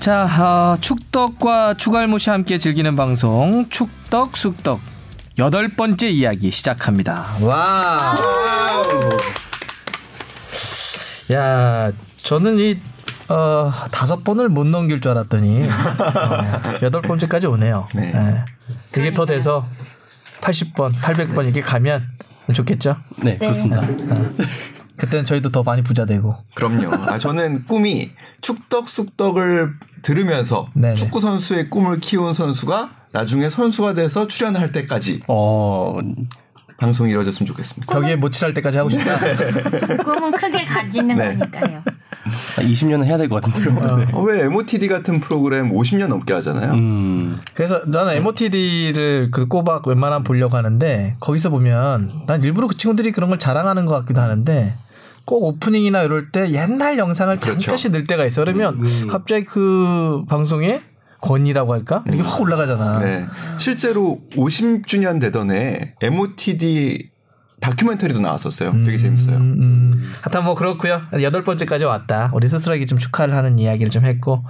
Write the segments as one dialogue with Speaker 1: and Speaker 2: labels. Speaker 1: 자, 아, 축덕과 추갈모씨 함께 즐기는 방송 축덕 숙덕 여덟 번째 이야기 시작합니다. 와. 야, 저는 이 어, 다섯 번을 못 넘길 줄 알았더니 어, 여덟 번째까지 오네요.
Speaker 2: 네.
Speaker 1: 예. 그게 더 돼서 80번, 800번 이렇게 가면 좋겠죠? 아,
Speaker 3: 네, 그렇습니다.
Speaker 1: 그때는 저희도 더 많이 부자 되고.
Speaker 2: 그럼요. 아, 저는 꿈이 축덕 숙덕을 들으면서
Speaker 1: 네네.
Speaker 2: 축구 선수의 꿈을 키운 선수가 나중에 선수가 돼서 출연할 때까지
Speaker 3: 어,
Speaker 2: 방송이 이루어졌으면 좋겠습니다.
Speaker 1: 벽에 못칠할 때까지 하고 싶다.
Speaker 4: 꿈은 크게 가지는
Speaker 2: 네.
Speaker 4: 거니까요.
Speaker 3: 20년은 해야 될 것 같은데요. 네.
Speaker 2: 어, 왜 MOTD 같은 프로그램 50년 넘게 하잖아요.
Speaker 3: 음,
Speaker 1: 그래서 나는 MOTD를 그 꼬박 웬만하면 보려고 하는데 거기서 보면 난 일부러 그 친구들이 그런 걸 자랑하는 것 같기도 하는데 꼭 오프닝이나 이럴 때 옛날 영상을
Speaker 2: 그렇죠.
Speaker 1: 잠깐씩 넣을 때가 있어. 그러면 갑자기 그 방송에 권위라고 할까? 이게 확 올라가잖아.
Speaker 2: 네. 실제로 50주년 되던 해 MOTD 다큐멘터리도 나왔었어요. 되게 재밌어요.
Speaker 1: 음, 음. 하여튼 뭐 그렇고요. 여덟 번째까지 왔다. 우리 스스로에게 좀 축하를 하는 이야기를 좀 했고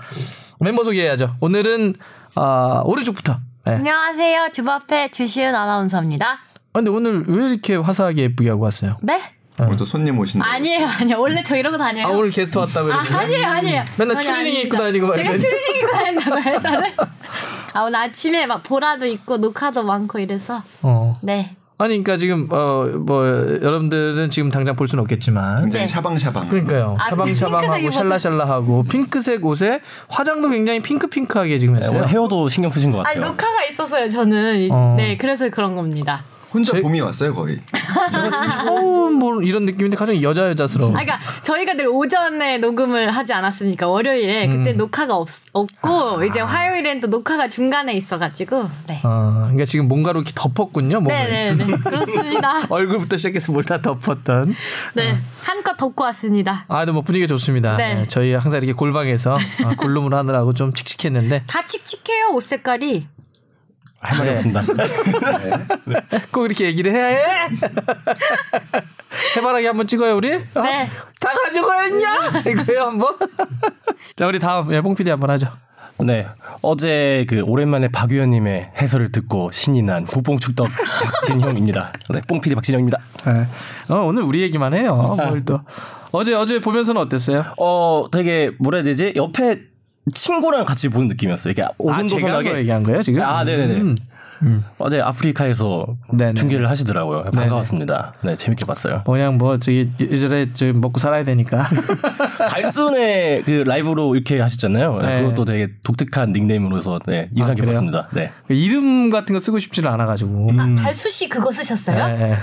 Speaker 1: 멤버 소개해야죠. 오늘은 아, 오른쪽부터. 네.
Speaker 4: 안녕하세요. 주바페 주시은 아나운서입니다.
Speaker 1: 아, 근데 오늘 왜 이렇게 화사하게 예쁘게 하고 왔어요?
Speaker 4: 네?
Speaker 2: 오늘도 손님 오신다.
Speaker 4: 아니에요, 아니에요. 원래 저 이러고 다녀요.
Speaker 1: 아 오늘 게스트 왔다고
Speaker 4: 아,
Speaker 1: 이렇게.
Speaker 4: 아니에요, 아니에요.
Speaker 1: 맨날
Speaker 4: 전혀
Speaker 1: 추리닝
Speaker 4: 아닙니다.
Speaker 1: 입고 다니고 막
Speaker 4: 제가
Speaker 1: 이러니.
Speaker 4: 추리닝 입고 다닌다고 회사를. 아 오늘 아침에 막 보라도 있고 녹화도 많고 이래서
Speaker 1: 어.
Speaker 4: 네.
Speaker 1: 아니 그러니까 지금 어 뭐 여러분들은 지금 당장 볼 수는 없겠지만
Speaker 2: 굉장히
Speaker 4: 네.
Speaker 2: 샤방샤방.
Speaker 1: 그러니까요
Speaker 4: 아,
Speaker 1: 샤방샤방하고
Speaker 4: 핑크색이
Speaker 1: 샬라샬라하고 핑크색 옷에 화장도 굉장히 핑크핑크하게 지금 했어요
Speaker 3: 네, 오늘 헤어도 신경 쓰신 것
Speaker 4: 아니
Speaker 3: 같아요.
Speaker 4: 녹화가 있었어요 저는.
Speaker 1: 어.
Speaker 4: 네 그래서 그런 겁니다.
Speaker 2: 혼자
Speaker 1: 제-
Speaker 2: 봄이 왔어요, 거의.
Speaker 1: 처음 보는 이런 느낌인데 가장 여자 여자스러운
Speaker 4: 아, 그러니까 저희가 늘 오전에 녹음을 하지 않았습니까? 월요일에
Speaker 1: 음.
Speaker 4: 그때 녹화가 없, 없고
Speaker 1: 아.
Speaker 4: 이제 화요일엔 또 녹화가 중간에 있어가지고 네.
Speaker 1: 어 그러니까 지금 뭔가로 이렇게 덮었군요 몸을
Speaker 4: 네네네 그렇습니다.
Speaker 1: 얼굴부터 시작해서 뭘 다 덮었던 어.
Speaker 4: 네 한껏 덮고 왔습니다.
Speaker 1: 아 근데 뭐 분위기 좋습니다
Speaker 4: 네.
Speaker 1: 네, 저희 항상 이렇게 골방에서 아, 골룸을 하느라고 좀 칙칙했는데
Speaker 4: 다 칙칙해요 옷 색깔이.
Speaker 3: 할 말이 없습니다.
Speaker 1: 꼭 이렇게 얘기를 해야 해 해바라기 한번 찍어요 우리
Speaker 4: 네.
Speaker 1: 다 가지고 했냐? 이거요 뭐. 한번. 자 우리 다음 예봉 PD 한번 하죠.
Speaker 3: 네, 어제 그 오랜만에 박 의원님의 해설을 듣고 신이 난 국뽕축덕 박진형입니다. 네, 뽕피디 박진형입니다.
Speaker 1: 어, 오늘 우리 얘기만 해요. 뭘 또. 어제 어제 보면서는 어땠어요?
Speaker 3: 어, 되게 뭐라 해야 되지? 옆에 친구랑 같이 보는 느낌이었어요. 이게
Speaker 1: 아, 제가 한
Speaker 3: 오손도손하게
Speaker 1: 거 얘기한 거예요 지금? 음.
Speaker 3: 아, 네네네. 어제 아프리카에서
Speaker 1: 네네.
Speaker 3: 중계를 하시더라고요. 반가웠습니다. 네, 재밌게 봤어요.
Speaker 1: 그냥 뭐 저기 이전에 저 먹고 살아야 되니까.
Speaker 3: 달순의 그 라이브로 이렇게 하셨잖아요.
Speaker 1: 네. 아,
Speaker 3: 그것도 되게 독특한 닉네임으로서 네, 인상
Speaker 1: 그래요?
Speaker 3: 깊었습니다. 네.
Speaker 1: 이름 같은 거 쓰고 싶지를 않아가지고.
Speaker 4: 달수 씨 그거 쓰셨어요?
Speaker 1: 음. 네.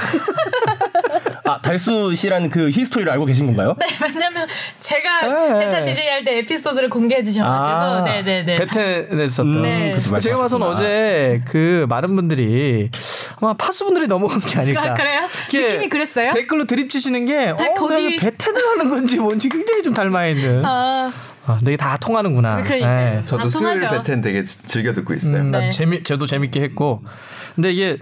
Speaker 3: 아 달수 씨라는 그 히스토리를 알고 계신 건가요?
Speaker 4: 네, 왜냐면
Speaker 1: 네.
Speaker 4: 제가 펜타 DJ 할 때 에피소드를 공개해
Speaker 3: 아.
Speaker 4: 주셔가지고 네네네.
Speaker 1: 베텐에 썼던.
Speaker 4: 네.
Speaker 3: 그것도
Speaker 1: 제가 봐서는
Speaker 3: 말씀하셨구나.
Speaker 1: 어제 그 많은 분들이 아마 파수분들이 넘어간 게 아닐까.
Speaker 4: 아, 그래요?
Speaker 1: 이게
Speaker 4: 느낌이 그랬어요?
Speaker 1: 댓글로 드립치시는 게 어,
Speaker 4: 다 거기-
Speaker 1: 거기... 베텐을 하는 건지 뭔지 굉장히 좀 닮아 있는.
Speaker 4: 아,
Speaker 1: 아, 근데 이게 다 통하는구나.
Speaker 4: 그러니까요.
Speaker 1: 예.
Speaker 2: 저도 수요일
Speaker 4: 반품하죠.
Speaker 2: 배텐 되게 지- 즐겨 듣고 있어요.
Speaker 1: 난
Speaker 4: 네.
Speaker 1: 재미, 저도 재밌게 했고. 근데 이게,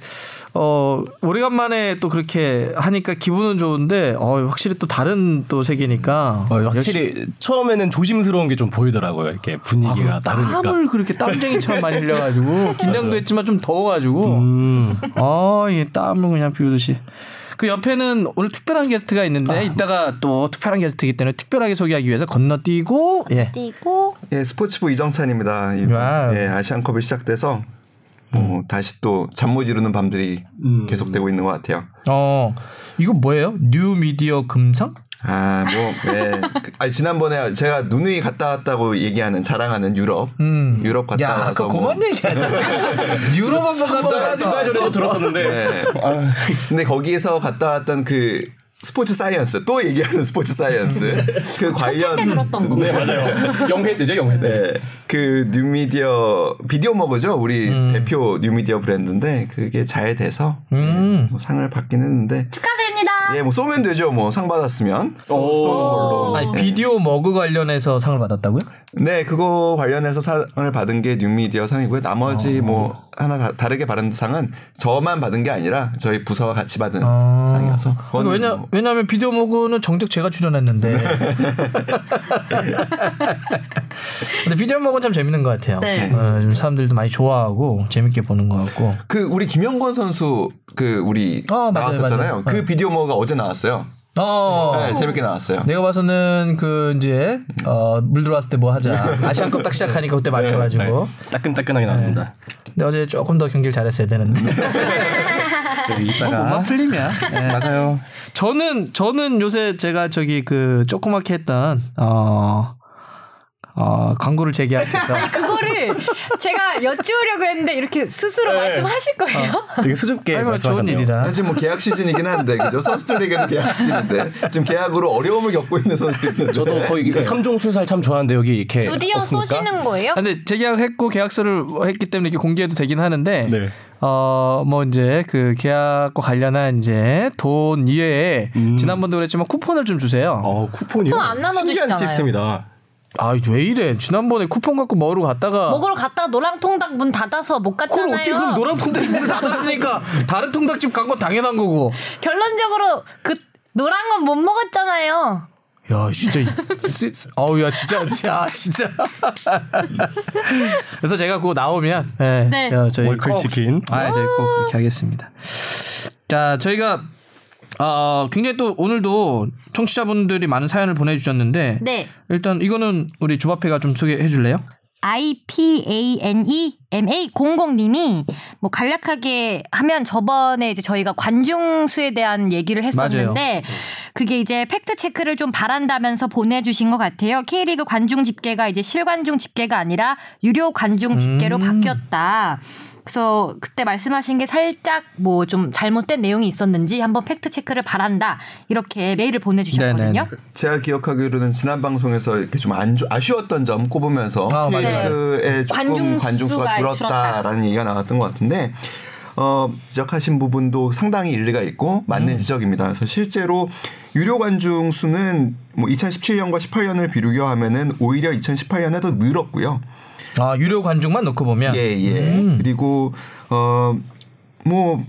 Speaker 1: 어, 오래간만에 또 그렇게 하니까 기분은 좋은데, 어, 확실히 또 다른 또 세계니까.
Speaker 3: 어, 확실히 처음에는 조심스러운 게 좀 보이더라고요. 이렇게 분위기가
Speaker 1: 땀을
Speaker 3: 다르니까.
Speaker 1: 아, 그렇게 땀쟁이처럼 많이 흘려가지고, 긴장도 했지만 좀 더워가지고,
Speaker 3: 음,
Speaker 1: 아, 이 땀을 그냥 비우듯이. 그 옆에는 오늘 특별한 게스트가 있는데, 이따가 또 특별한 게스트이기 때문에 특별하게 소개하기 위해서 건너뛰고, 예.
Speaker 4: 띄고
Speaker 2: 예, 스포츠부 이정찬입니다. 이-
Speaker 1: 와우. 음.
Speaker 2: 예, 아시안컵이 시작돼서 뭐 다시 또 잠 못 이루는 밤들이
Speaker 3: 음.
Speaker 2: 계속되고 있는 것 같아요.
Speaker 1: 어, 이거 뭐예요? 뉴 미디어 금상?
Speaker 2: 아, 뭐, 예. 그- 아니, 지난번에 제가 누누이 갔다 왔다고 얘기하는, 자랑하는 유럽. 유럽 갔다
Speaker 1: 음. 야,
Speaker 2: 와서.
Speaker 1: 아까
Speaker 2: 뭐-
Speaker 1: 그만 얘기하자. 지금. 유럽 한번 갔다
Speaker 3: 두달 전에 들었었는데
Speaker 2: 예. 근데 거기에서 갔다 왔던 그 스포츠 사이언스, 또 얘기하는 스포츠 사이언스. 그 관련.
Speaker 4: 때 들었던 거.
Speaker 3: 네 맞아요. 영회 때죠 영회 때.
Speaker 2: 네. 그 뉴미디어 비디오 먹으죠 우리
Speaker 1: 음. 음.
Speaker 2: 대표 뉴미디어 브랜드인데 그게 잘 돼서 뭐 상을 받긴 했는데
Speaker 4: 축하드립니다.
Speaker 2: 예, 뭐 쏘면 되죠. 뭐 상 받았으면 쏘- 쏘는 걸로.
Speaker 1: 아니 비디오 머그 관련해서 상을 받았다고요?
Speaker 2: 네, 그거 관련해서 상을 받은 게 뉴미디어 상이고요.
Speaker 1: 아.
Speaker 2: 나머지 뭐 하나 다, 다르게 받은 상은 저만 받은 게 아니라 저희 부서와 같이 받은
Speaker 1: 아.
Speaker 2: 상이어서. 그건
Speaker 1: 아니, 왜냐
Speaker 2: 뭐-
Speaker 1: 왜냐하면 비디오 머그는 정작 제가 출연했는데. 근데 비디오 머그 는참 재밌는 것 같아요.
Speaker 4: 네.
Speaker 1: 어, 좀 사람들도 많이 좋아하고 재밌게 보는 것 같고.
Speaker 2: 그 우리 김영권 선수 그 우리
Speaker 1: 어, 맞아요, 맞아요.
Speaker 2: 나왔었잖아요. 그
Speaker 1: 네.
Speaker 2: 비디오 머가 어제 나왔어요.
Speaker 1: 어.
Speaker 2: 네, 재밌게 나왔어요.
Speaker 1: 내가 봐서는 그 이제 어, 물 들어왔을 때 뭐 하자 아시안컵 딱 시작하니까 그때 맞춰가지고
Speaker 3: 네.
Speaker 1: 네.
Speaker 3: 따끈따끈하게 나왔습니다.
Speaker 1: 근데 어제 조금 더 경기를 잘했어야 되는데
Speaker 2: 여기
Speaker 1: 몸만
Speaker 2: 있다가
Speaker 1: 풀림이야
Speaker 2: 네, 맞아요.
Speaker 1: 아, 저는 저는 요새 제가 저기 그 조그맣게 했던 어, 어 광고를 재계약해서
Speaker 4: 아, 그거를 제가 여쭈려고 그랬는데 이렇게
Speaker 1: 네.
Speaker 4: 스스로 말씀하실 거예요?
Speaker 1: 아,
Speaker 3: 되게 수줍게
Speaker 1: 할머니 좋은
Speaker 3: 말씀하셨네요.
Speaker 1: 일이라
Speaker 2: 사실 뭐 계약 시즌이긴 한데 그죠 선수들에게도 계약 시즌인데 지금 계약으로 어려움을 겪고 있는 선수들인데
Speaker 1: 네.
Speaker 3: 저도 거의 이거 삼종 순살 참 좋아하는데 여기 이렇게
Speaker 4: 드디어
Speaker 3: 없으니까.
Speaker 4: 쏘시는 거예요?
Speaker 1: 아, 근데 재계약했고 계약서를 했기 때문에 이렇게 공개해도 되긴 하는데
Speaker 3: 네.
Speaker 1: 어뭐 이제 그 계약과 관련한 이제 돈 이외에 지난번도 그랬지만 쿠폰을 좀 주세요.
Speaker 3: 음. 어 쿠폰이요?
Speaker 4: 쿠폰 안 나눠주시잖아요.
Speaker 3: 신기한 시스템이다.
Speaker 1: 아 왜 이래? 지난번에 쿠폰 갖고 먹으러 갔다가
Speaker 4: 먹으러 갔다 노랑 통닭 문 닫아서 못
Speaker 1: 아. 그걸
Speaker 4: 갔잖아요.
Speaker 1: 어떻게 그럼 노란 통닭 문을 닫았으니까 다른 통닭집 간 건 당연한 거고.
Speaker 4: 결론적으로 그 노란 건 못 먹었잖아요.
Speaker 1: 야 진짜 이- 쓰- 쓰- 아우 야 진짜 야 진짜 그래서 제가 그거 나오면 네,
Speaker 4: 네.
Speaker 1: 저, 저희
Speaker 3: 월클
Speaker 1: 꼭-
Speaker 3: 치킨.
Speaker 1: 아 저희 꼭 그렇게 하겠습니다 자 저희가 어, 굉장히 또 오늘도 청취자분들이 많은 사연을 보내주셨는데
Speaker 4: 네.
Speaker 1: 일단 이거는 우리 조합회가 좀 소개해 줄래요?
Speaker 4: IPANEMA00님이 뭐 간략하게 하면 저번에 이제 저희가 관중수에 대한 얘기를 했었는데 그게 이제 팩트 체크를 좀 바란다면서 보내주신 것 같아요. K리그 관중 집계가 이제 실관중 집계가 아니라 유료 관중 집계로
Speaker 1: 음.
Speaker 4: 바뀌었다. 그래서 그때 말씀하신 게 살짝 뭐 좀 잘못된 내용이 있었는지 한번 팩트 체크를 바란다 이렇게 메일을 보내주셨거든요.
Speaker 1: 네네네.
Speaker 2: 제가 기억하기로는 지난 방송에서 이렇게 좀 안 아쉬웠던 점 꼽으면서
Speaker 1: 아, 맞아요.
Speaker 2: K리그의 조금
Speaker 4: 관중 수가
Speaker 2: 관중수가 줄었다라는 얘기가 나왔던 것 같은데 어, 지적하신 부분도 상당히 일리가 있고 맞는 지적입니다. 그래서 실제로 유료 관중 수는 뭐 2017년과 18년을 비교하면은 오히려 2018년에 더 늘었고요.
Speaker 1: 아 유료 관중만 놓고 보면
Speaker 2: 예, 예.
Speaker 1: 네.
Speaker 2: 그리고 어 뭐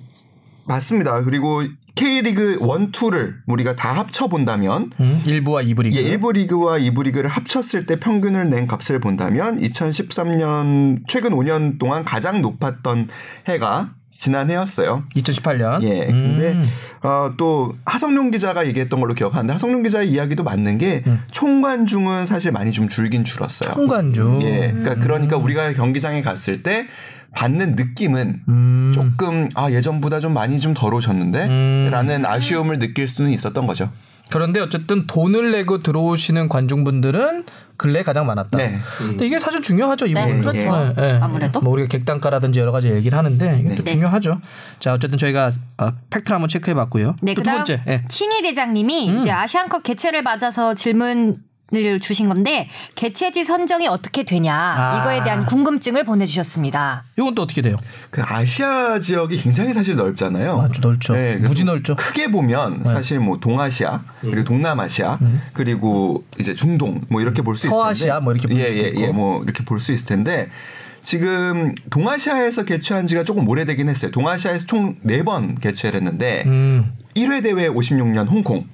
Speaker 2: 맞습니다. 그리고 K리그 1, 2를 우리가 다 합쳐 본다면
Speaker 1: 음, 1부와 2부 리그
Speaker 2: 예, 1부 리그와 2부 리그를 합쳤을 때 평균을 낸 값을 본다면 2013년 최근 5년 동안 가장 높았던 해가 지난해였어요.
Speaker 1: 2018년
Speaker 2: 예. 근데
Speaker 1: 음.
Speaker 2: 어, 또 하성룡 기자가 얘기했던 걸로 기억하는데 하성룡 기자의 이야기도 맞는 게
Speaker 1: 음.
Speaker 2: 총관중은 사실 많이 좀 줄긴 줄었어요.
Speaker 1: 통관중
Speaker 2: 예. 그러니까
Speaker 1: 음.
Speaker 2: 그러니까 우리가 경기장에 갔을 때 받는 느낌은
Speaker 1: 음.
Speaker 2: 조금 아 예전보다 좀 많이 좀 덜어졌는데 라는 아쉬움을 느낄 수는 있었던 거죠.
Speaker 1: 그런데 어쨌든 돈을 내고 들어오시는 관중분들은 근래 가장 많았다.
Speaker 2: 네.
Speaker 1: 근데 이게 사실 중요하죠 이
Speaker 4: 네,
Speaker 1: 부분.
Speaker 4: 그렇죠. 아무래도.
Speaker 1: 뭐 우리가 객단가라든지 여러 가지 얘기를 하는데 이게 또
Speaker 4: 네.
Speaker 1: 중요하죠. 자 어쨌든 저희가 아, 팩트를 한번 체크해봤고요.
Speaker 4: 네,
Speaker 1: 또두
Speaker 4: 그다음
Speaker 1: 번째. 예. 음.
Speaker 4: 친일 회장님이 이제 아시안컵 개최를 맞아서 질문을 주신 건데 개최지 선정이 어떻게 되냐
Speaker 1: 아.
Speaker 4: 이거에 대한 궁금증을 보내주셨습니다.
Speaker 1: 이건 또 어떻게 돼요?
Speaker 2: 그 아시아 지역이 굉장히 사실 넓잖아요. 예,
Speaker 1: 아주 넓죠.
Speaker 2: 그래서
Speaker 1: 무지 넓죠. 네. 예.
Speaker 2: 크게 보면 사실 뭐 동아시아 그리고 동남아시아 그리고 이제 중동 뭐 이렇게 볼 수 있을 텐데.
Speaker 1: 음. 서아시아 뭐 이렇게 볼
Speaker 2: 예,
Speaker 1: 수도
Speaker 2: 예,
Speaker 1: 있고.
Speaker 2: 예, 뭐 이렇게 볼 수 있을 텐데 지금 동아시아에서 개최한 지가 조금 오래되긴 했어요. 동아시아에서 총 네 번 개최를 했는데
Speaker 1: 음.
Speaker 2: 1회 대회 56년 홍콩,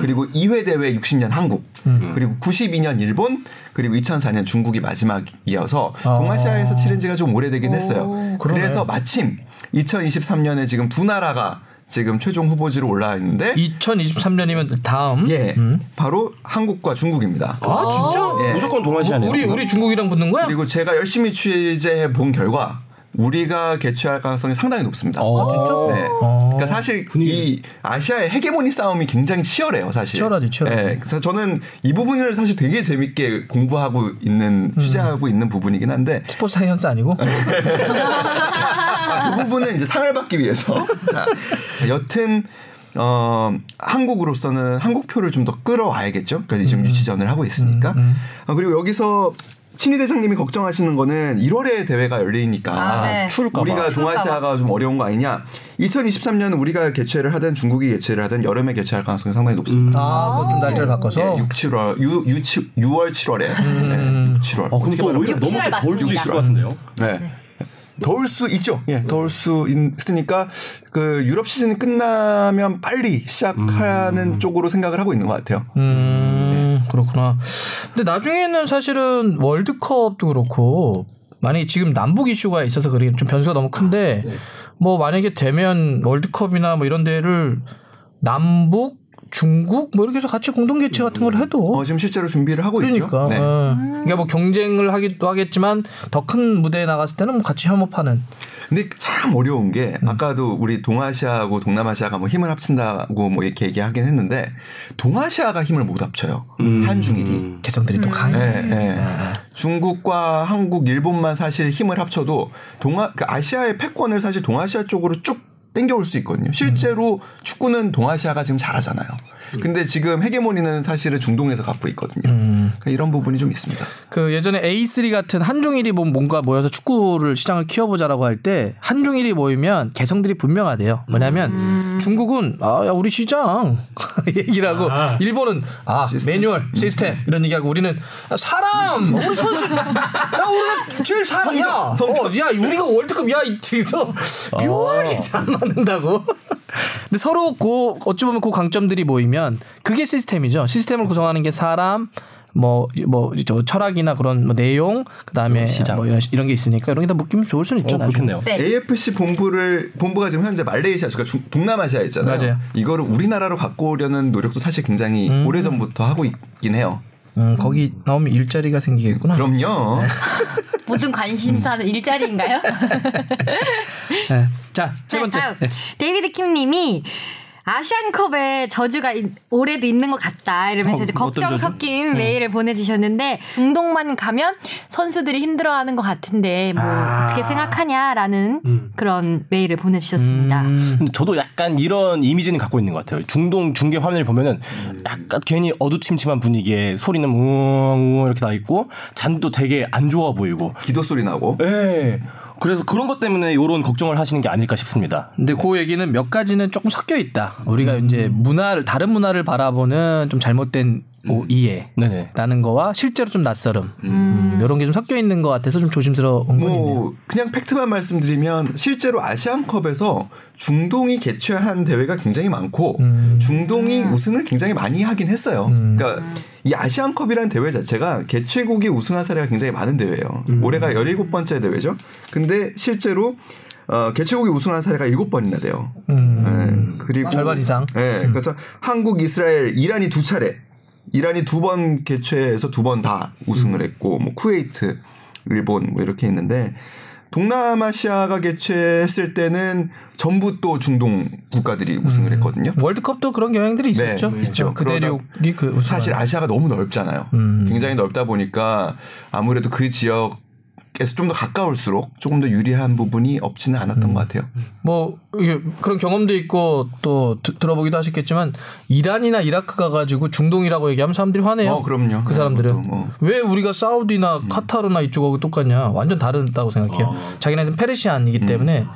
Speaker 2: 그리고 2회 대회 60년 한국,
Speaker 1: 음.
Speaker 2: 그리고 92년 일본, 그리고 2004년 중국이 마지막이어서 동아시아에서 치른 지가 좀 오래되긴 했어요.
Speaker 1: 그러네.
Speaker 2: 그래서 마침 2023년에 지금 두 나라가 지금 최종 후보지로 올라와 있는데
Speaker 1: 2023년이면 다음.
Speaker 2: 예, 바로 한국과 중국입니다.
Speaker 4: 어.
Speaker 1: 아 진짜? 뭐
Speaker 2: 예.
Speaker 3: 무조건 동아시아네요.
Speaker 1: 우리 우리 중국이랑 붙는 거야?
Speaker 2: 그리고 제가 열심히 취재해 본 결과 우리가 개최할 가능성이 상당히 높습니다.
Speaker 3: 어,
Speaker 2: 네. 그러니까 사실 이 아시아의 헤게모니 싸움이 굉장히 치열해요, 사실.
Speaker 1: 치열하죠, 치열하죠.
Speaker 2: 네. 그래서 저는 이 부분을 사실 되게 재밌게 공부하고
Speaker 1: 음.
Speaker 2: 있는 취재하고 있는 부분이긴 한데
Speaker 1: 스포츠 사이언스 아니고?
Speaker 2: 네. 아, 그 부분은 이제 상을 받기 위해서. 자, 여튼 어
Speaker 3: 음.
Speaker 2: 한국으로서는 한국표를 좀 더 끌어와야겠죠. 그러니까 지금 유치전을 하고 있으니까. 아, 그리고 어, 여기서 친위 대장님이 걱정하시는 거는 1월에 대회가 열리니까
Speaker 4: 아, 네.
Speaker 3: 추울까 봐.
Speaker 2: 우리가
Speaker 4: 추울까
Speaker 2: 동아시아가 좀 어려운 거 아니냐. 2023년 우리가 개최를 하든 중국이 개최를 하든 여름에 개최할 가능성이 상당히 높습니다.
Speaker 3: 음.
Speaker 1: 아, 그좀 날짜를 바꿔서.
Speaker 3: 어.
Speaker 2: 예, 6, 7월, 유, 유, 6월, 7월에. 네, 6, 7월.
Speaker 3: 어, 그럼 또 오히려 너무
Speaker 4: 육칠할
Speaker 3: 더울 수도 있을
Speaker 4: 맞습니다.
Speaker 3: 것 같은데요.
Speaker 2: 네. 더울 수 있죠. 예, 더울 수 있으니까 그 유럽 시즌이 끝나면 빨리 시작하는 쪽으로 생각을 하고 있는 것 같아요.
Speaker 1: 음, 그렇구나. 근데 나중에는 사실은 월드컵도 그렇고 만약에 지금 남북 이슈가 있어서 그게 좀 변수가 너무
Speaker 2: 아,
Speaker 1: 큰데
Speaker 2: 네.
Speaker 1: 뭐 만약에 되면 월드컵이나 뭐 이런 데를 남북 중국 뭐 이렇게 해서 같이 공동 개최 같은 걸 해도
Speaker 2: 어, 지금 실제로 준비를 하고
Speaker 1: 그러니까
Speaker 2: 있죠. 네.
Speaker 1: 어. 그러니까 뭐 경쟁을 하기도 하겠지만 더 큰 무대에 나갔을 때는 뭐 같이 협업하는
Speaker 2: 근데 참 어려운 게
Speaker 1: 음.
Speaker 2: 아까도 우리 동아시아하고 동남아시아가 뭐 힘을 합친다고 뭐 이렇게 얘기하긴 했는데 동아시아가 힘을 못 합쳐요.
Speaker 1: 음.
Speaker 2: 한중일이.
Speaker 1: 개성들이 또 강해.
Speaker 2: 예, 예. 중국과 한국, 일본만 사실 힘을 합쳐도 동아 그 아시아의 패권을 사실 동아시아 쪽으로 쭉 땡겨올 수 있거든요. 실제로 축구는 동아시아가 지금 잘하잖아요. 근데 지금 헤게모니는 사실은 중동에서 갖고 있거든요. 그러니까 이런 부분이 좀 있습니다.
Speaker 1: 그 예전에 A3 같은 한중일이 뭐 뭔가 모여서 축구를 시장을 키워보자라고 할 때 한중일이 모이면 개성들이 분명하대요. 뭐냐면 중국은 아, 야, 우리 시장 얘기를 하고 일본은 아, 매뉴얼, 시스템 이런 얘기하고 우리는 아, 사람, 우리 선수, 야, 우리가 제일 사람이야. 어, 야, 우리가 월드컵 야, 이래서 묘하게 잘 맞는다고. 어. 근데 서로 그 어찌 보면 그 강점들이 모이면 그게 시스템이죠. 시스템을 구성하는 게 사람, 뭐뭐저 철학이나 그런 뭐 내용 그다음에
Speaker 3: 시장.
Speaker 1: 뭐 이런, 이런 게 있으니까 이런 게 다 묶이면 좋을 수는 있죠.
Speaker 3: 어,
Speaker 1: 나중에.
Speaker 3: 그렇겠네요.
Speaker 4: 네.
Speaker 2: AFC 본부를 본부가 지금 현재 말레이시아 그러니까 중- 동남아시아에 있잖아요.
Speaker 1: 맞아요.
Speaker 2: 이거를 우리나라로 갖고 오려는 노력도 사실 굉장히 오래전부터 하고 있긴 해요.
Speaker 1: 음, 거기 나오면 일자리가 생기겠구나.
Speaker 2: 그럼요.
Speaker 4: 모든
Speaker 1: 음.
Speaker 4: 관심사는 일자리인가요?
Speaker 1: 네. 자세 번째. 예.
Speaker 4: 다음. 데이비드 킴님이 아시안컵에 저주가 이- 올해도 있는 것 같다 이러면서
Speaker 3: 어,
Speaker 4: 이제
Speaker 3: 어떤
Speaker 4: 걱정
Speaker 3: 저주?
Speaker 4: 섞인
Speaker 1: 예.
Speaker 4: 메일을 보내주셨는데 중동만 가면 선수들이 힘들어하는 것 같은데 뭐
Speaker 1: 아. 음.
Speaker 4: 어떻게 생각하냐라는 그런 메일을 보내주셨습니다.
Speaker 3: 근데 저도 약간 이런 이미지는 갖고 있는 것 같아요. 중동 중계 화면을 보면은 약간 괜히 어두침침한 분위기에 소리는 우웅 이렇게 나 있고 잔도 되게 안 좋아 보이고.
Speaker 2: 기도 소리 나고.
Speaker 3: 예. 그래서 그런 것 때문에 이런 걱정을 하시는 게 아닐까 싶습니다.
Speaker 1: 근데 그 얘기는 몇 가지는 조금 섞여 있다. 우리가
Speaker 3: 음.
Speaker 1: 이제 문화를 다른 문화를 바라보는 좀 잘못된
Speaker 3: 음.
Speaker 1: 오, 이해.
Speaker 3: 네네.
Speaker 1: 라는 거와 실제로 좀 낯설음 음, 이런 게 좀 섞여 있는 것 같아서 좀 조심스러운 건 있네요.
Speaker 2: 뭐 그냥 팩트만 말씀드리면 실제로 아시안컵에서 중동이 개최한 대회가 굉장히 많고
Speaker 1: 음.
Speaker 2: 중동이 우승을 굉장히 많이 하긴 했어요. 그러니까 이 아시안컵이라는 대회 자체가 개최국이 우승한 사례가 굉장히 많은 대회예요. 올해가 17번째 대회죠. 근데 실제로 어, 개최국이 우승한 사례가 7번이나 돼요. 예, 그리고
Speaker 1: 음. 절반 이상.
Speaker 2: 예. 그래서 한국, 이스라엘, 이란이 두 차례. 이란이 두 번 개최해서 두 번 다 우승을
Speaker 1: 음.
Speaker 2: 했고 뭐 쿠웨이트, 일본 뭐 이렇게 있는데 동남아시아가 개최했을 때는 전부 또 중동 국가들이 우승을
Speaker 1: 음.
Speaker 2: 했거든요.
Speaker 1: 월드컵도 그런 경향들이
Speaker 2: 네,
Speaker 1: 있었죠.
Speaker 2: 있죠.
Speaker 1: 그 대륙이 그
Speaker 2: 그러다 사실 아시아가 너무 넓잖아요.
Speaker 1: 음.
Speaker 2: 굉장히 넓다 보니까 아무래도 그 지역에서 좀 더 가까울수록 조금 더 유리한 부분이 없지는 않았던
Speaker 1: 음.
Speaker 2: 것 같아요.
Speaker 1: 뭐 이게 그런 경험도 있고 또 드- 들어보기도 하셨겠지만 이란이나 이라크 가가지고 중동이라고 얘기하면 사람들이 화내요.
Speaker 2: 어, 그럼요.
Speaker 1: 그 사람들은
Speaker 2: 그것도 뭐. 음.
Speaker 1: 왜 우리가 사우디나 카타르나 이쪽하고 똑같냐? 완전 다르다고 생각해요.
Speaker 2: 아.
Speaker 1: 자기네는 페르시안이기
Speaker 2: 음.
Speaker 1: 때문에.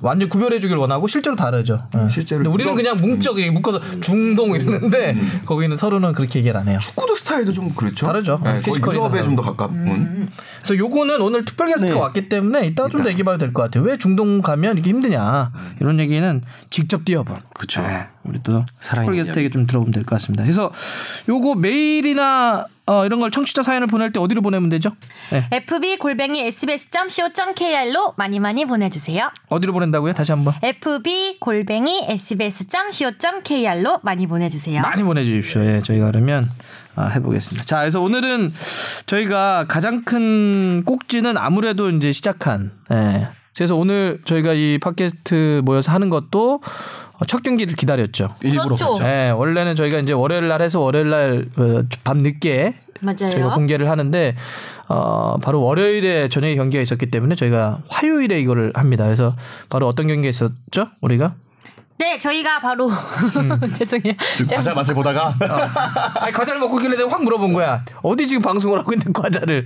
Speaker 1: 완전 구별해 주길 원하고 실제로 다르죠. 예.
Speaker 2: 음, 실제로 음.
Speaker 1: 근데 우리는
Speaker 2: 그런-
Speaker 1: 그냥 뭉쩍 이렇게 묶어서 중동 이러는데
Speaker 2: 음,
Speaker 1: 거기는 서로는 그렇게 얘기를 안 해요.
Speaker 2: 축구도 스타일도 좀 그렇죠.
Speaker 1: 다르죠.
Speaker 2: 네, 거의
Speaker 1: 피지컬이
Speaker 2: 유럽에
Speaker 1: 다르고.
Speaker 2: 좀 더 가깝은.
Speaker 1: 그래서 요거는 오늘 특별 게스트가
Speaker 3: 네.
Speaker 1: 왔기 때문에 이따가 좀 더 얘기해 봐도 될 것 같아요. 왜 중동 가면 이렇게 힘드냐.
Speaker 2: 음.
Speaker 1: 이런 얘기는 직접 뛰어본.
Speaker 3: 그쵸.
Speaker 1: 네, 우리 또
Speaker 3: 살아있는
Speaker 1: 특별 게스트에게 좀 들어보면 될 것 같습니다. 그래서 요거 메일이나 어, 이런 걸 청취자 사연을 보낼 때 어디로 보내면 되죠? 네.
Speaker 4: fb 골뱅이 sbs.co.kr로 많이 많이 보내주세요.
Speaker 1: 어디로 보낸다고요? 다시 한번.
Speaker 4: fb 골뱅이 sbs.co.kr로 많이 보내주세요.
Speaker 1: 많이 보내주십시오. 예, 저희가 그러면 아, 해보겠습니다. 자, 그래서 오늘은 저희가 가장 큰 꼭지는 아무래도 이제 시작한. 예. 그래서 오늘 저희가 이 팟캐스트 모여서 하는 것도 첫 경기를 기다렸죠.
Speaker 3: 일부러
Speaker 4: 그렇죠.
Speaker 3: 그렇죠.
Speaker 1: 예, 원래는 저희가 이제 월요일 날 해서 월요일 날밤 늦게
Speaker 4: 맞아요.
Speaker 1: 저희가 공개를 하는데 어, 바로 월요일에 저녁에 경기가 있었기 때문에 저희가 화요일에 이거를 합니다. 그래서 바로 어떤 경기가 있었죠? 우리가?
Speaker 4: 네, 저희가 바로 죄송해요.
Speaker 3: 과자 맛을 보다가
Speaker 1: 아니 과자를 먹고 있길래 내가 확 물어본 거야. 어디 지금 방송을 하고 있는 과자를?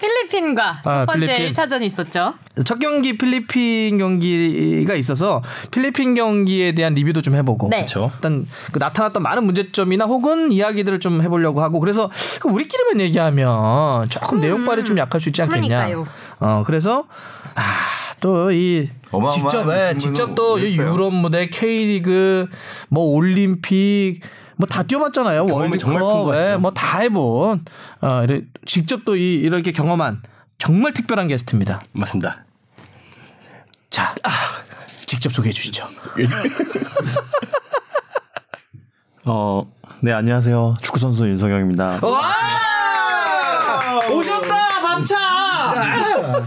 Speaker 4: 필리핀과 첫 번째
Speaker 1: 필리핀.
Speaker 4: 1차전이 있었죠.
Speaker 1: 첫 경기 필리핀 경기가 있어서 필리핀 경기에 대한 리뷰도 좀 해보고
Speaker 4: 네.
Speaker 3: 그렇죠.
Speaker 1: 일단 그 나타났던 많은 문제점이나 혹은 이야기들을 좀 해보려고 하고 그래서 그 우리끼리만 얘기하면 조금 내용발이 좀 약할 수 있지 않겠냐.
Speaker 4: 음. 그러니까요.
Speaker 1: 어 그래서 아 또 이
Speaker 2: 어마어마한
Speaker 1: 직접 예,
Speaker 2: 신문을
Speaker 1: 직접 또
Speaker 2: 냈어요.
Speaker 1: 유럽 무대, K리그, 뭐 올림픽 뭐 다 뛰어봤잖아요.
Speaker 3: 경험이 정말 큰
Speaker 1: 월드컵, 예,
Speaker 3: 것이죠.
Speaker 1: 뭐다 해본 어, 이래- 직접 또 이, 이렇게 경험한 정말 특별한 게스트입니다.
Speaker 3: 맞습니다.
Speaker 1: 자, 직접 소개해 주시죠.
Speaker 5: 어, 네, 안녕하세요. 축구선수 윤석영입니다.
Speaker 1: 어? 오셨다, 밥차!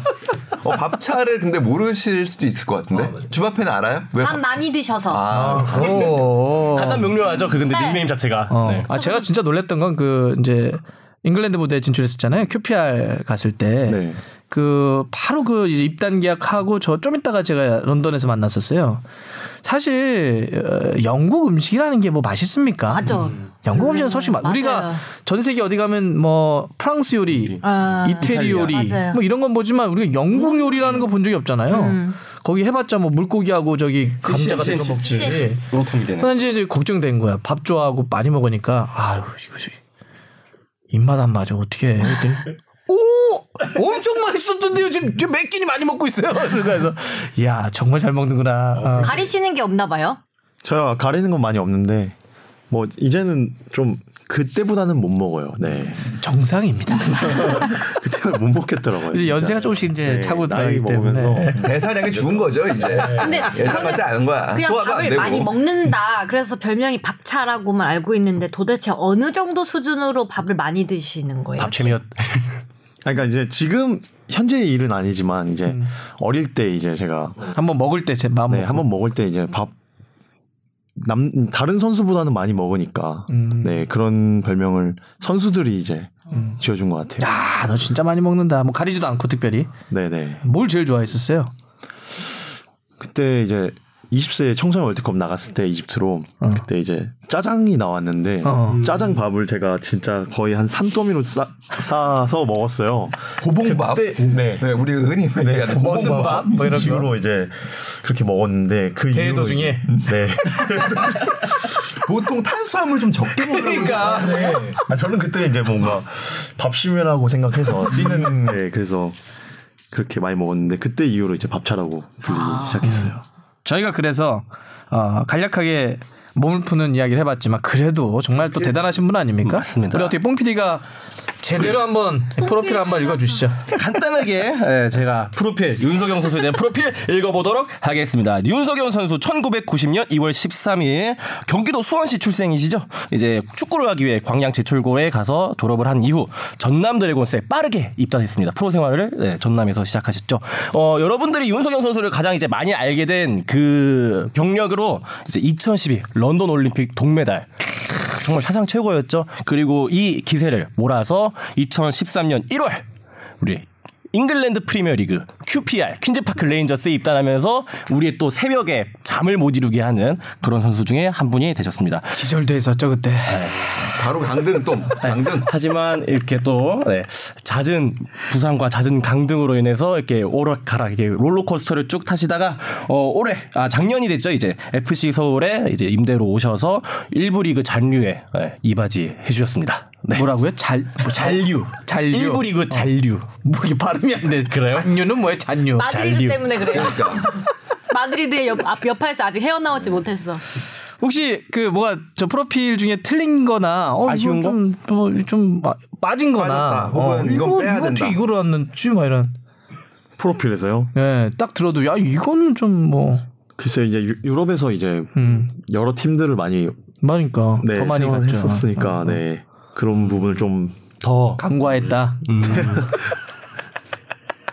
Speaker 2: 어, 밥차를 근데 모르실 수도 있을 것 같은데. 주바페는 알아요? 왜?
Speaker 4: 밥 많이 드셔서.
Speaker 2: 아,
Speaker 1: 오.
Speaker 3: 간단 명료하죠. 그 근데
Speaker 4: 네.
Speaker 3: 닉네임 자체가.
Speaker 1: 어.
Speaker 3: 네.
Speaker 1: 아, 제가 진짜 놀랬던 건 그 이제 잉글랜드 무대에 진출했었잖아요. QPR 갔을 때.
Speaker 5: 네.
Speaker 1: 그 바로 그 입단 계약하고 저 좀 있다가 제가 런던에서 만났었어요. 사실 어, 영국 음식이라는 게 뭐 맛있습니까?
Speaker 4: 맞죠.
Speaker 1: 영국 음식은 솔직히 맛-
Speaker 4: 맞아요.
Speaker 1: 우리가 전 세계 어디 가면 뭐 프랑스 요리,
Speaker 4: 아.
Speaker 1: 이태리 요리
Speaker 4: 맞아요.
Speaker 1: 뭐 이런 건 보지만 우리가 영국 요리라는 거 본 적이 없잖아요.
Speaker 4: 음.
Speaker 1: 거기 해봤자 뭐 물고기하고 저기 감자 같은 거 먹지.
Speaker 4: 시에 칩스.
Speaker 3: 로통이 되네.
Speaker 1: 그래서 이제, 이제 걱정된 거야. 밥 좋아하고 많이 먹으니까 아유 이거 지- 입맛 안 맞아 어떻게 해? 그랬더니 오 엄청 맛있었던데요 지금 지금 몇 끼니 많이 먹고 있어요. 그래서 야 정말 잘 먹는구나. 어.
Speaker 4: 가리시는 게 없나 봐요.
Speaker 5: 제가 가리는 건 많이 없는데, 뭐, 이제는 좀, 그때보다는 못 먹어요. 네.
Speaker 1: 정상입니다.
Speaker 5: 그때는 못 먹겠더라고요.
Speaker 1: 이제
Speaker 5: 진짜.
Speaker 1: 연세가 조금씩 이제
Speaker 5: 네,
Speaker 1: 차고
Speaker 5: 나이
Speaker 1: 들어가기 때문에. 네.
Speaker 5: 먹으면서.
Speaker 2: 대사량이 죽은 거죠, 이제.
Speaker 4: 근데
Speaker 2: 아, 예상
Speaker 4: 저는
Speaker 2: 맞지 않은 거야.
Speaker 4: 그냥
Speaker 2: 소화도 안
Speaker 4: 밥을
Speaker 2: 되고.
Speaker 4: 많이 먹는다. 그래서 별명이 밥차라고만 알고 있는데 도대체 어느 정도 수준으로 밥을 많이 드시는 거예요?
Speaker 3: 밥 최미엇.
Speaker 5: 아니, 그러니까 이제 지금, 현재의 일은 아니지만, 이제,
Speaker 1: 음.
Speaker 5: 어릴 때 이제 제가,
Speaker 1: 한번 먹을 때 제 마음
Speaker 5: 네,
Speaker 1: 먹고.
Speaker 5: 한번 먹을 때 이제 밥, 남, 다른 선수보다는 많이 먹으니까,
Speaker 1: 음.
Speaker 5: 네, 그런 별명을 선수들이 이제,
Speaker 1: 음.
Speaker 5: 지어준 것 같아요.
Speaker 1: 야, 너 진짜 많이 먹는다. 뭐 가리지도 않고 특별히
Speaker 5: 네네.
Speaker 1: 뭘 제일 좋아했었어요?
Speaker 5: 그때 이제 20세 청소년 월드컵 나갔을 때 이집트로 그때 이제 짜장이 나왔는데
Speaker 1: 어.
Speaker 5: 짜장 밥을 제가 진짜 거의 한 산더미로 싸, 싸서 먹었어요.
Speaker 2: 고봉밥.
Speaker 5: 그때- 네.
Speaker 2: 네, 우리 흔히 얘기하는 고봉밥.
Speaker 5: 뭐 이런 식으로 이제 그렇게 먹었는데 그
Speaker 1: 대회
Speaker 5: 이후로
Speaker 1: 도중에?
Speaker 5: 이제- 네.
Speaker 2: 보통 탄수화물 좀 적게 먹는
Speaker 1: 그러니까.
Speaker 5: 아, 저는 그때 이제 뭔가 밥심이라고 생각해서 뛰는 네, 그래서 그렇게 많이 먹었는데 그때 이후로 이제 밥차라고 불리기 시작했어요.
Speaker 1: 저희가 그래서 어, 간략하게 몸을 푸는 이야기를 해봤지만 그래도 정말
Speaker 2: 예.
Speaker 1: 또 대단하신 분 아닙니까?
Speaker 3: 맞습니다.
Speaker 1: 우리 어떻게 뽕 PD가 제대로 한번 프로필 한번 읽어주시죠.
Speaker 3: 간단하게 예, 제가 프로필 윤석영 선수에 대한 프로필 읽어보도록 하겠습니다. 윤석영 선수 1990년 2월 13일 경기도 수원시 출생이시죠. 이제 축구를 하기 위해 광양 제철고에 가서 졸업을 한 이후 전남 드래곤스에 빠르게 입단했습니다. 프로 생활을 예, 전남에서 시작하셨죠. 어, 여러분들이 윤석영 선수를 가장 이제 많이 알게 된 그 경력으로 이제 2012 런던 올림픽 동메달 아, 정말 사상 최고였죠. 그리고 이 기세를 몰아서 2013년 1월 우리 잉글랜드 프리미어리그 QPR 퀸즈파크 레인저스에 입단하면서 우리의 또 새벽에 잠을 못 이루게 하는 그런 선수 중에 한 분이 되셨습니다.
Speaker 1: 기절돼 있었죠 그때.
Speaker 2: 바로 강등 또.
Speaker 3: 네.
Speaker 2: 강등.
Speaker 3: 아, 하지만 이렇게 또 네, 잦은 부상과 잦은 강등으로 인해서 이렇게 오락가락 이렇게 롤러코스터를 쭉 타시다가 어, 올해 아 작년이 됐죠 이제 FC 서울에 이제 임대로 오셔서 1부 리그 잔류에 네, 이바지 해주셨습니다. 네.
Speaker 1: 뭐라고요? 잘 뭐,
Speaker 3: 잔류.
Speaker 1: 잔류.
Speaker 3: 1부 리그 잔류.
Speaker 1: 뭐 이게 발음이 안 돼.
Speaker 3: 그래요?
Speaker 1: 잔류는 뭐예요? 잔류.
Speaker 4: 마드리드
Speaker 3: 잔류.
Speaker 4: 때문에 그래요.
Speaker 2: 그러니까.
Speaker 4: 마드리드의 옆, 앞, 여파에서 아직 헤어나오지 못했어.
Speaker 1: 혹시 그 뭐가 저 프로필 중에 틀린거나 어,
Speaker 3: 아쉬운 거?
Speaker 1: 좀좀
Speaker 2: 빠졌다.
Speaker 1: 빠진거나
Speaker 2: 혹은 이건
Speaker 1: 이거
Speaker 2: 빼야
Speaker 1: 이거
Speaker 2: 된다.
Speaker 1: 어떻게 이거를 왔는지 막 이런.
Speaker 5: 프로필에서요.
Speaker 1: 예, 딱 들어도 야 이거는 좀뭐
Speaker 5: 글쎄 이제 유- 유럽에서 이제
Speaker 1: 음.
Speaker 5: 여러 팀들을 많이
Speaker 1: 많으니까 그러니까
Speaker 5: 네,
Speaker 1: 더 많이
Speaker 5: 생활을
Speaker 1: 갔죠.
Speaker 5: 했었으니까 네 그런 부분을 좀
Speaker 3: 더
Speaker 1: 어, 간과했다.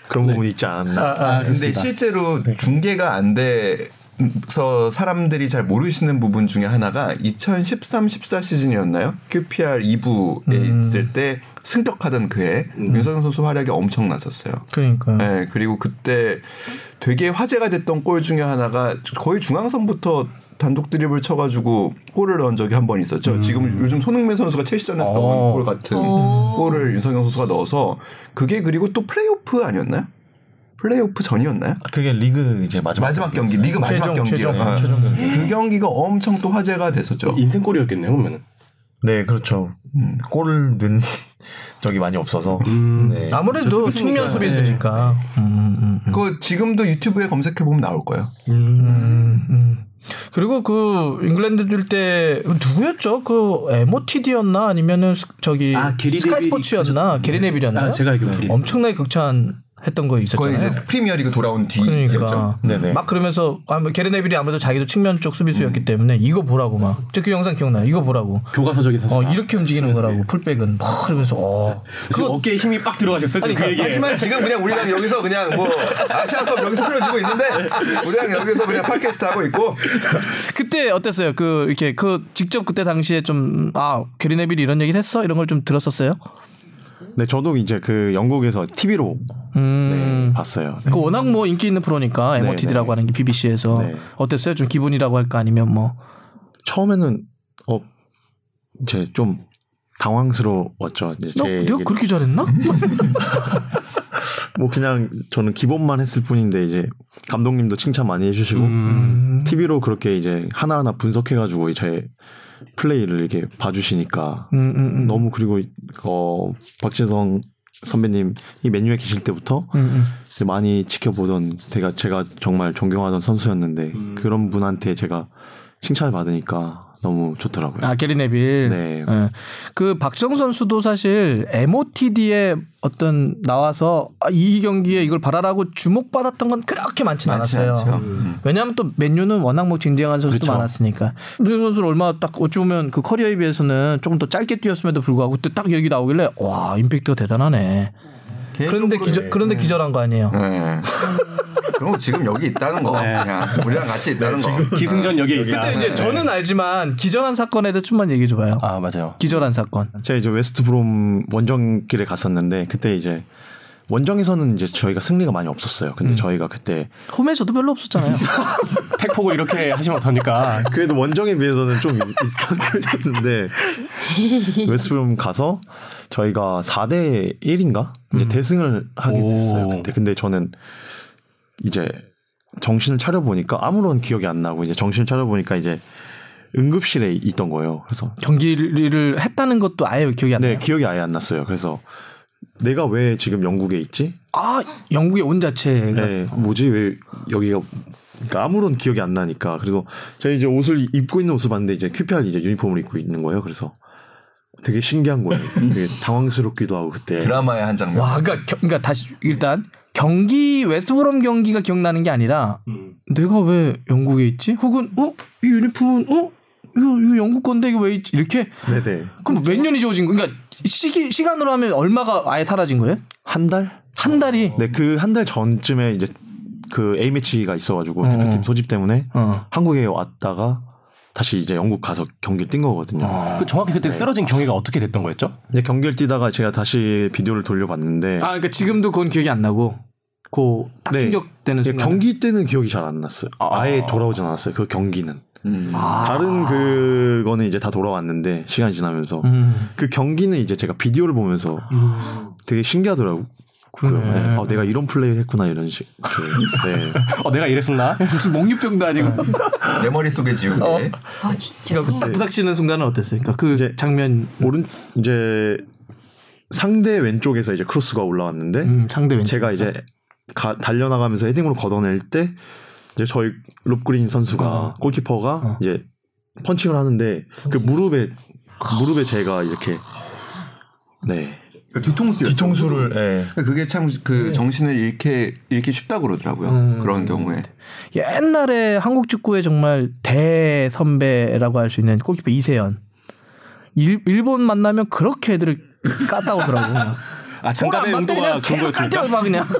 Speaker 5: 그런 부분이 있지 않았나.
Speaker 2: 아, 근데 실제로 중계가 안 돼서 사람들이 잘 모르시는 부분 중에 하나가 2013, 14 시즌이었나요? QPR 2부에 있을 때 승격하던 그해 윤석영 선수 활약이 엄청났었어요.
Speaker 1: 그러니까.
Speaker 2: 네, 그리고 그때 되게 화제가 됐던 골 중에 하나가 거의 중앙선부터 단독 드립을 쳐가지고 골을 넣은 적이 한 번 있었죠.
Speaker 1: 음.
Speaker 2: 지금 요즘 손흥민 선수가 첼시전에서
Speaker 1: 어.
Speaker 2: 넣은 골 같은 골을 윤석영 선수가 넣어서 그게 그리고 또 플레이오프 아니었나요? 플레이오프 전이었나요?
Speaker 5: 아, 그게 리그 이제 마지막,
Speaker 2: 마지막 경기, 리그 마지막
Speaker 1: 아, 최종,
Speaker 2: 경기요.
Speaker 1: 최종. 음.
Speaker 2: 예.
Speaker 5: 최종 경기.
Speaker 2: 그 경기가 엄청 또 화제가 됐었죠.
Speaker 3: 인생골이었겠네요, 그러면은.
Speaker 5: 네 그렇죠. 음, 골을 넣은 적이 많이 없어서 네.
Speaker 1: 아무래도 측면 수비 있으니까. 음, 음, 음.
Speaker 2: 그거 지금도 유튜브에 검색해 보면 나올 거예요.
Speaker 1: 음, 음. 그리고 그 잉글랜드 뛸 때 누구였죠? 그 MOTD였나 아니면은 스- 저기
Speaker 3: 아, 게리
Speaker 1: 스카이
Speaker 3: 네빌이
Speaker 1: 스포츠였나 게리 네빌이었나?
Speaker 3: 아, 제가 알기로는 게리
Speaker 1: 엄청나게 극찬했던 거
Speaker 2: 그건
Speaker 1: 있었잖아요.
Speaker 2: 이제 프리미어리그 돌아온 뒤였죠.
Speaker 1: 그러니까
Speaker 5: 네네.
Speaker 1: 막 그러면서 아, 뭐 게리 네빌이 아무래도 자기도 측면 쪽 수비수였기 때문에 이거 보라고 막. 저 그 영상 기억나요? 이거 보라고.
Speaker 3: 교과서적인 선수.
Speaker 1: 어 이렇게 움직이는 거라고 풀백은 막 그러면서 어.
Speaker 3: 지금 어깨에 힘이 빡 들어가셨어요, 지금 그 얘기에.
Speaker 2: 하지만 지금 그냥 우리랑 여기서 그냥 뭐 아시안컵 여기서 틀어지고 있는데 우리랑 여기서 그냥 팟캐스트 하고 있고
Speaker 1: 그때 어땠어요? 그 이렇게 그 직접 그때 당시에 좀 아 게리 네빌이 이런 얘기를 했어 이런 걸 좀 들었었어요?
Speaker 5: 네 저도 이제 그 영국에서 TV로
Speaker 1: 음.
Speaker 5: 봤어요.
Speaker 1: 그 워낙 뭐 인기 있는 프로니까
Speaker 5: 네,
Speaker 1: MOTD라고
Speaker 5: 네.
Speaker 1: 하는 게 BBC에서
Speaker 5: 네.
Speaker 1: 어땠어요? 좀 기분이라고 할까 아니면 뭐
Speaker 5: 처음에는 어 이제 좀 당황스러웠죠. 이제
Speaker 1: 너, 어,
Speaker 5: 제
Speaker 1: 내가
Speaker 5: 얘기-
Speaker 1: 그렇게 잘했나? 음,
Speaker 5: 뭐 그냥 저는 기본만 했을 뿐인데 이제 감독님도 칭찬 많이 해주시고
Speaker 3: 음.
Speaker 5: TV로 그렇게 이제 하나하나 분석해가지고 제 플레이를 이렇게 봐주시니까
Speaker 1: 음, 음, 음.
Speaker 5: 너무 그리고 어 박진성 선배님 이 맨유에 계실 때부터
Speaker 1: 음, 음.
Speaker 5: 이제 많이 지켜보던 제가 제가 정말 존경하던 선수였는데
Speaker 1: 음.
Speaker 5: 그런 분한테 제가 칭찬을 받으니까 너무 좋더라고요.
Speaker 1: 아 게리 네빌.
Speaker 5: 네.
Speaker 1: 예. 그 박정 선수도 사실 MOTD에 어떤 나와서 아, 이 경기에 이걸 바라라고 주목받았던 건 그렇게 많진
Speaker 2: 많지
Speaker 1: 않았어요. 음.
Speaker 2: 않죠.
Speaker 1: 왜냐하면 또 맨유는 워낙 뭐 쟁쟁한 선수도
Speaker 5: 그렇죠.
Speaker 1: 많았으니까. 문정 선수를 얼마 딱 어찌 보면 그 커리어에 비해서는 조금 더 짧게 뛰었음에도 불구하고 또 딱 여기 나오길래 와 임팩트가 대단하네. 그런데 기절 그런데 기절한 거 아니에요.
Speaker 2: 네. 그럼 지금 여기 있다는 거 그냥 우리랑 같이 있다는 거
Speaker 3: 기승전 아, 네. 여기에 있다.
Speaker 1: 그때 이제 저는 알지만 기절한 사건에 대해 좀만 얘기해 줘봐요.
Speaker 3: 아, 맞아요.
Speaker 1: 기절한 사건.
Speaker 5: 제가 이제 웨스트 브롬 원정길에 갔었는데 그때 이제 원정에서는 이제 저희가 승리가 많이 없었어요.
Speaker 1: 음.
Speaker 5: 근데 저희가 그때
Speaker 1: 홈에서도 별로 없었잖아요.
Speaker 3: 팩폭을 이렇게 하시면 어떡합니까?
Speaker 5: 그래도 원정에 비해서는 좀 있던 편이었는데 웨스트 브롬 가서 저희가 4대 1인가 이제 대승을 하게
Speaker 3: 오.
Speaker 5: 됐어요. 그때 근데 저는 이제 정신을 차려 보니까 아무런 기억이 안 나고 이제 정신을 차려 보니까 이제 응급실에 있던 거예요. 그래서
Speaker 1: 경기를 했다는 것도 아예 기억이 안 나요.
Speaker 5: 네 기억이 아예 안 났어요. 그래서 내가 왜 지금 영국에 있지?
Speaker 1: 아 영국의 온 자체가
Speaker 5: 네, 뭐지 왜 여기가 그러니까 아무런 기억이 안 나니까 그래서 저희 이제 옷을 입고 있는 옷을 봤는데 이제 QPR 이제 유니폼을 입고 있는 거예요. 그래서 되게 신기한 거예요. 되게 당황스럽기도 하고 그때
Speaker 2: 드라마의 한 장면
Speaker 1: 와 그러니까, 겨- 그러니까 다시 일단 경기 웨스트브롬 경기가 기억나는 게 아니라 내가 왜 영국에 있지? 혹은 어 이 유니폼은 어 이거, 이거 영국 건데 이게 왜 있지? 이렇게
Speaker 5: 네네
Speaker 1: 그럼 몇 년이 지워진 거? 그러니까 시기 시간으로 하면 얼마가 아예 사라진 거예요?
Speaker 5: 한 달?
Speaker 1: 한 달이
Speaker 5: 네 그 한 달 전쯤에 이제 그 A 매치가 있어가지고 대표팀 소집 때문에
Speaker 1: 음. 어.
Speaker 5: 한국에 왔다가 다시 이제 영국 가서 경기를 뛴 거거든요.
Speaker 1: 어.
Speaker 3: 그 정확히 그때 쓰러진 경위가 어떻게 됐던 거였죠?
Speaker 5: 이제 경기를 뛰다가 제가 다시 비디오를 돌려봤는데
Speaker 1: 아 그러니까 지금도 그건 기억이 안 나고 그딱
Speaker 5: 네.
Speaker 1: 충격되는
Speaker 5: 이제
Speaker 1: 순간
Speaker 5: 경기 때는 기억이 잘 안 났어요. 아예 돌아오진 않았어요. 그 경기는.
Speaker 2: 음.
Speaker 5: 다른 그거는 이제 다 돌아왔는데 시간이 지나면서
Speaker 1: 음.
Speaker 5: 그 경기는 이제 제가 비디오를 보면서 되게 신기하더라고요. 네.
Speaker 1: 어,
Speaker 5: 아, 내가 이런 플레이를 했구나 이런 식. 그, 네.
Speaker 3: 어, 내가 이랬었나? 네.
Speaker 1: 무슨 목류병도 아니고
Speaker 2: 내 머릿속에 지우개
Speaker 4: 아 진짜.
Speaker 1: 그러니까 딱 부닥치는 순간은 어땠어요? 그러니까 그
Speaker 5: 이제
Speaker 1: 장면
Speaker 5: 오른 이제 상대 왼쪽에서 이제 크로스가 올라왔는데
Speaker 1: 음, 상대 왼쪽
Speaker 5: 제가 이제 가- 달려나가면서 헤딩으로 걷어낼 때 이제 저희 롭그린 선수가 골키퍼가 이제 펀칭을 하는데 그 무릎에 무릎에 제가 이렇게 네
Speaker 2: 그 뒤통수
Speaker 5: 뒤통수를
Speaker 2: 네. 그게 참 그 정신을 잃게 잃기 쉽다 고 그러더라고요 그런 경우에
Speaker 1: 옛날에 한국 축구의 정말 대선배라고 할 수 있는 골키퍼 이세현. 일, 일본 만나면 그렇게 애들을 까다 오더라고.
Speaker 3: 아, 장갑의
Speaker 1: 안 맞대
Speaker 3: 온도가
Speaker 1: 그냥
Speaker 3: 그런
Speaker 1: 계속
Speaker 3: 거였습니까?
Speaker 1: 깔때려 막 그냥.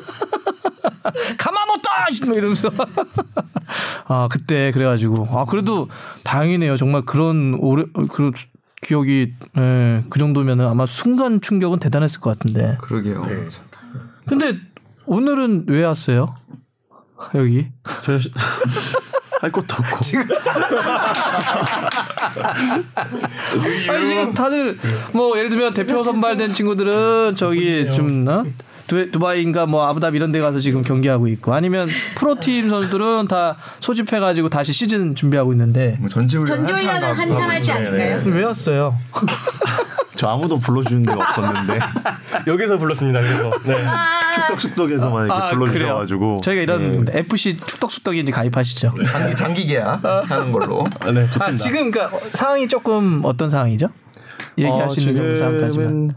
Speaker 1: 가마모토! 뭐 이러면서. 아, 그때 그래가지고. 아, 그래도 다행이네요. 정말 그런 오래, 그 기억이, 예, 그 정도면은 아마 순간 충격은 대단했을 것 같은데.
Speaker 2: 그러게요
Speaker 1: 근데 오늘은 왜 왔어요? 여기?
Speaker 5: 저 할 것도 없고
Speaker 1: 아니
Speaker 5: 예.
Speaker 1: 지금 다들 뭐 예를 들면 대표 선발된 친구들은 저기 좀 어? 두, 두바이인가 뭐 아부다비 이런 데 가서 지금 경기하고 있고 아니면 프로팀 선수들은 다 소집해 가지고 다시 시즌 준비하고 있는데
Speaker 2: 뭐 전지훈련
Speaker 4: 전지훈련은
Speaker 2: 한참
Speaker 4: 한참
Speaker 2: 네,
Speaker 4: 할 때
Speaker 2: 네.
Speaker 5: 음.
Speaker 4: 아닌가요?
Speaker 1: 왜 왔어요?
Speaker 5: 저 아무도 불러주는 데가 없었는데
Speaker 3: 여기서 불렀습니다. 그래서 네.
Speaker 4: 아,
Speaker 5: 축덕축덕에서만 이렇게 불러주셔가지고
Speaker 1: 아, 저희가 이런
Speaker 5: 네.
Speaker 1: FC 축덕수덕인지 가입하시죠.
Speaker 2: 장기, 장기 계약 하는 걸로.
Speaker 3: 아, 네, 좋습니다.
Speaker 1: 아, 지금 그러니까 상황이 조금 어떤 상황이죠? 얘기할
Speaker 5: 어,
Speaker 1: 수 있는 정도 상황까지만.
Speaker 5: 지금은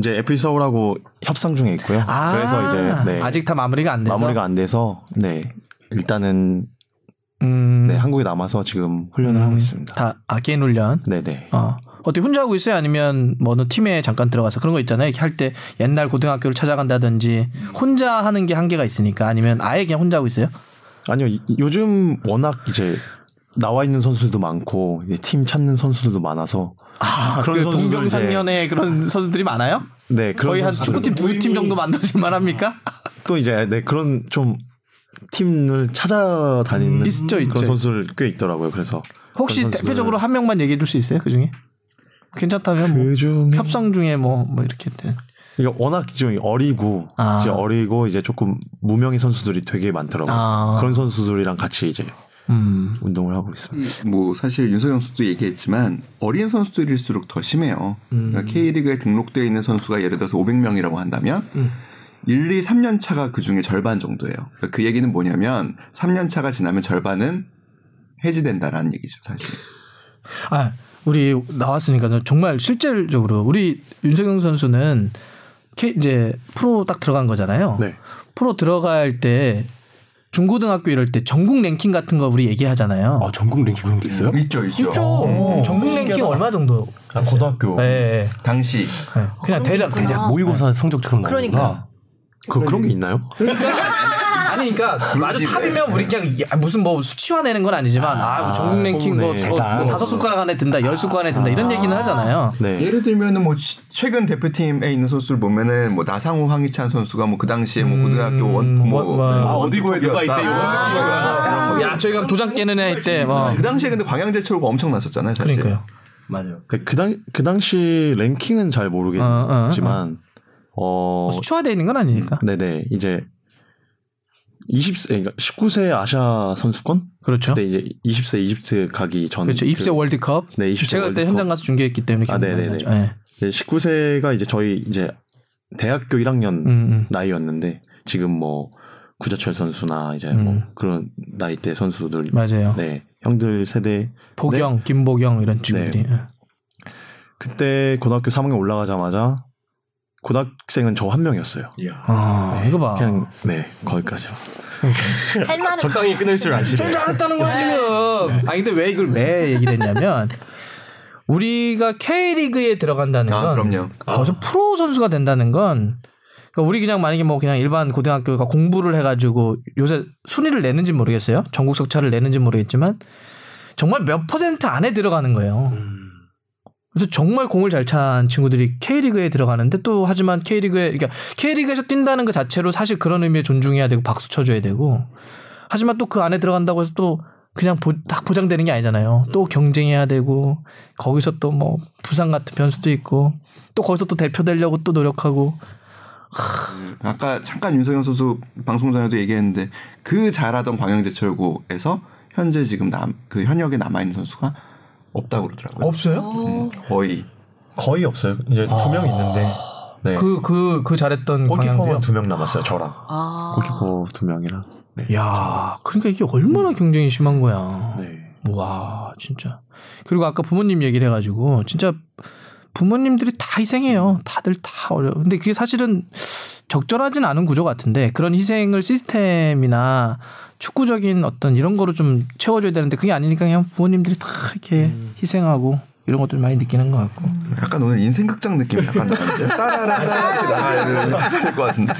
Speaker 5: 이제 FC 서울하고 협상 중에 있고요.
Speaker 1: 아,
Speaker 5: 그래서 이제 네,
Speaker 1: 아직 다 마무리가 안 돼서
Speaker 5: 마무리가 안 돼서 네 일단은
Speaker 1: 음,
Speaker 5: 네, 한국에 남아서 지금 훈련을 하고 있습니다.
Speaker 1: 다 아, 개인 훈련.
Speaker 5: 네네.
Speaker 1: 어. 어떻게 혼자 하고 있어요? 아니면 뭐 어느 팀에 잠깐 들어가서 그런 거 있잖아요. 이렇게 할 때 옛날 고등학교를 찾아간다든지 혼자 하는 게 한계가 있으니까 아니면 아예 그냥 혼자 하고 있어요?
Speaker 5: 아니요 이- 요즘 워낙 이제 나와 있는 선수들도 많고 이제 팀 찾는 선수들도 많아서
Speaker 1: 아,
Speaker 5: 그런
Speaker 1: 그
Speaker 5: 선수들 이제-
Speaker 1: 동병상련의 그런 선수들이 많아요?
Speaker 5: 네 그런
Speaker 1: 거의 한
Speaker 5: 선수들.
Speaker 1: 축구팀 두 팀 정도 만들어질만 합니까?
Speaker 5: 또 이제 네 그런 좀 팀을 찾아다니는
Speaker 1: 음, 있죠,
Speaker 5: 그런
Speaker 1: 있죠.
Speaker 5: 선수들 꽤 있더라고요. 그래서
Speaker 1: 혹시
Speaker 5: 그런 선수들-
Speaker 1: 대표적으로 한 명만 얘기해 줄 수 있어요? 그 중에? 괜찮다면 뭐
Speaker 5: 요즘
Speaker 1: 협상 중에 뭐 뭐 이렇게 네.
Speaker 5: 그 이게 워낙 좀 어리고
Speaker 1: 아.
Speaker 5: 이제 어리고 이제 조금 무명의 선수들이 되게 많더라고요.
Speaker 1: 아.
Speaker 5: 그런 선수들이랑 같이 이제
Speaker 1: 음.
Speaker 5: 운동을 하고 있습니다.
Speaker 2: 뭐 사실 윤석영 선수도 얘기했지만 어린 선수들일수록 더 심해요. 그러니까 K리그에 등록되어 있는 선수가 예를 들어서 500명이라고 한다면 1, 2, 3년 차가 그 중에 절반 정도예요. 그러니까 그 얘기는 뭐냐면 3년 차가 지나면 절반은 해지된다라는 얘기죠, 사실.
Speaker 1: 아, 우리 나왔으니까 정말 실질적으로 우리 윤석영 선수는 K- 이제 프로 딱 들어간 거잖아요.
Speaker 5: 네.
Speaker 1: 프로 들어갈 때 중고등학교 이럴 때 전국 랭킹 같은 거 우리 얘기하잖아요.
Speaker 3: 아, 전국 랭킹 그런 게 있어요?
Speaker 1: 음.
Speaker 2: 있죠, 있죠.
Speaker 1: 어, 전국 랭킹 얼마 정도?
Speaker 3: 아, 고등학교
Speaker 5: 네.
Speaker 1: 예. 예,
Speaker 2: 당시
Speaker 1: 예. 그냥 대략 뭐, 대략.
Speaker 3: 모의고사 성적처럼 나오는
Speaker 4: 그러니까.
Speaker 5: 그 그런 게 있나요?
Speaker 1: 아니 그러니까 아주 탑이면 우리 그냥 야, 무슨 뭐 수치화 내는 건 아니지만 아, 전국 랭킹 뭐,
Speaker 5: 소문에.
Speaker 1: 뭐, 뭐 다섯 손가락 안에 든다, 열 손가락 안에 든다 이런 얘기는 하잖아요.
Speaker 5: 네.
Speaker 2: 예를 들면은 뭐 치- 최근 대표팀에 있는 선수를 보면은 뭐 나상호 황희찬 선수가 뭐 그 당시에 뭐 고등학교 원뭐 아,
Speaker 1: 뭐, 뭐. 아,
Speaker 3: 어디 고에 누가 있대, 이런
Speaker 1: 야, 저희가 도장 깨는 애 때, 뭐.
Speaker 2: 그 당시에 근데 광양제철호가 엄청 났었잖아요, 사실.
Speaker 1: 그러니까요.
Speaker 3: 맞아요.
Speaker 5: 그당 그 당시 랭킹은 잘
Speaker 1: 아. 어,
Speaker 5: 모르겠지만 어, 음,
Speaker 1: 수치화되어 있는 건 아니니까.
Speaker 5: 네네 이제 20세 그러니까 19세 아시아 선수권
Speaker 1: 그렇죠.
Speaker 5: 그때 이제 20세 음. 이집트 가기 전
Speaker 1: 그렇죠. 입세
Speaker 5: 그-
Speaker 1: 월드컵.
Speaker 5: 네, 입세
Speaker 1: 제가 그때
Speaker 5: 월드컵.
Speaker 1: 현장 가서 중계했기 때문에
Speaker 5: 아,
Speaker 1: 기억나는
Speaker 5: 네네네.
Speaker 1: 거죠. 예.
Speaker 5: 이제 19세가 이제 저희 이제 대학교 1학년
Speaker 1: 음,
Speaker 5: 나이였는데 지금 뭐 구자철 선수나 이제 뭐
Speaker 1: 음.
Speaker 5: 그런 나이대 선수들
Speaker 1: 음. 맞아요.
Speaker 5: 네 형들 세대
Speaker 1: 보경, 김보경 이런 친구들이.
Speaker 5: 네.
Speaker 1: 예.
Speaker 5: 그때 고등학교 3학년 올라가자마자 고등학생은 저 한 명이었어요.
Speaker 1: 아, 이거 봐.
Speaker 5: 그냥 네 거기까지요.
Speaker 2: 음.
Speaker 4: 할 만한
Speaker 3: 적당히 끊을 줄 아시네.
Speaker 1: 좀 잘했다는 거야
Speaker 5: 네.
Speaker 1: 지금. 아니 근데 왜 이걸 왜 얘기를 했냐면 우리가 K리그에 들어간다는 건
Speaker 2: 아, 그럼요.
Speaker 1: 거기서 프로 선수가 된다는 건 그러니까 우리 그냥 만약에 뭐 그냥 일반 고등학교가 공부를 해가지고 요새 순위를 내는지 모르겠어요. 전국 석차를 내는지 모르겠지만 정말 몇 퍼센트 안에 들어가는 거예요.
Speaker 3: 음.
Speaker 1: 그래서 정말 공을 잘 찬 친구들이 K리그에 들어가는데 또 하지만 K리그에 그러니까 K리그에서 뛴다는 것 자체로 사실 그런 의미에 존중해야 되고 박수 쳐줘야 되고 하지만 또 그 안에 들어간다고 해서 또 그냥 보, 딱 보장되는 게 아니잖아요. 또 경쟁해야 되고 거기서 또 뭐 부상 같은 변수도 있고 또 거기서 또 대표 되려고 또 노력하고
Speaker 2: 아까 잠깐 윤석영 선수 방송 전에도 얘기했는데 그 잘하던 광양제철고에서 현재 지금 남 그 현역에 남아 있는 선수가 없다고 그러더라고요.
Speaker 1: 없어요?
Speaker 2: 음, 거의
Speaker 5: 거의 없어요. 이제 두
Speaker 1: 아.
Speaker 5: 명 있는데 네
Speaker 1: 그 그 그 잘했던
Speaker 5: 골키퍼만
Speaker 1: 광양대요.
Speaker 5: 두 명 남았어요. 저랑
Speaker 4: 아.
Speaker 5: 골키퍼 두 명이랑
Speaker 1: 음.
Speaker 5: 네.
Speaker 1: 야, 그러니까 이게 얼마나 경쟁이 심한 거야.
Speaker 5: 네.
Speaker 1: 와 진짜 그리고 아까 부모님 얘기를 해가지고 진짜 부모님들이 다 희생해요 다들 다 어려 근데 그게 사실은 적절하진 않은 구조 같은데 그런 희생을 시스템이나 축구적인 어떤 이런 거로 좀 채워줘야 되는데 그게 아니니까 그냥 부모님들이 다 이렇게
Speaker 5: 음.
Speaker 1: 희생하고 이런 것들 많이 느끼는 것 같고
Speaker 2: 약간 오늘 인생 극장 느낌이 약간 나는데 따라라라 이렇게 나가야 될것 같은데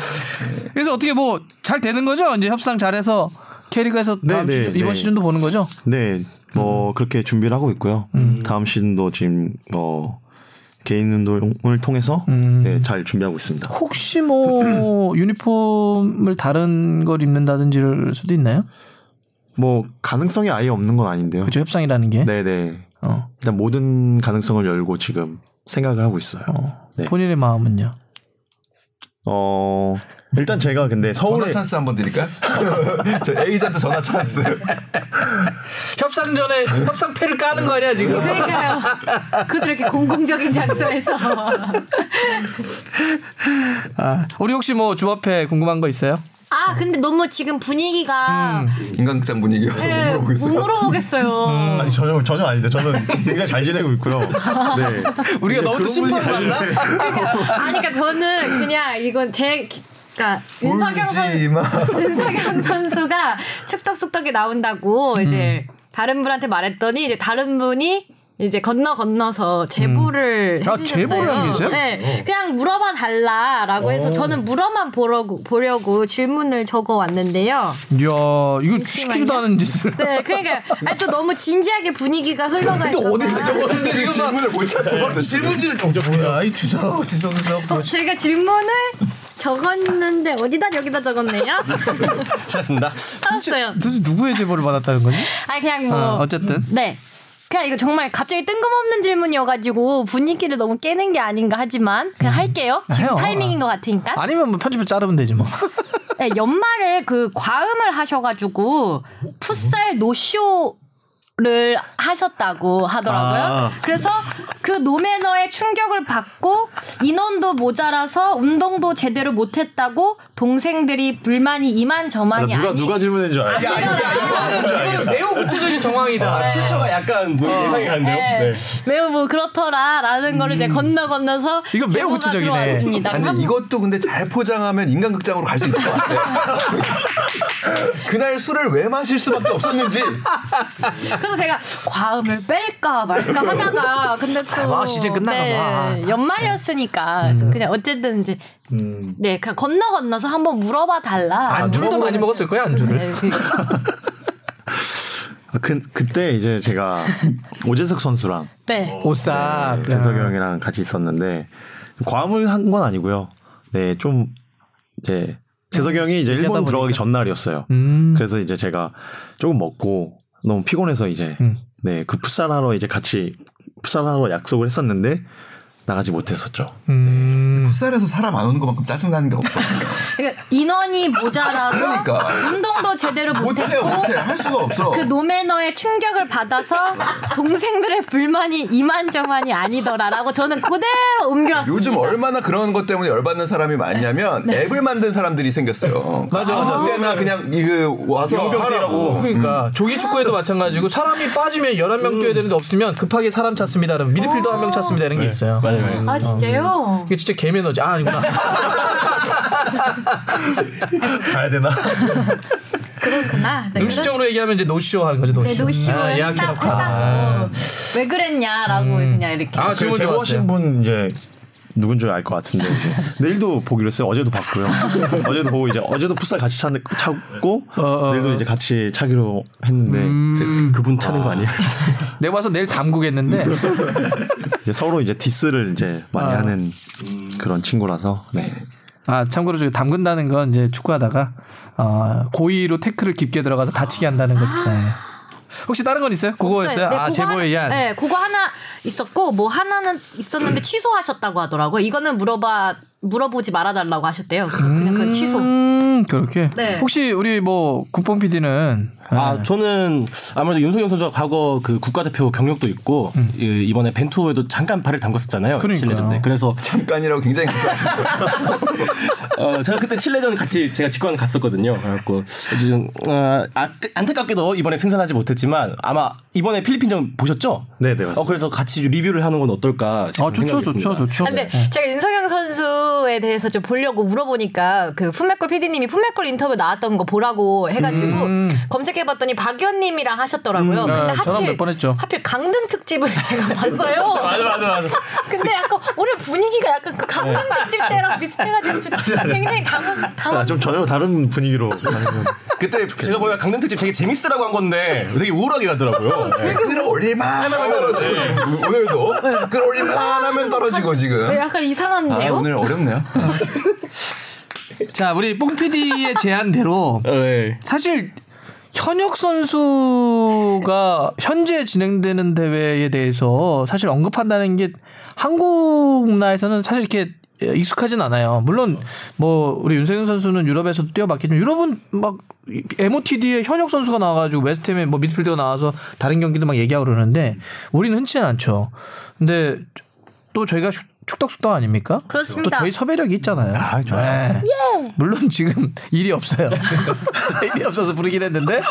Speaker 1: 그래서 어떻게 뭐 잘 되는 거죠 이제 협상 잘해서 캐리그에서 다음
Speaker 5: 네, 네,
Speaker 1: 시즌, 이번
Speaker 5: 네.
Speaker 1: 시즌도 보는 거죠
Speaker 5: 네, 뭐 그렇게 준비를 하고 있고요. 다음 시즌도 지금 어 개인 운동을 통해서
Speaker 1: 음.
Speaker 5: 네, 잘 준비하고 있습니다.
Speaker 1: 혹시 뭐 유니폼을 다른 걸 입는다든지를 수도 있나요?
Speaker 5: 뭐 가능성이 아예 없는 건 아닌데요.
Speaker 1: 그죠 협상이라는 게.
Speaker 5: 네네.
Speaker 1: 어.
Speaker 5: 일단 모든 가능성을 열고 지금 생각을 하고 있어요.
Speaker 1: 어.
Speaker 5: 네.
Speaker 1: 본인의 마음은요.
Speaker 5: 어 일단 제가
Speaker 1: 음,
Speaker 5: 근데
Speaker 2: 전화
Speaker 5: 서울에
Speaker 2: 찬스 한번 드릴까요? 저 에이전트 전화 찬스.
Speaker 1: 협상 전에 협상패를 까는 거 아니야 지금?
Speaker 6: 그러니까요. 그것도 이렇게 공공적인 장소에서.
Speaker 1: 아, 우리 혹시 뭐 주합회 궁금한 거 있어요?
Speaker 4: 아 근데 너무 지금 분위기가
Speaker 2: 인간극장 분위기여서 못
Speaker 6: 네,
Speaker 2: 음. 물어보고 있어요. 음.
Speaker 6: 물어보겠어요.
Speaker 5: 아니 전혀 전혀 아닌데 저는 굉장히 잘 지내고 있고요. 네.
Speaker 1: 우리가 너무 또 심판받나?
Speaker 6: 아니, 그러니까 저는 그냥 이건 제, 그러니까 윤석영 선
Speaker 2: 울지마.
Speaker 6: 윤석영 선수가 축덕숙덕이 나온다고 이제
Speaker 1: 음.
Speaker 6: 다른 분한테 말했더니 이제 다른 분이 이제 건너 건너서 제보를
Speaker 1: 아,
Speaker 6: 해주셨어요.
Speaker 1: 제보를 한 게있어요?
Speaker 6: 네, 그냥 물어봐 달라라고 해서 저는 물어만 보려고, 보려고 질문을 적어 왔는데요.
Speaker 1: 이야 이거 시키지도
Speaker 6: 잠시만요.
Speaker 1: 않은 짓을.
Speaker 6: 네, 그러니까 아니, 또 너무 진지하게 분위기가 흘러가
Speaker 1: 근데
Speaker 6: 있다.
Speaker 1: 어디서 적었는데 지금 막
Speaker 2: 질문을 못 찾아.
Speaker 1: 질문지를 좀 뭐야 이 주석 주석 주석.
Speaker 6: 제가 질문을 적었는데 어디다 여기다 적었네요?
Speaker 3: 찾았습니다.
Speaker 6: 알았어요.
Speaker 1: 도대체 누구의 제보를 받았다는 거지?
Speaker 6: 아니 그냥 뭐
Speaker 1: 어, 어쨌든
Speaker 6: 네. 그냥 이거 정말 갑자기 뜬금없는 질문이어가지고 분위기를 너무 깨는 게 아닌가 하지만 그냥 할게요. 지금
Speaker 1: 음. 아, 해요.
Speaker 6: 타이밍인 것 같으니까.
Speaker 1: 아니면 뭐 편집을 자르면 되지 뭐.
Speaker 4: 네, 연말에 그 과음을 하셔가지고 풋살 노쇼 를 하셨다고 하더라고요.
Speaker 5: 아.
Speaker 4: 그래서 그 노매너의 충격을 받고 인원도 모자라서 운동도 제대로 못했다고 동생들이 불만이
Speaker 5: 나
Speaker 4: 이만저만이
Speaker 5: 누가
Speaker 4: 아니
Speaker 5: 누가 질문인 줄 알아?
Speaker 1: 이거는 매우 구체적인 정황이다.
Speaker 3: 아,
Speaker 1: 어.
Speaker 3: 출처가 약간 뭐 예상이 가는데요. 네.
Speaker 4: 매우 뭐 그렇더라라는 거를 이제 건너 건너서
Speaker 1: 이거 매우
Speaker 4: 제보가
Speaker 1: 구체적이네.
Speaker 4: 들어왔습니다.
Speaker 2: 아니 근데 이것도 근데 잘 포장하면 인간극장으로 갈 수 있을 것 같아. 그날 술을 왜 마실 수밖에 없었는지.
Speaker 6: 그래서 제가 과음을 뺄까 말까 하다가 근데 또
Speaker 1: 와, 시즌 끝나나
Speaker 4: 네,
Speaker 1: 봐.
Speaker 6: 연말이었으니까 그래서 그냥 어쨌든 이제 네 그냥 건너 건너서 한번 물어봐
Speaker 3: 아,
Speaker 6: 달라.
Speaker 1: 안주를 더 많이 먹었을 거야 안주를.
Speaker 6: 네, 그-
Speaker 5: 아, 그 그때 이제 제가 오재석 선수랑
Speaker 1: 어.
Speaker 6: 네.
Speaker 1: 오싹.
Speaker 5: 재석이 형이랑 같이 있었는데 과음을 한 건 아니고요. 네, 좀 이제 재석이 형이 이제
Speaker 1: 네. 얘기하다
Speaker 5: 일본
Speaker 1: 보니까.
Speaker 5: 들어가기 전날이었어요.
Speaker 1: 음.
Speaker 5: 그래서 이제 제가 조금 먹고 너무 피곤해서 이제
Speaker 1: 음.
Speaker 5: 네, 그 풋살하러 이제 같이 풋살하러 약속을 했었는데 나가지 못했었죠.
Speaker 1: 음.
Speaker 2: 풋살에서 사람 안 오는 것만큼 짜증나는 게 없어.
Speaker 4: 그러니까 인원이 모자라서
Speaker 2: 그러니까.
Speaker 4: 운동도 제대로
Speaker 2: 못해요,
Speaker 4: 못했고
Speaker 2: 못해. 할 수가 없어.
Speaker 4: 그 노매너의 충격을 받아서 동생들의 불만이 이만저만이 아니더라라고 저는 그대로 옮겨왔어요.
Speaker 2: 요즘 얼마나 그런 것 때문에 열받는 사람이 많냐면
Speaker 4: 네.
Speaker 2: 앱을 만든 사람들이 생겼어요. 맞아, 맞아. 그때나 그냥 이거 와서 하라고.
Speaker 1: 그러니까 조기 축구에도 마찬가지고 사람이 빠지면 11명 뛰어야 되는데 없으면 급하게 사람 찾습니다. 그러면 미드필더 한 명 찾습니다. 이런 게 있어요.
Speaker 3: 맞아요. 맞아요.
Speaker 6: 아 진짜요?
Speaker 1: 이게 진짜 개매너지. 아, 아니구나.
Speaker 5: 가야 되나?
Speaker 4: 아,
Speaker 6: 그렇구나. 네,
Speaker 1: 음식적으로 얘기하면 이제 노쇼 하는 거죠. 노쇼.
Speaker 6: 네, 노시고
Speaker 1: 아,
Speaker 6: 했다
Speaker 1: 예약해놓고.
Speaker 6: 했다고 왜 그랬냐라고 그냥 이렇게
Speaker 1: 아,
Speaker 5: 그
Speaker 1: 질문 들어왔어요.
Speaker 5: 제보하신 분 이제 누군 줄 알 것 같은데 이제. 내일도 보기로 했어요. 어제도 봤고요. 어제도 보고 이제 어제도 풋살 같이 찾, 찾고
Speaker 1: 어, 음. 어.
Speaker 5: 내일도 이제 같이 차기로 했는데
Speaker 3: 음,
Speaker 5: 이제 그분 차는 거 아니에요?
Speaker 1: 내가 봐서 내일 담그겠는데.
Speaker 5: 이제 서로 이제 디스를 이제 많이 하는 그런 친구라서 네.
Speaker 1: 아, 참고로 저기 담근다는 건 이제 축구하다가 어, 고의로 태클을 깊게 들어가서 다치게 한다는 거 있잖아요. 혹시 다른 건 있어요? 그거 있어요?
Speaker 4: 네,
Speaker 1: 아,
Speaker 4: 그거
Speaker 1: 제보에
Speaker 4: 하나-
Speaker 1: 의한.
Speaker 4: 네, 그거 하나 있었고 뭐 하나는 있었는데 취소하셨다고 하더라고요. 이거는 물어봐 물어보지 말아달라고 하셨대요. 그래서 그냥 그 취소.
Speaker 1: 음, 그렇게.
Speaker 4: 네.
Speaker 1: 혹시 우리 뭐 국뽕 PD는 어,
Speaker 3: 아, 저는 아무래도 윤석열 선수가 과거 그 국가대표 경력도 있고 이- 이번에 벤투호에도 잠깐 발을 담궜었잖아요.
Speaker 1: 음. 그러니까요.
Speaker 3: 칠레전 때. 그래서
Speaker 2: 잠깐이라고 굉장히
Speaker 3: 어, 제가 그때 칠레전 같이 제가 직관 갔었거든요. 그래갖고 이제 좀, 어, 아, 안타깝게도 이번에 승선하지 못했지만 아마 이번에 필리핀전 보셨죠?
Speaker 5: 네, 네, 맞습니다.
Speaker 3: 어, 그래서 같이 리뷰를 하는 건 어떨까? 싶은
Speaker 1: 아, 좋죠,
Speaker 3: 생각이
Speaker 1: 좋죠,
Speaker 3: 듭니다.
Speaker 1: 좋죠. 네.
Speaker 6: 아, 근데 제가 윤석영 선수에 대해서 좀 보려고 물어보니까 그 품맥골 PD님이 품맥골 인터뷰 나왔던 거 보라고 해가지고
Speaker 1: 음.
Speaker 6: 검색해봤더니 박 의원님이랑 하셨더라고요.
Speaker 1: 네,
Speaker 6: 근데
Speaker 1: 저랑
Speaker 6: 하필
Speaker 1: 몇번 했죠.
Speaker 6: 하필 강릉 특집을 제가 봤어요. 맞아 맞아 맞아. 근데 약간 오늘 분위기가 약간 그 강릉
Speaker 1: 네.
Speaker 6: 특집 때랑 비슷해가지고 아, 좀 굉장히 당황
Speaker 5: 아,
Speaker 6: 당황.
Speaker 5: 좀 전혀 다른 분위기로 가는
Speaker 3: 그때 제가 보니까 강릉 특집 되게 재밌으라고 한 건데 되게 우울하게 가더라고요. 네.
Speaker 2: 끌어올릴만 하면 떨어지고 지금 오늘도
Speaker 4: 네.
Speaker 2: 끌어올릴만 하면 떨어지고
Speaker 6: 네,
Speaker 2: 지금
Speaker 6: 약간
Speaker 2: 아,
Speaker 6: 이상한데요?
Speaker 2: 오늘 어렵네요
Speaker 1: 자, 우리 뽕 PD의 제안대로
Speaker 3: 네.
Speaker 1: 사실 현역 선수가 현재 진행되는 대회에 대해서 사실 언급한다는 게 한국 문화에서는 사실 이렇게 익숙하진 않아요. 물론 뭐 우리 윤석영 선수는 유럽에서도 뛰어봤겠지만 유럽은 막 MOTD에 현역 선수가 나와가지고 웨스트햄에 뭐 미드필더가 나와서 다른 경기도 막 얘기하고 그러는데 우리는 흔치는 않죠. 근데 또 저희가 축덕숙덕 아닙니까?
Speaker 4: 그렇습니다.
Speaker 1: 또 저희 섭외력이 있잖아요.
Speaker 3: 아, 좋아요.
Speaker 1: 네. 물론 지금 일이 없어요. 일이 없어서 부르긴 했는데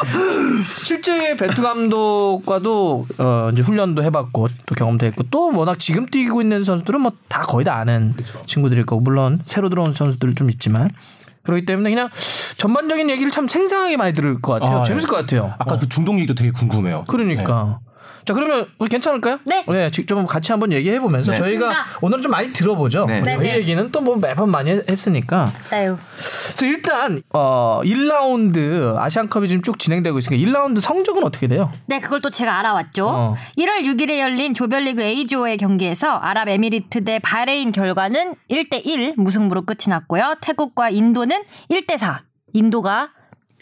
Speaker 1: 실제 베투 감독과도 어 이제 훈련도 해봤고 또 경험도 했고 또 워낙 지금 뛰고 있는 선수들은 뭐 다 거의 다 아는 친구들일 거고 물론 새로 들어온 선수들 좀 있지만 그렇기 때문에 그냥 전반적인 얘기를 참 생생하게 많이 들을 것 같아요.
Speaker 3: 아,
Speaker 1: 재밌을
Speaker 3: 예.
Speaker 1: 것 같아요.
Speaker 3: 아까 그 중독 얘기도 되게 궁금해요.
Speaker 1: 그러니까. 자 그러면 우리 괜찮을까요?
Speaker 4: 네.
Speaker 1: 직접 한번 같이 한번 얘기해 보면서
Speaker 2: 네.
Speaker 1: 저희가
Speaker 4: 좋습니다.
Speaker 1: 오늘 좀 많이 들어보죠.
Speaker 2: 네.
Speaker 1: 저희
Speaker 4: 네, 네.
Speaker 1: 얘기는 또 뭐 매번 많이 했으니까.
Speaker 4: 맞아요.
Speaker 1: 그래서 일단 어 1라운드 아시안컵이 지금 쭉 진행되고 있으니까 1라운드 성적은 어떻게 돼요?
Speaker 4: 네, 그걸 또 제가 알아왔죠.
Speaker 1: 어.
Speaker 4: 1월 6일에 열린 조별리그 A조의 경기에서 아랍에미리트 대 바레인 결과는 1대1 무승부로 끝이 났고요. 태국과 인도는 1대4. 인도가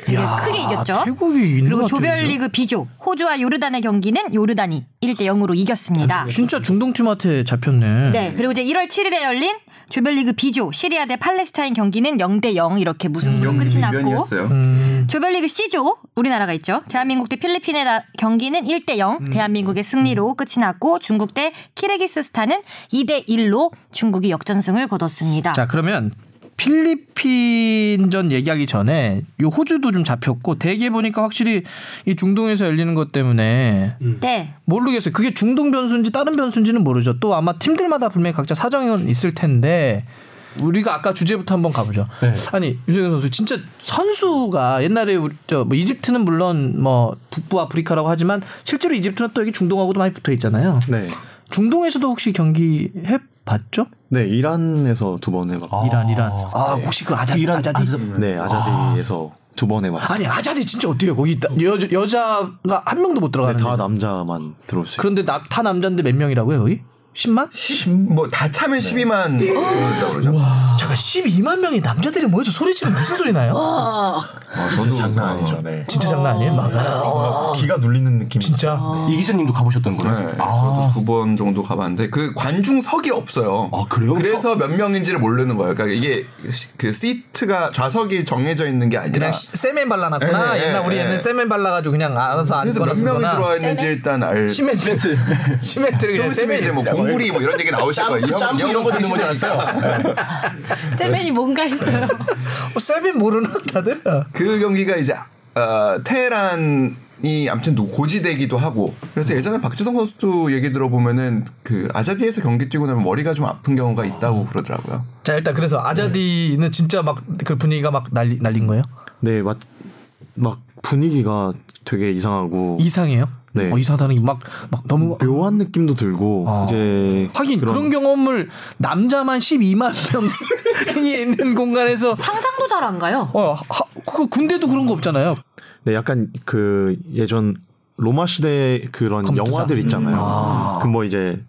Speaker 4: 되게
Speaker 1: 이야,
Speaker 4: 크게 이겼죠.
Speaker 1: 태국이 인도가
Speaker 4: 그리고
Speaker 1: 또 이겼죠?
Speaker 4: 조별리그 B조 호주와 요르단의 경기는 요르단이 1대 0으로 이겼습니다.
Speaker 1: 진짜 중동 팀한테 잡혔네.
Speaker 4: 네, 그리고 이제 1월 7일에 열린 조별리그 B조 시리아 대 팔레스타인 경기는 0대 0 이렇게
Speaker 2: 음,
Speaker 4: 무승부로 끝이 났고
Speaker 2: 이변이었어요.
Speaker 4: 조별리그 C조 우리나라가 있죠. 대한민국 대 필리핀의 라- 경기는 1대 0 대한민국의 승리로 끝이 났고 중국 대 키르기스스탄은 2대 1로 중국이 역전승을 거뒀습니다.
Speaker 1: 자 그러면 필리핀전 얘기하기 전에 요 호주도 좀 잡혔고 대개 보니까 확실히 이 중동에서 열리는 것 때문에
Speaker 4: 네.
Speaker 1: 모르겠어요. 그게 중동 변수인지 다른 변수인지는 모르죠. 또 아마 팀들마다 분명히 각자 사정은 있을 텐데 우리가 아까 주제부터 한번 가보죠.
Speaker 3: 네.
Speaker 1: 아니 유승현 선수 진짜 선수가 옛날에 우리 저뭐 이집트는 물론 뭐 북부 아프리카라고 하지만 실제로 이집트는 또 여기 중동하고도 많이 붙어 있잖아요.
Speaker 5: 네.
Speaker 1: 중동에서도 혹시 경기 해 봤죠?
Speaker 5: 네, 이란에서 두 번 해봤고.
Speaker 1: 이란 이란. 아 혹시 그 아자
Speaker 3: 이란,
Speaker 1: 아자디?
Speaker 5: 네, 아자디에서 두 번 해봤고.
Speaker 1: 아니 아자디 진짜 어때요? 거기 나- 여 여자가 한 명도 못 들어가는.
Speaker 5: 다
Speaker 1: 데죠.
Speaker 5: 남자만 들어올 수
Speaker 1: 아, 네,
Speaker 5: 있고.
Speaker 1: 그런데 나, 다 남자인데 몇 명이라고요? 거기? 10만?
Speaker 2: 뭐다
Speaker 3: 네.
Speaker 2: 차면 12만 들어온다고 그러죠. 네.
Speaker 1: 잠깐 12만 명이 남자들이 모여서 소리 지르면 무슨 소리 나요?
Speaker 2: 아, 저도 장난 아니죠. 네.
Speaker 1: 진짜 장난 아니에요? 막
Speaker 5: 어. 기가 눌리는 느낌.
Speaker 1: 진짜
Speaker 2: 아,
Speaker 3: 이 기자님도 가보셨던 거예요?
Speaker 2: 저도 두 번 정도 가봤는데 그 관중석이 없어요.
Speaker 3: 아, 그래요?
Speaker 2: 그래서 몇 명인지를 모르는 거예요. 그러니까 이게 시- 그 시트가 좌석이 정해져 있는 게 아니라
Speaker 1: 그냥 시- 세멘 발라놨구나.
Speaker 2: 예, 예,
Speaker 1: 옛날 우리
Speaker 2: 예.
Speaker 1: 옛날 세멘 발라가지고 그냥 알아서 안
Speaker 2: 그래서 몇 명이
Speaker 1: 꺼놨구나.
Speaker 2: 들어와 있는지 일단 알. 좀
Speaker 1: 시멘트 시멘트를 그냥
Speaker 2: 있으면 이제 뭐
Speaker 1: 세멘
Speaker 2: 공부리 뭐 이런 얘기 나오실 거예요. 이 형- 이
Speaker 3: 짬뽕
Speaker 2: 형
Speaker 3: 이런 거 듣는
Speaker 2: 당신은
Speaker 3: 건줄 알았어요.
Speaker 6: 셀맨이 뭔가 있어요.
Speaker 1: 어, 세멘 모르나 다들? 아.
Speaker 2: 그 경기가 이제 어, 테헤란이 아무튼 노- 고지되기도 하고 그래서 예전에 박지성 선수도 얘기 들어보면은 그 아자디에서 경기 뛰고 나면 머리가 좀 아픈 경우가 있다고 그러더라고요.
Speaker 1: 자 일단 그래서 아자디는 진짜 막 그 분위기가 막 날리, 날린 거예요?
Speaker 5: 네, 막, 막 분위기가 되게 이상하고.
Speaker 1: 이상해요?
Speaker 5: 네.
Speaker 1: 어, 이상하다는 게 막 막 너무
Speaker 5: 묘한 느낌도 들고
Speaker 1: 아.
Speaker 5: 이제
Speaker 1: 하긴 그런, 경험을 남자만 12만 명이 있는 공간에서
Speaker 6: 상상도 잘 안 가요.
Speaker 1: 어 하, 그거 군대도 그런 거 없잖아요.
Speaker 5: 네 약간 그 예전 로마 시대 그런
Speaker 1: 검투사.
Speaker 5: 영화들 있잖아요.
Speaker 1: 아.
Speaker 5: 그 뭐 이제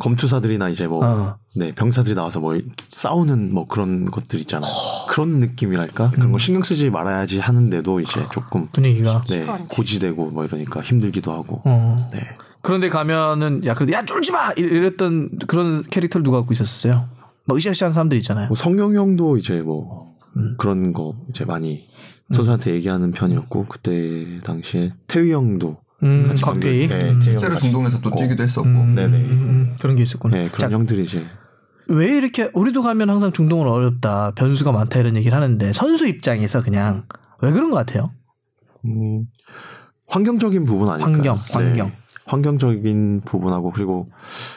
Speaker 5: 검투사들이나 이제 뭐
Speaker 1: 어.
Speaker 5: 네, 병사들이 나와서 뭐 싸우는 뭐 그런 것들 있잖아요.
Speaker 1: 어.
Speaker 5: 그런 느낌이랄까? 그런
Speaker 1: 음.
Speaker 5: 거 신경 쓰지 말아야지 하는데도 이제 조금
Speaker 1: 분위기가
Speaker 5: 네, 고지되고 뭐 이러니까 힘들기도 하고.
Speaker 1: 어.
Speaker 5: 네.
Speaker 1: 그런데 가면은 야 그래도 야 쫄지 마 이- 이랬던 그런 캐릭터를 누가 갖고 있었어요? 막 으쌰으쌰한 사람들 있잖아요.
Speaker 5: 뭐 성영 형도 이제 뭐
Speaker 1: 음.
Speaker 5: 그런 거 이제 많이 선수한테 얘기하는 편이었고 그때 당시에 태휘 형도
Speaker 1: 음,
Speaker 5: 같이
Speaker 1: 곽태희.
Speaker 5: 관계-
Speaker 1: 음.
Speaker 5: 네, 태희
Speaker 2: 실제로
Speaker 5: 형
Speaker 2: 중동에서 또 뛰기도 했었고
Speaker 1: 음,
Speaker 5: 네네.
Speaker 1: 음, 음, 그런 게 있었구나.
Speaker 5: 네,
Speaker 1: 자,
Speaker 5: 그런 형들이 이제
Speaker 1: 왜 이렇게 우리도 가면 항상 중동은 어렵다, 변수가 많다 이런 얘기를 하는데 선수 입장에서 그냥 왜 그런 것 같아요?
Speaker 5: 음, 환경적인 부분 아닐까요?
Speaker 1: 환경,
Speaker 5: 네.
Speaker 1: 환경.
Speaker 5: 환경적인 부분하고 그리고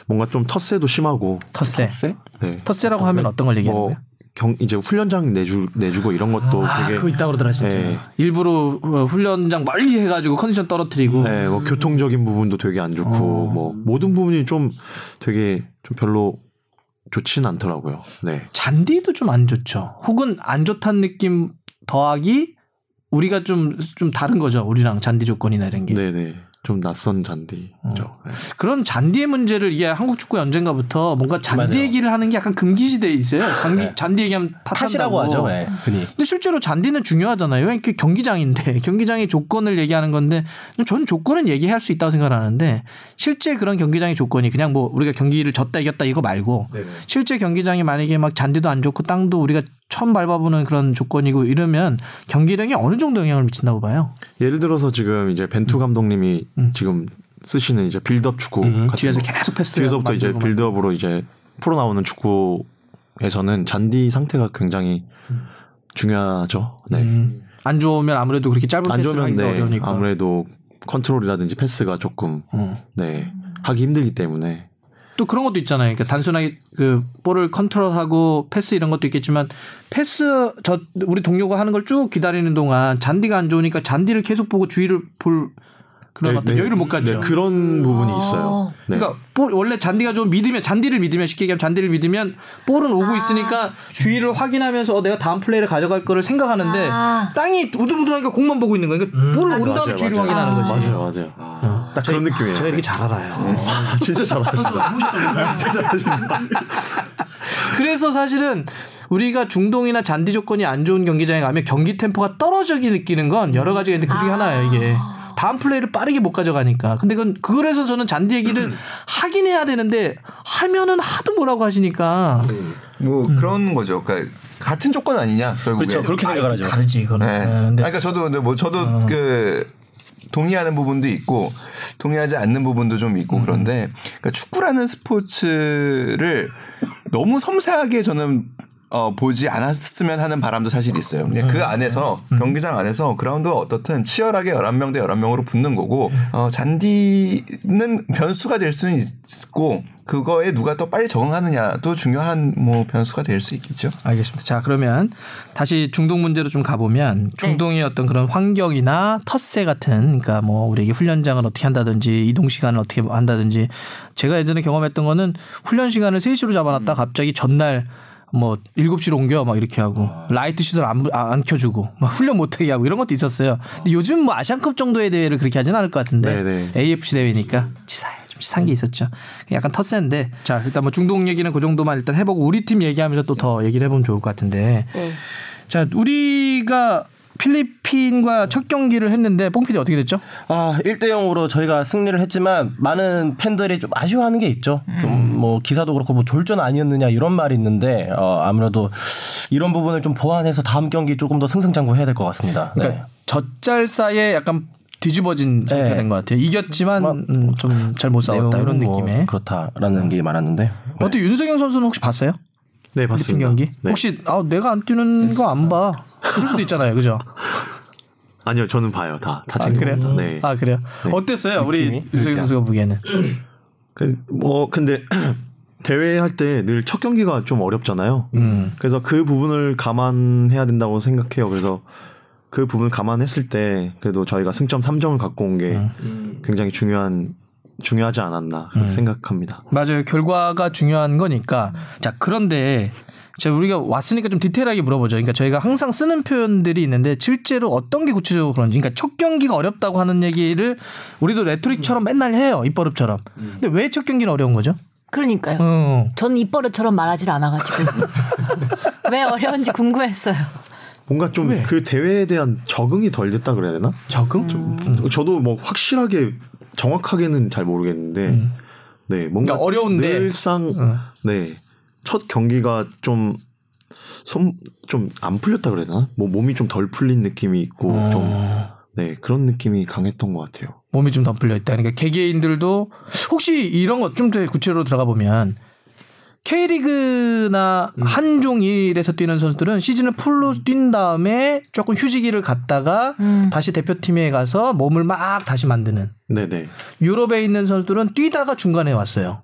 Speaker 5: 뭔가 좀 텃세도 심하고
Speaker 1: 텃세.
Speaker 3: 쎄?
Speaker 5: 네.
Speaker 1: 텃세라고 하면 어떤 걸 얘기하는
Speaker 5: 뭐
Speaker 1: 거예요?
Speaker 5: 경, 이제 훈련장 내주 내주고 이런 것도
Speaker 1: 아,
Speaker 5: 되게
Speaker 1: 그거 있다 그러더라 진짜.
Speaker 5: 네.
Speaker 1: 일부러 어, 훈련장 멀리 해가지고 컨디션 떨어뜨리고.
Speaker 5: 네, 뭐 교통적인 부분도 되게 안 좋고
Speaker 1: 어.
Speaker 5: 뭐 모든 부분이 좀 되게 좀 별로 좋진 않더라고요. 네.
Speaker 1: 잔디도 좀 안 좋죠. 혹은 안 좋다는 느낌 더하기 우리가 좀 좀 다른 거죠. 우리랑 잔디 조건이나 이런 게.
Speaker 5: 네네. 좀 낯선
Speaker 1: 어.
Speaker 5: 잔디죠. 네.
Speaker 1: 그런 잔디의 문제를 이게 한국 축구 연쟁가부터 뭔가 잔디
Speaker 3: 맞아요.
Speaker 1: 얘기를 하는 게 약간 금기시대에 있어요. 잔디,
Speaker 3: 네.
Speaker 1: 잔디 얘기하면
Speaker 3: 탓이라고
Speaker 1: 탓한다고.
Speaker 3: 하죠. 예. 흔히.
Speaker 1: 근데 실제로 잔디는 중요하잖아요. 이렇게 경기장인데 경기장의 조건을 얘기하는 건데 전 조건은 얘기할 수 있다고 생각하는데 실제 그런 경기장의 조건이 그냥 뭐 우리가 경기를 졌다 이겼다 이거 말고 실제 경기장이 만약에 막 잔디도 안 좋고 땅도 우리가 처음 밟아보는 그런 조건이고 이러면 경기력에 어느 정도 영향을 미친다고 봐요.
Speaker 5: 예를 들어서 지금 이제 벤투 감독님이 지금 쓰시는 이제 빌드업 축구 같은
Speaker 1: 음. 뒤에서
Speaker 5: 거.
Speaker 1: 계속 패스
Speaker 5: 뒤에서부터 이제
Speaker 1: 만들고 막.
Speaker 5: 빌드업으로 이제 풀어 나오는 축구에서는 잔디 상태가 굉장히 중요하죠. 네.
Speaker 1: 음. 안 좋으면 아무래도 그렇게 짧은
Speaker 5: 안
Speaker 1: 패스를
Speaker 5: 좋으면
Speaker 1: 하기가
Speaker 5: 네,
Speaker 1: 어려우니까.
Speaker 5: 아무래도 컨트롤이라든지 패스가 조금
Speaker 1: 어.
Speaker 5: 네 하기 힘들기 때문에
Speaker 1: 또 그런 것도 있잖아요. 그러니까 단순하게 그 볼을 컨트롤하고 패스 이런 것도 있겠지만 패스 저 우리 동료가 하는 걸 쭉 기다리는 동안 잔디가 안 좋으니까 잔디를 계속 보고 주의를 볼 그런
Speaker 5: 네,
Speaker 1: 어떤
Speaker 5: 네,
Speaker 1: 여유를 못 갖죠.
Speaker 5: 네, 그런 부분이 있어요. 네.
Speaker 1: 그러니까 볼 원래 잔디가 좀 믿으면 잔디를 믿으면 쉽게 얘기하면 잔디를 믿으면 볼은 오고 있으니까 주위를 확인하면서 어, 내가 다음 플레이를 가져갈 거를 생각하는데
Speaker 4: 아.
Speaker 1: 땅이 우두부두하니까 공만 보고 있는 거예요. 그러니까 볼을 온 다음에
Speaker 5: 맞아요,
Speaker 1: 주위를
Speaker 5: 맞아요.
Speaker 1: 확인하는 거지.
Speaker 5: 맞아요, 맞아요. 딱 그런 느낌이에요. 어.
Speaker 1: 제가 이렇게 잘 알아요.
Speaker 5: 진짜 잘하신다. 진짜 잘하신다.
Speaker 1: 그래서 사실은 우리가 중동이나 잔디 조건이 안 좋은 경기장에 가면 경기 템포가 떨어지게 느끼는 건 여러 가지가 있는데 그 중에 하나예요, 이게. 다음 플레이를 빠르게 못 가져가니까. 근데 그건, 그래서 저는 잔디
Speaker 5: 음.
Speaker 1: 얘기를 하긴 해야 되는데 하면은 하도 뭐라고 하시니까.
Speaker 2: 뭐 그런 거죠. 그러니까 같은 조건 아니냐 결국에.
Speaker 3: 그렇죠. 그렇게 생각을 하죠.
Speaker 1: 다르지, 이거는.
Speaker 2: 네. 아, 그러니까 저도 근데 뭐 저도 그 동의하는 부분도 있고 동의하지 않는 부분도 좀 있고 그런데 그러니까 축구라는 스포츠를 너무 섬세하게 저는 어, 보지 않았으면 하는 바람도 사실 있어요. 근데 그 안에서 경기장 안에서 그라운드가 어떻든 치열하게 11명 대 11명으로 붙는 거고 어, 잔디는 변수가 될 수는 있고 그거에 누가 더 빨리 적응하느냐도 중요한 뭐 변수가 될 수 있겠죠.
Speaker 1: 알겠습니다. 자, 그러면 다시 중동 문제로 좀
Speaker 5: 네.
Speaker 1: 가보면 중동의 어떤 그런 환경이나 텃세 같은 그러니까 뭐 우리에게 훈련장을 어떻게 한다든지 이동 시간을 어떻게 한다든지 제가 예전에 경험했던 거는 훈련 시간을 3시로
Speaker 5: 음.
Speaker 1: 잡아놨다 갑자기 전날 뭐 7시로 옮겨 막 이렇게 하고
Speaker 5: 아.
Speaker 1: 라이트 시설 안, 부- 아, 안 켜주고 막 훈련 못하게 하고 이런 것도 있었어요. 근데 요즘 뭐 아시안컵 정도의 대회를 그렇게 하진 않을 것 같은데
Speaker 5: 네네.
Speaker 1: AFC 대회니까 치사해. 좀 치사한 게 있었죠. 약간 텃세인데 음. 자 일단 뭐 중동 얘기는 그 정도만 일단 해보고 우리 팀 얘기하면서 또 더 얘기를 해보면 좋을 것 같은데 자 우리가 필리핀과 첫 경기를 했는데 뽕피디 어떻게 됐죠?
Speaker 3: 아, 1대 0으로 저희가 승리를 했지만 많은 팬들이 좀 아쉬워하는 게 있죠. 좀
Speaker 1: 음.
Speaker 3: 뭐 기사도 그렇고 뭐 졸전 아니었느냐 이런 말이 있는데 어, 아무래도 이런 부분을 좀 보완해서 다음 경기 조금 더 승승장구해야 될 것 같습니다. 네.
Speaker 1: 그러니까 젖잘 사이에 약간 뒤집어진 상태가
Speaker 3: 네.
Speaker 1: 된 것 같아요. 이겼지만 음,
Speaker 3: 막-
Speaker 1: 좀 잘 못 싸웠다 이런
Speaker 3: 내용은 뭐
Speaker 1: 느낌에.
Speaker 3: 그렇다라는 게 많았는데. 네.
Speaker 1: 어떻게 윤석영 선수는 혹시 봤어요?
Speaker 5: 네,
Speaker 1: 필리핀
Speaker 5: 봤습니다.
Speaker 1: 경기?
Speaker 5: 네.
Speaker 1: 혹시 아 내가 안 뛰는 거 안 봐. 그럴 수도 있잖아요, 그죠?
Speaker 5: 네. 아니요, 저는 봐요. 다, 다
Speaker 1: 아, 그래요?
Speaker 5: 챙깁니다. 네.
Speaker 1: 아 그래요. 어땠어요, 우리 윤석영 선수가 보기에는?
Speaker 5: 그, 뭐 근데 대회 할 때 늘 첫 경기가 좀 어렵잖아요. 그래서 그 부분을 감안해야 된다고 생각해요. 그래서 그 부분을 감안했을 때 그래도 저희가 승점 3점을 갖고 온 게 굉장히 중요한 중요하지 않았나 그렇게 생각합니다.
Speaker 1: 맞아요. 결과가 중요한 거니까. 자, 그런데 자, 우리가 왔으니까 좀 디테일하게 물어보죠. 그러니까 저희가 항상 쓰는 표현들이 있는데 실제로 어떤 게 구체적으로 그런지. 그러니까 첫 경기가 어렵다고 하는 얘기를 우리도 레토릭처럼 맨날 해요. 입버릇처럼. 근데 왜 첫 경기는 어려운 거죠?
Speaker 6: 그러니까요.
Speaker 1: 어.
Speaker 6: 저는 입버릇처럼 말하질 않아가지고 왜 어려운지 궁금했어요.
Speaker 5: 뭔가 좀 그 대회에 대한 적응이 덜 됐다 그래야 되나?
Speaker 1: 적응?
Speaker 5: 저도 뭐 확실하게 정확하게는 잘 모르겠는데 네 뭔가
Speaker 1: 그러니까 어려운데.
Speaker 5: 늘상 네첫 경기가 좀좀안 풀렸다 그래야 되나 뭐 몸이 좀 덜 풀린 느낌이 있고 좀 네 그런 느낌이 강했던 것 같아요
Speaker 1: 몸이 좀 더 풀려 있다. 그러니까 개개인들도 혹시 이런 것 좀 더 구체로 들어가 보면 K리그나 한종일에서 뛰는 선수들은 시즌을 풀로 뛴 다음에 조금 휴지기를 갖다가 음.
Speaker 4: 음.
Speaker 1: 다시 대표팀에 가서 몸을 막 다시 만드는
Speaker 5: 네네
Speaker 1: 유럽에 있는 선수들은 뛰다가 중간에 왔어요.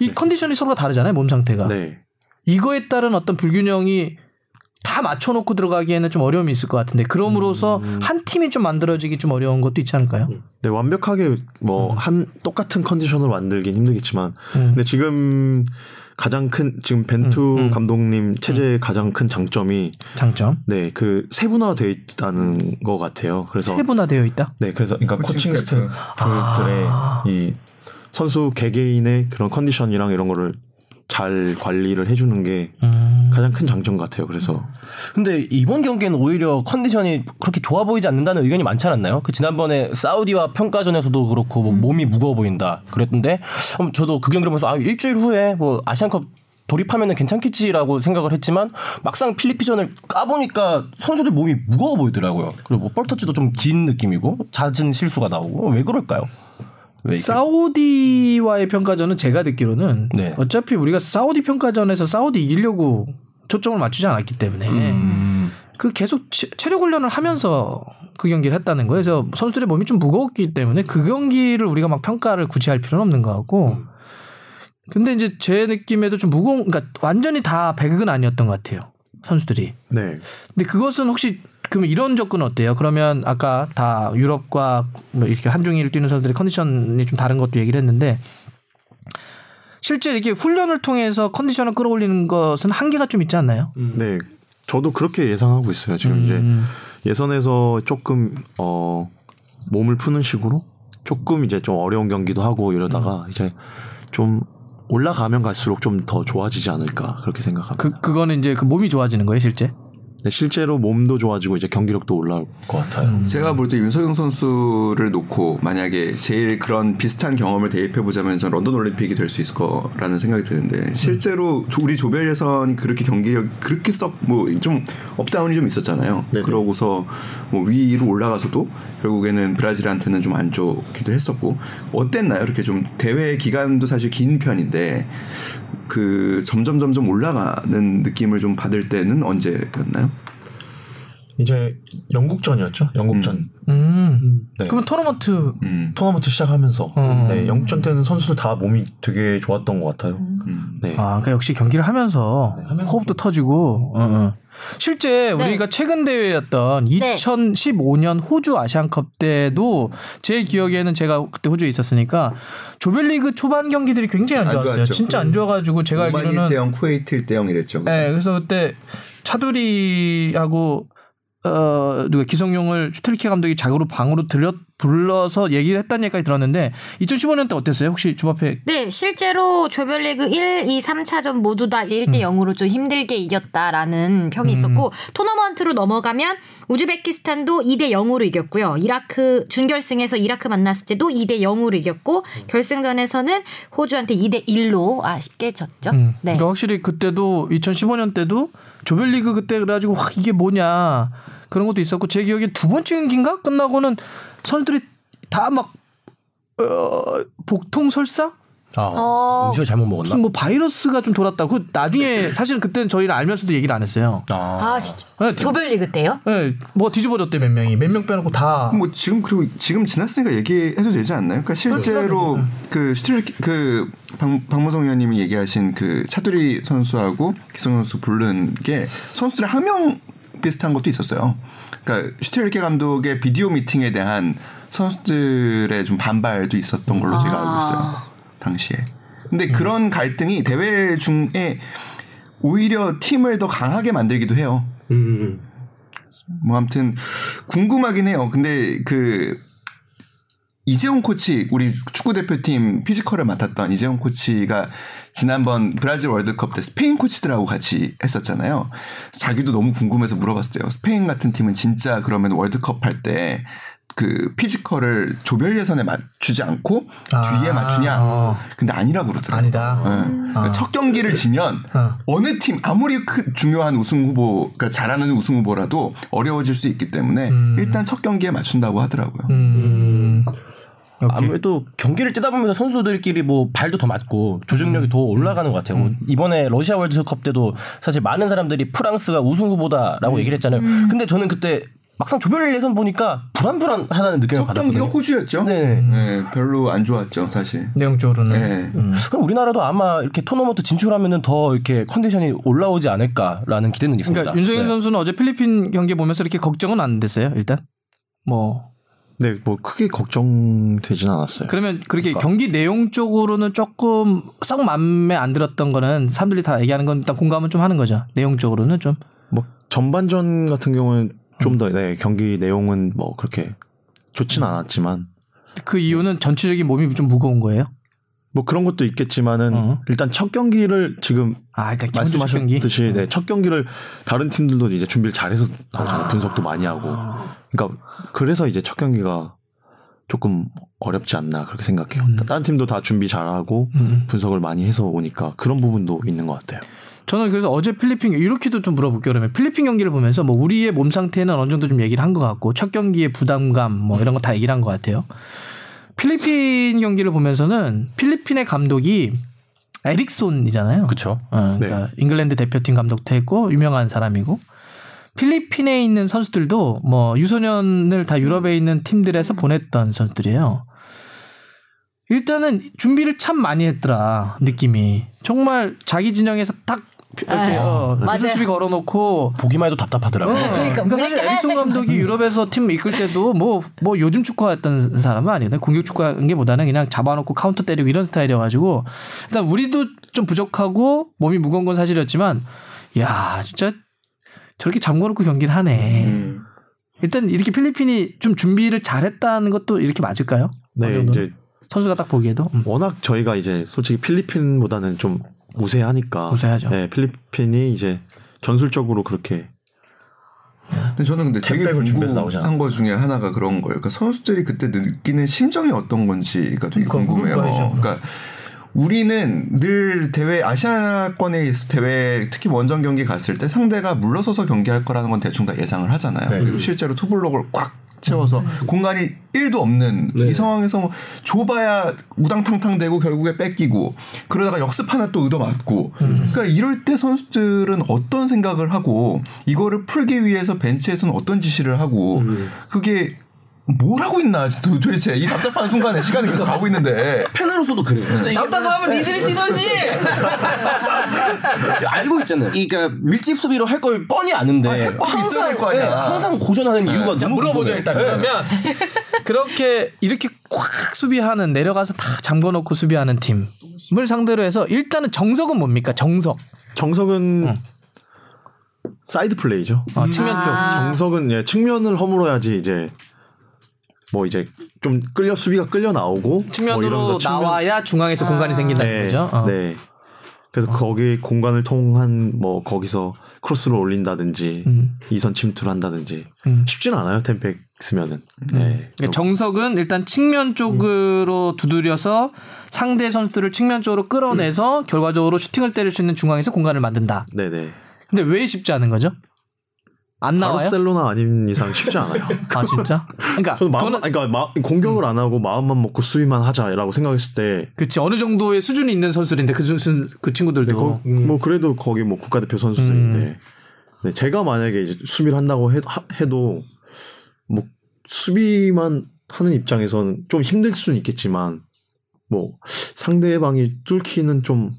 Speaker 1: 이 컨디션이 서로가 다르잖아요, 몸 상태가.
Speaker 5: 네
Speaker 1: 이거에 따른 어떤 불균형이 다 맞춰놓고 들어가기에는 좀 어려움이 있을 것 같은데 그럼으로써
Speaker 5: 음.
Speaker 1: 한 팀이 좀 만들어지기 좀 어려운 것도 있지 않을까요?
Speaker 5: 네, 완벽하게 뭐 한 똑같은 컨디션으로 만들긴 힘들겠지만 근데 지금 가장 큰 지금 벤투 감독님 체제의 가장 큰 장점이
Speaker 1: 장점.
Speaker 5: 네 그 세분화돼 있다는 것 같아요. 그래서
Speaker 1: 세분화되어 있다.
Speaker 5: 네 그래서 그러니까
Speaker 2: 코칭
Speaker 5: 코칭 스태프들의
Speaker 1: 아.
Speaker 5: 이 선수 개개인의 그런 컨디션이랑 이런 거를 잘 관리를 해주는 게
Speaker 1: 음.
Speaker 5: 가장 큰 장점 같아요. 그래서
Speaker 3: 근데 이번 경기에는 오히려 컨디션이 그렇게 좋아 보이지 않는다는 의견이 많지 않았나요? 그 지난번에 사우디와 평가전에서도 그렇고 뭐 몸이 무거워 보인다 그랬는데 음, 저도 그 경기를 보면서 아 일주일 후에 뭐 아시안컵 돌입하면은 괜찮겠지라고 생각을 했지만 막상 필리핀전을 까보니까 선수들 몸이 무거워 보이더라고요. 그리고 뭐 볼터치도 좀 긴 느낌이고 잦은 실수가 나오고 왜 그럴까요? 왜 이게-
Speaker 1: 사우디와의 평가전은 제가 듣기로는
Speaker 3: 네.
Speaker 1: 어차피 우리가 사우디 평가전에서 사우디 이기려고 초점을 맞추지 않았기 때문에
Speaker 5: 음.
Speaker 3: 음,
Speaker 1: 그 계속 체- 체력 훈련을 하면서 그 경기를 했다는 거예요. 그래서 선수들의 몸이 좀 무거웠기 때문에 그 경기를 우리가 막 평가를 굳이 할 필요는 없는 것 같고. 근데 이제 제 느낌에도 좀 무거운, 그러니까 완전히 다 100은 아니었던 것 같아요. 선수들이.
Speaker 5: 네
Speaker 1: 근데 그것은 혹시 그럼 이런 접근은 어때요? 그러면 아까 다 유럽과 뭐 이렇게 한중일 뛰는 선수들의 컨디션이 좀 다른 것도 얘기를 했는데 실제 이렇게 훈련을 통해서 컨디션을 끌어올리는 것은 한계가 좀 있지 않나요?
Speaker 5: 네. 저도 그렇게 예상하고 있어요. 지금
Speaker 1: 음.
Speaker 5: 이제 예선에서 조금 어 몸을 푸는 식으로 조금 이제 좀 어려운 경기도 하고
Speaker 1: 음.
Speaker 5: 이러다가 이제 좀 올라가면 갈수록 좀 더 좋아지지 않을까 그렇게 생각합니다.
Speaker 1: 그 그거는 이제 그 몸이 좋아지는 거예요, 실제.
Speaker 5: 네, 실제로 몸도 좋아지고 이제 경기력도 올라올 것 같아요.
Speaker 1: 음.
Speaker 2: 제가 볼 때 윤석영 선수를 놓고 만약에 제일 그런 비슷한 경험을 대입해 보자면 저는 런던 올림픽이 될 수 있을 거라는 생각이 드는데 실제로 조- 우리 조별 예선이 그렇게 경기력 그렇게 썩 뭐 좀 업다운이 좀 있었잖아요. 그러고서 뭐 위로 올라가서도 결국에는 브라질한테는 좀 안 좋기도 했었고 어땠나요? 이렇게 좀 대회 기간도 사실 긴 편인데 그 점점 점점 올라가는 느낌을 좀 받을 때는 언제였나요?
Speaker 5: 이제 영국전이었죠. 영국전
Speaker 1: 음.
Speaker 5: 네.
Speaker 1: 그럼 토너먼트
Speaker 2: 음.
Speaker 5: 토너먼트 시작하면서
Speaker 1: 음.
Speaker 5: 네, 영국전 때는 선수들 다 몸이 되게 좋았던 것 같아요.
Speaker 2: 음.
Speaker 5: 네.
Speaker 1: 아, 그러니까 역시 경기를 하면서
Speaker 5: 네, 하면서
Speaker 1: 호흡도 터지고. 어, 어. 실제 우리가 최근 대회였던
Speaker 4: 네.
Speaker 1: 2015년 호주 아시안컵 때도 제 기억에는 제가 그때 호주에 있었으니까 조별리그 초반 경기들이 굉장히 안
Speaker 2: 안
Speaker 1: 좋았어요.
Speaker 2: 좋았죠.
Speaker 1: 진짜 안 좋아가지고 제가
Speaker 2: 오만
Speaker 1: 알기로는
Speaker 2: 1대0 쿠웨이트 1대0 이랬죠. 그죠?
Speaker 1: 네, 그래서 그때 차두리하고 어 누가 기성용을 슈트리케 감독이 자고로 방으로 들려 불러서 얘기를 했다는 얘기까지 들었는데 2015년 때 어땠어요? 혹시 좀 앞에
Speaker 4: 네, 실제로 조별리그 1, 2, 3차전 모두 다 1대 0으로 좀 힘들게 이겼다라는 평이 있었고 토너먼트로 넘어가면 우즈베키스탄도 2대 0으로 이겼고요. 이라크 준결승에서 이라크 만났을 때도 2대 0으로 이겼고 결승전에서는 호주한테 2대 1로 아쉽게 졌죠.
Speaker 1: 음.
Speaker 4: 네.
Speaker 1: 그러니까 확실히 그때도 2015년 때도 조별리그 그때 그래가지고 확 이게 뭐냐 그런 것도 있었고 제 기억에 두 번째 경기인가 끝나고는 선수들이 다 막 어, 복통설사
Speaker 3: 아, 음식을 잘못 먹었나?
Speaker 1: 무슨 뭐 바이러스가 좀 돌았다. 그
Speaker 3: 네.
Speaker 1: 나중에 사실은 그때는 저희는 알면서도 얘기를 안 했어요.
Speaker 3: 아,
Speaker 6: 아 진짜
Speaker 1: 네,
Speaker 6: 조별리그 때요?
Speaker 1: 네, 뭐 뒤집어졌대 몇 명이 몇 명 빼놓고 다
Speaker 3: 음.
Speaker 2: 뭐 지금 그리고 지금 지났으니까 얘기해도 되지 않나요? 그러니까
Speaker 1: 그렇죠.
Speaker 2: 실제로
Speaker 1: 음.
Speaker 2: 그 슈트를 그 박, 박문성 의원님이 얘기하신 그 차두리 선수하고 기성 선수 부른 게 선수들 한 명 비슷한 것도 있었어요. 그러니까 슈트릴케 감독의 비디오 미팅에 대한 선수들의 좀 반발도 있었던 걸로
Speaker 1: 아.
Speaker 2: 제가 알고 있어요. 당시에. 근데 그런 갈등이 대회 중에 오히려 팀을 더 강하게 만들기도 해요. 뭐 아무튼 궁금하긴 해요. 근데 그 이재용 코치 우리 축구 대표팀 피지컬을 맡았던 이재용 코치가 지난번 브라질 월드컵 때 스페인 코치들하고 같이 했었잖아요. 자기도 너무 궁금해서 물어봤어요. 스페인 같은 팀은 진짜 그러면 월드컵 할 때 그 피지컬을 조별 예선에 맞추지 않고 뒤에 맞추냐?
Speaker 1: 어.
Speaker 2: 근데 아니라고 그러더라고요.
Speaker 1: 아니다.
Speaker 2: 예. 그러니까 첫 경기를 지면
Speaker 1: 어.
Speaker 2: 어느 팀 아무리 큰 중요한 우승 후보 그러니까 잘하는 우승 후보라도 어려워질 수 있기 때문에
Speaker 1: 음.
Speaker 2: 일단 첫 경기에 맞춘다고 하더라고요.
Speaker 1: 이렇게.
Speaker 3: 아무래도 경기를 뛰다 보면서 선수들끼리 뭐 발도 더 맞고 조직력이 더 올라가는 것 같아요. 이번에 러시아 월드컵 때도 사실 많은 사람들이 프랑스가 우승 후보다라고 얘기를 했잖아요. 근데 저는 그때 막상 조별 예선 보니까 불안불안하다는
Speaker 2: 첫 경기가
Speaker 3: 느낌을 받았거든요.
Speaker 2: 호주였죠.
Speaker 3: 네.
Speaker 2: 네, 별로 안 좋았죠 사실.
Speaker 1: 내용적으로는
Speaker 2: 네.
Speaker 3: 그럼 우리나라도 아마 이렇게 토너먼트 진출하면은 더 이렇게 컨디션이 올라오지 않을까라는 기대는 있습니다.
Speaker 1: 그러니까 윤석열
Speaker 3: 네.
Speaker 1: 선수는 어제 필리핀 경기 보면서 이렇게 걱정은 안 됐어요. 일단 뭐
Speaker 5: 네, 뭐 크게 걱정되진 않았어요.
Speaker 1: 그러면 그렇게
Speaker 5: 그러니까.
Speaker 1: 경기 내용 쪽으로는 조금 썩 마음에 안 들었던 거는 사람들이 다 얘기하는 건 일단 공감은 좀 하는 거죠. 내용 쪽으로는 좀.
Speaker 5: 뭐 전반전 같은 경우는 좀 더 네, 경기 내용은 뭐 그렇게 좋진 않았지만
Speaker 1: 그 이유는 전체적인 몸이 좀 무거운 거예요.
Speaker 5: 뭐 그런 것도 있겠지만은
Speaker 1: 어.
Speaker 5: 일단 첫 경기를 지금
Speaker 1: 아, 일단 기본 첫 경기.
Speaker 5: 말씀하셨듯이 네, 첫 경기를 다른 팀들도 이제 준비를 잘해서 나오잖아요. 분석도 많이 하고. 그러니까 그래서 이제 첫 경기가 조금 어렵지 않나 그렇게 생각해요. 다른 팀도 다 준비 잘하고
Speaker 1: 음.
Speaker 5: 분석을 많이 해서 오니까 그런 부분도 있는 것 같아요.
Speaker 1: 저는 그래서 어제 필리핀 이렇게도 좀 물어볼게요. 그러면 필리핀 경기를 보면서 뭐 우리의 몸 상태는 어느 정도 좀 얘기를 한 것 같고 첫 경기의 부담감 뭐 이런 거 다 얘기를 한 것 같아요. 필리핀 경기를 보면서는 필리핀의 감독이 에릭손이잖아요.
Speaker 3: 그렇죠.
Speaker 1: 어, 그러니까 잉글랜드 대표팀 감독도 했고 유명한 사람이고 필리핀에 있는 선수들도 뭐 유소년을 다 유럽에 있는 팀들에서 보냈던 선수들이에요. 일단은 준비를 참 많이 했더라 느낌이 정말 자기 진영에서 딱 이렇게
Speaker 6: 아,
Speaker 1: 어,
Speaker 6: 맞아요.
Speaker 1: 수비 걸어놓고
Speaker 3: 보기만 해도 답답하더라고요.
Speaker 6: 그러니까
Speaker 1: 그러니까
Speaker 6: 우리
Speaker 1: 사실
Speaker 6: 때
Speaker 1: 에릭슨
Speaker 6: 하얀색이
Speaker 1: 감독이 유럽에서 팀 이끌 때도 뭐 뭐 요즘 축구했던 사람은 아니거든 공격 축구한 게 보다는 그냥 잡아놓고 카운터 때리고 이런 스타일이어가지고 일단 우리도 좀 부족하고 몸이 무거운 건 사실이었지만 야 진짜 저렇게 잠궈놓고 경기를 하네.
Speaker 2: 음.
Speaker 1: 일단 이렇게 필리핀이 좀 준비를 잘했다는 것도 이렇게 맞을까요? 어느
Speaker 5: 네,
Speaker 1: 정도는?
Speaker 5: 이제
Speaker 1: 선수가 딱 보기에도 음.
Speaker 5: 워낙 저희가 이제 솔직히 필리핀보다는 좀 우세하니까.
Speaker 1: 우세하죠.
Speaker 5: 네, 필리핀이 이제 전술적으로 그렇게
Speaker 2: 근데 저는 근데 되게
Speaker 5: 캔백을 준비해서
Speaker 2: 궁금한 것 중에 하나가 그런 거예요. 그러니까 선수들이 그때 느끼는 심정이 어떤 건지가 되게
Speaker 1: 그건
Speaker 2: 궁금해요.
Speaker 1: 물어봐야죠.
Speaker 2: 그러니까 우리는 늘 대회 아시아권에 있을 대회 특히 원정 경기 갔을 때 상대가 물러서서 경기할 거라는 건 대충 다 예상을 하잖아요. 그리고 실제로 투블럭을 꽉 채워서 공간이 1도 없는 이 상황에서 뭐 좁아야 우당탕탕 되고 결국에 뺏기고 그러다가 역습 하나 또 얻어 맞고 그러니까 이럴 때 선수들은 어떤 생각을 하고 이거를 풀기 위해서 벤치에서는 어떤 지시를 하고 그게 뭘 하고 있나 도- 도대체 이 답답한 순간에 시간이 계속 가고 있는데
Speaker 3: 팬으로서도 그래요. 진짜 이게
Speaker 1: 답답하면
Speaker 5: 네.
Speaker 1: 니들이 뛰던지.
Speaker 3: 뭐 알고 있잖아요. 이 그러니까 밀집 수비로 할 걸 뻔히 아는데
Speaker 2: 있어야 될거 아니야.
Speaker 3: 예, 항상 고전하는 이유가 너무 궁금해요.
Speaker 1: 그러면 그렇게 이렇게 콱 수비하는 내려가서 다 잠궈놓고 수비하는 팀을 상대로 해서 일단은 정석은 뭡니까 정석
Speaker 5: 정석은 사이드 플레이죠.
Speaker 1: 어, 측면 쪽
Speaker 5: 정석은 예, 측면을 허물어야지 이제 뭐 이제 좀 끌려 수비가 끌려 나오고 뭐
Speaker 1: 측면으로
Speaker 5: 이러면서 측면-
Speaker 1: 나와야 중앙에서 공간이 생긴다는
Speaker 5: 네,
Speaker 1: 거죠. 어.
Speaker 5: 네. 그래서 거기 공간을 통한 뭐 거기서 크로스를 올린다든지
Speaker 1: 음.
Speaker 5: 이선 침투를 한다든지
Speaker 1: 음.
Speaker 5: 쉽진 않아요 템팩 쓰면은. 네.
Speaker 1: 그러니까 정석은 일단 측면 쪽으로 두드려서 상대 선수들을 측면 쪽으로 끌어내서
Speaker 5: 음.
Speaker 1: 결과적으로 슈팅을 때릴 수 있는 중앙에서 공간을 만든다.
Speaker 5: 네네.
Speaker 1: 근데 왜 쉽지 않은 거죠? 안 나와요?
Speaker 5: 바르셀로나 아닌 이상 쉽지 않아요.
Speaker 1: 아 진짜? 그러니까
Speaker 5: 저는 마음,
Speaker 1: 그거는
Speaker 5: 그러니까 마- 공격을 안 하고 마음만 먹고 수비만 하자라고 생각했을 때,
Speaker 1: 그치 어느 정도의 수준이 있는 선수들인데 그, 수- 그 친구들도 음.
Speaker 5: 거- 뭐 그래도 거기 뭐 국가대표 선수들인데, 네, 제가 만약에 이제 수비를 한다고 해, 도뭐 수비만 하는 입장에서는 좀 힘들 수는 있겠지만, 뭐 상대방이 뚫기는 좀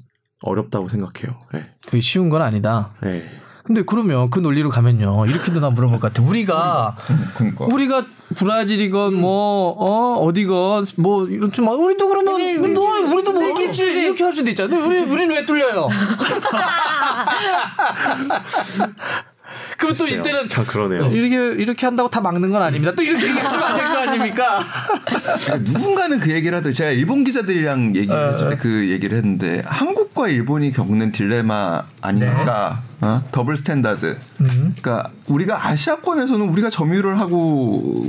Speaker 5: 어렵다고 생각해요. 네.
Speaker 1: 그게 쉬운 건 아니다.
Speaker 5: 네.
Speaker 1: 근데 그러면 그 논리로 가면요 이렇게도 나 물어볼 것 같아. 우리가
Speaker 2: 그러니까
Speaker 5: 뭐.
Speaker 1: 우리가 브라질이건 뭐 어, 어디건 뭐 이런 팀 우리도 그러면
Speaker 6: 우리,
Speaker 1: 우리,
Speaker 6: 우리,
Speaker 1: 도 우리도 뭐
Speaker 6: 우리,
Speaker 1: 그렇지
Speaker 6: 우리.
Speaker 1: 이렇게 할 수도 있잖아. 우리 우리는 왜 뚫려요? 그럼 또 이때는
Speaker 5: 참 그러네요.
Speaker 1: 이렇게 이렇게 한다고 다 막는 건 아닙니다. 또 이렇게 얘기하시면 안 될 거 아닙니까?
Speaker 2: 그러니까 누군가는 그 얘기를 하더라고요. 제가 일본 기자들이랑 얘기를 했을 때 그 얘기를 했는데 한국과 일본이 겪는 딜레마 아닙니까? 어? 더블 스탠다드. 그러니까 우리가 아시아권에서는 우리가 점유를 하고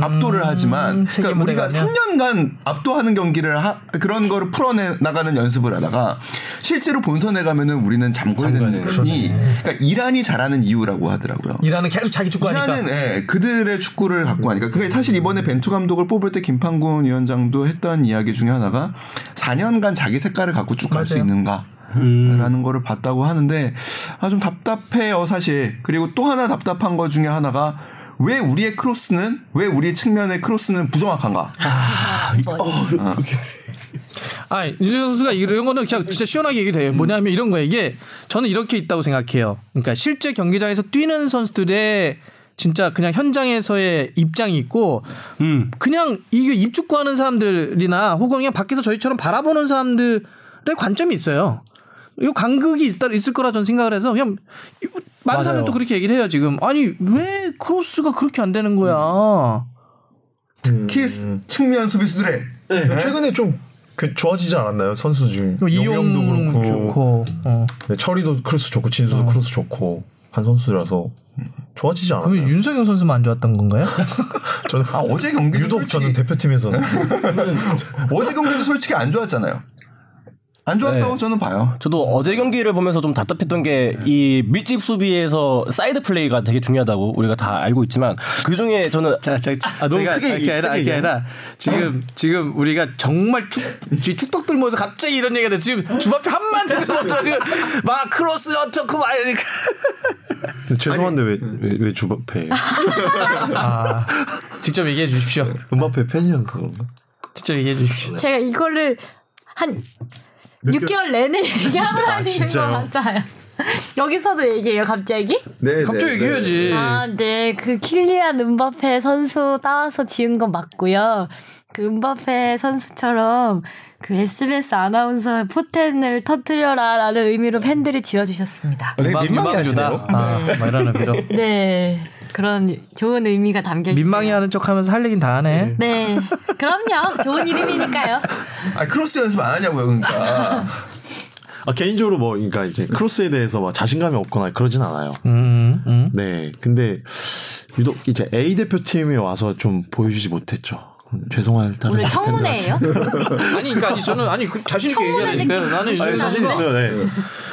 Speaker 2: 압도를 하지만
Speaker 1: 세계
Speaker 2: 그러니까 우리가
Speaker 1: 무대가면.
Speaker 2: 3년간 압도하는 경기를 하, 그런 거를 풀어내 나가는 연습을 하다가 실제로 본선에 가면은 우리는 잠궈야 되는 팀이 그러니까 이란이 잘하는 이유라고 하더라고요.
Speaker 1: 이라는 계속 자기 축구하니까.
Speaker 2: 하는 예, 그들의 축구를 갖고 하니까 그게 사실 이번에 벤투 감독을 뽑을 때 김판곤 위원장도 했던 이야기 중에 하나가 4년간 자기 색깔을 갖고 쭉 갈 수 있는가 라는 거를 봤다고 하는데 아 좀 답답해요 사실 그리고 또 하나 답답한 거 중에 하나가 왜 우리의 크로스는 왜 우리의 측면의 크로스는 부정확한가
Speaker 6: 뭐,
Speaker 1: 아, 윤재 선수가 이런 거는 그냥 진짜 시원하게 얘기돼요. 뭐냐면 이런 거예요. 이게 저는 이렇게 있다고 생각해요. 그러니까 실제 경기장에서 뛰는 선수들의 진짜 그냥 현장에서의 입장이 있고
Speaker 3: 음.
Speaker 1: 그냥 이게 입축구 하는 사람들이나 혹은 그냥 밖에서 저희처럼 바라보는 사람들의 관점이 있어요. 이 간극이 있다 있을 거라 저는 생각을 해서 그냥 이- 많은
Speaker 3: 맞아요.
Speaker 1: 사람들도 그렇게 얘기를 해요 지금 아니 왜 크로스가 그렇게 안 되는 거야
Speaker 7: 음.
Speaker 2: 키스 측면 수비수들의
Speaker 5: 네.
Speaker 7: 최근에 좀 그 좋아지지 않았나요? 선수 중 용영도
Speaker 1: 뭐 어, 이용
Speaker 7: 그렇고
Speaker 1: 좋고 어.
Speaker 7: 네, 철이도 크로스 좋고 진수도 크로스 좋고 한 선수라서 좋아지지
Speaker 1: 그럼
Speaker 7: 않았나요?
Speaker 1: 윤석영 선수만 안 좋았던 건가요?
Speaker 7: 저는
Speaker 2: 아 어제 경기
Speaker 7: 유독 저는 대표팀에서
Speaker 2: 어제 경기도 솔직히 안 좋았잖아요. 안 좋았다고 저는 봐요.
Speaker 3: 저도 어제 경기를 보면서 좀 답답했던 게 이 밑집 수비에서 사이드 플레이가 되게 중요하다고 우리가 다 알고 있지만 그 중에 저는
Speaker 1: 자, 자,
Speaker 3: 아, 너무
Speaker 1: 제가
Speaker 3: 크게
Speaker 1: 아,
Speaker 3: 얘기-
Speaker 1: 이렇게 아니라, 이렇게
Speaker 3: 크게 얘기하네.
Speaker 1: 아니라 지금 지금 우리가 정말 축 지금 축덕 들면서 갑자기 이런 얘기가 돼 지금 주바표 한만 대서부터 지금 막 크로스 어떻고 막 이러니까
Speaker 5: 죄송한데 왜왜 왜 주바페
Speaker 1: 직접 얘기해 주십시오.
Speaker 5: 음바페 팬이라서 그런가?
Speaker 1: 직접 얘기해 주십시오.
Speaker 4: 네.
Speaker 8: 제가 이거를 한 6개월 내내 얘기하고 다니는
Speaker 5: 진짜요?
Speaker 8: 것 같아요. 여기서도 얘기해요, 갑자기?
Speaker 5: 네,
Speaker 1: 갑자기 얘기해야지.
Speaker 8: 아, 네. 그 킬리안 은바페 선수 따와서 지은 건 맞고요. 그 은바페 선수처럼 그 SBS 아나운서의 포텐을 터뜨려라라는 의미로 팬들이 지어주셨습니다.
Speaker 3: 되게 민망해하시네요.
Speaker 1: 민망주다. 아, 막 이런 의미로.
Speaker 8: 네. 그런 좋은 의미가 담겨 있어요.
Speaker 1: 민망해 하는 척 하면서 할 얘긴 다 하네.
Speaker 8: 네. 그럼요. 좋은 이름이니까요.
Speaker 2: 아 크로스 연습 안 하냐고요, 그러니까.
Speaker 5: 아, 개인적으로 뭐 그러니까 이제 크로스에 대해서 막 자신감이 없거나 그러진 않아요.
Speaker 1: 음, 음.
Speaker 5: 네. 근데 유독 이제 A 대표팀이 와서 좀 보여주지 못했죠. 음, 죄송할 따름.
Speaker 8: 오늘 청문회예요?
Speaker 1: 아니, 그러니까 아니, 저는 아니 그 자신 있게
Speaker 8: 청문회
Speaker 1: 얘기하니까
Speaker 8: 느낌
Speaker 1: 나는
Speaker 8: 무슨
Speaker 1: 이제
Speaker 8: 나는
Speaker 5: 자신 있어요. 네.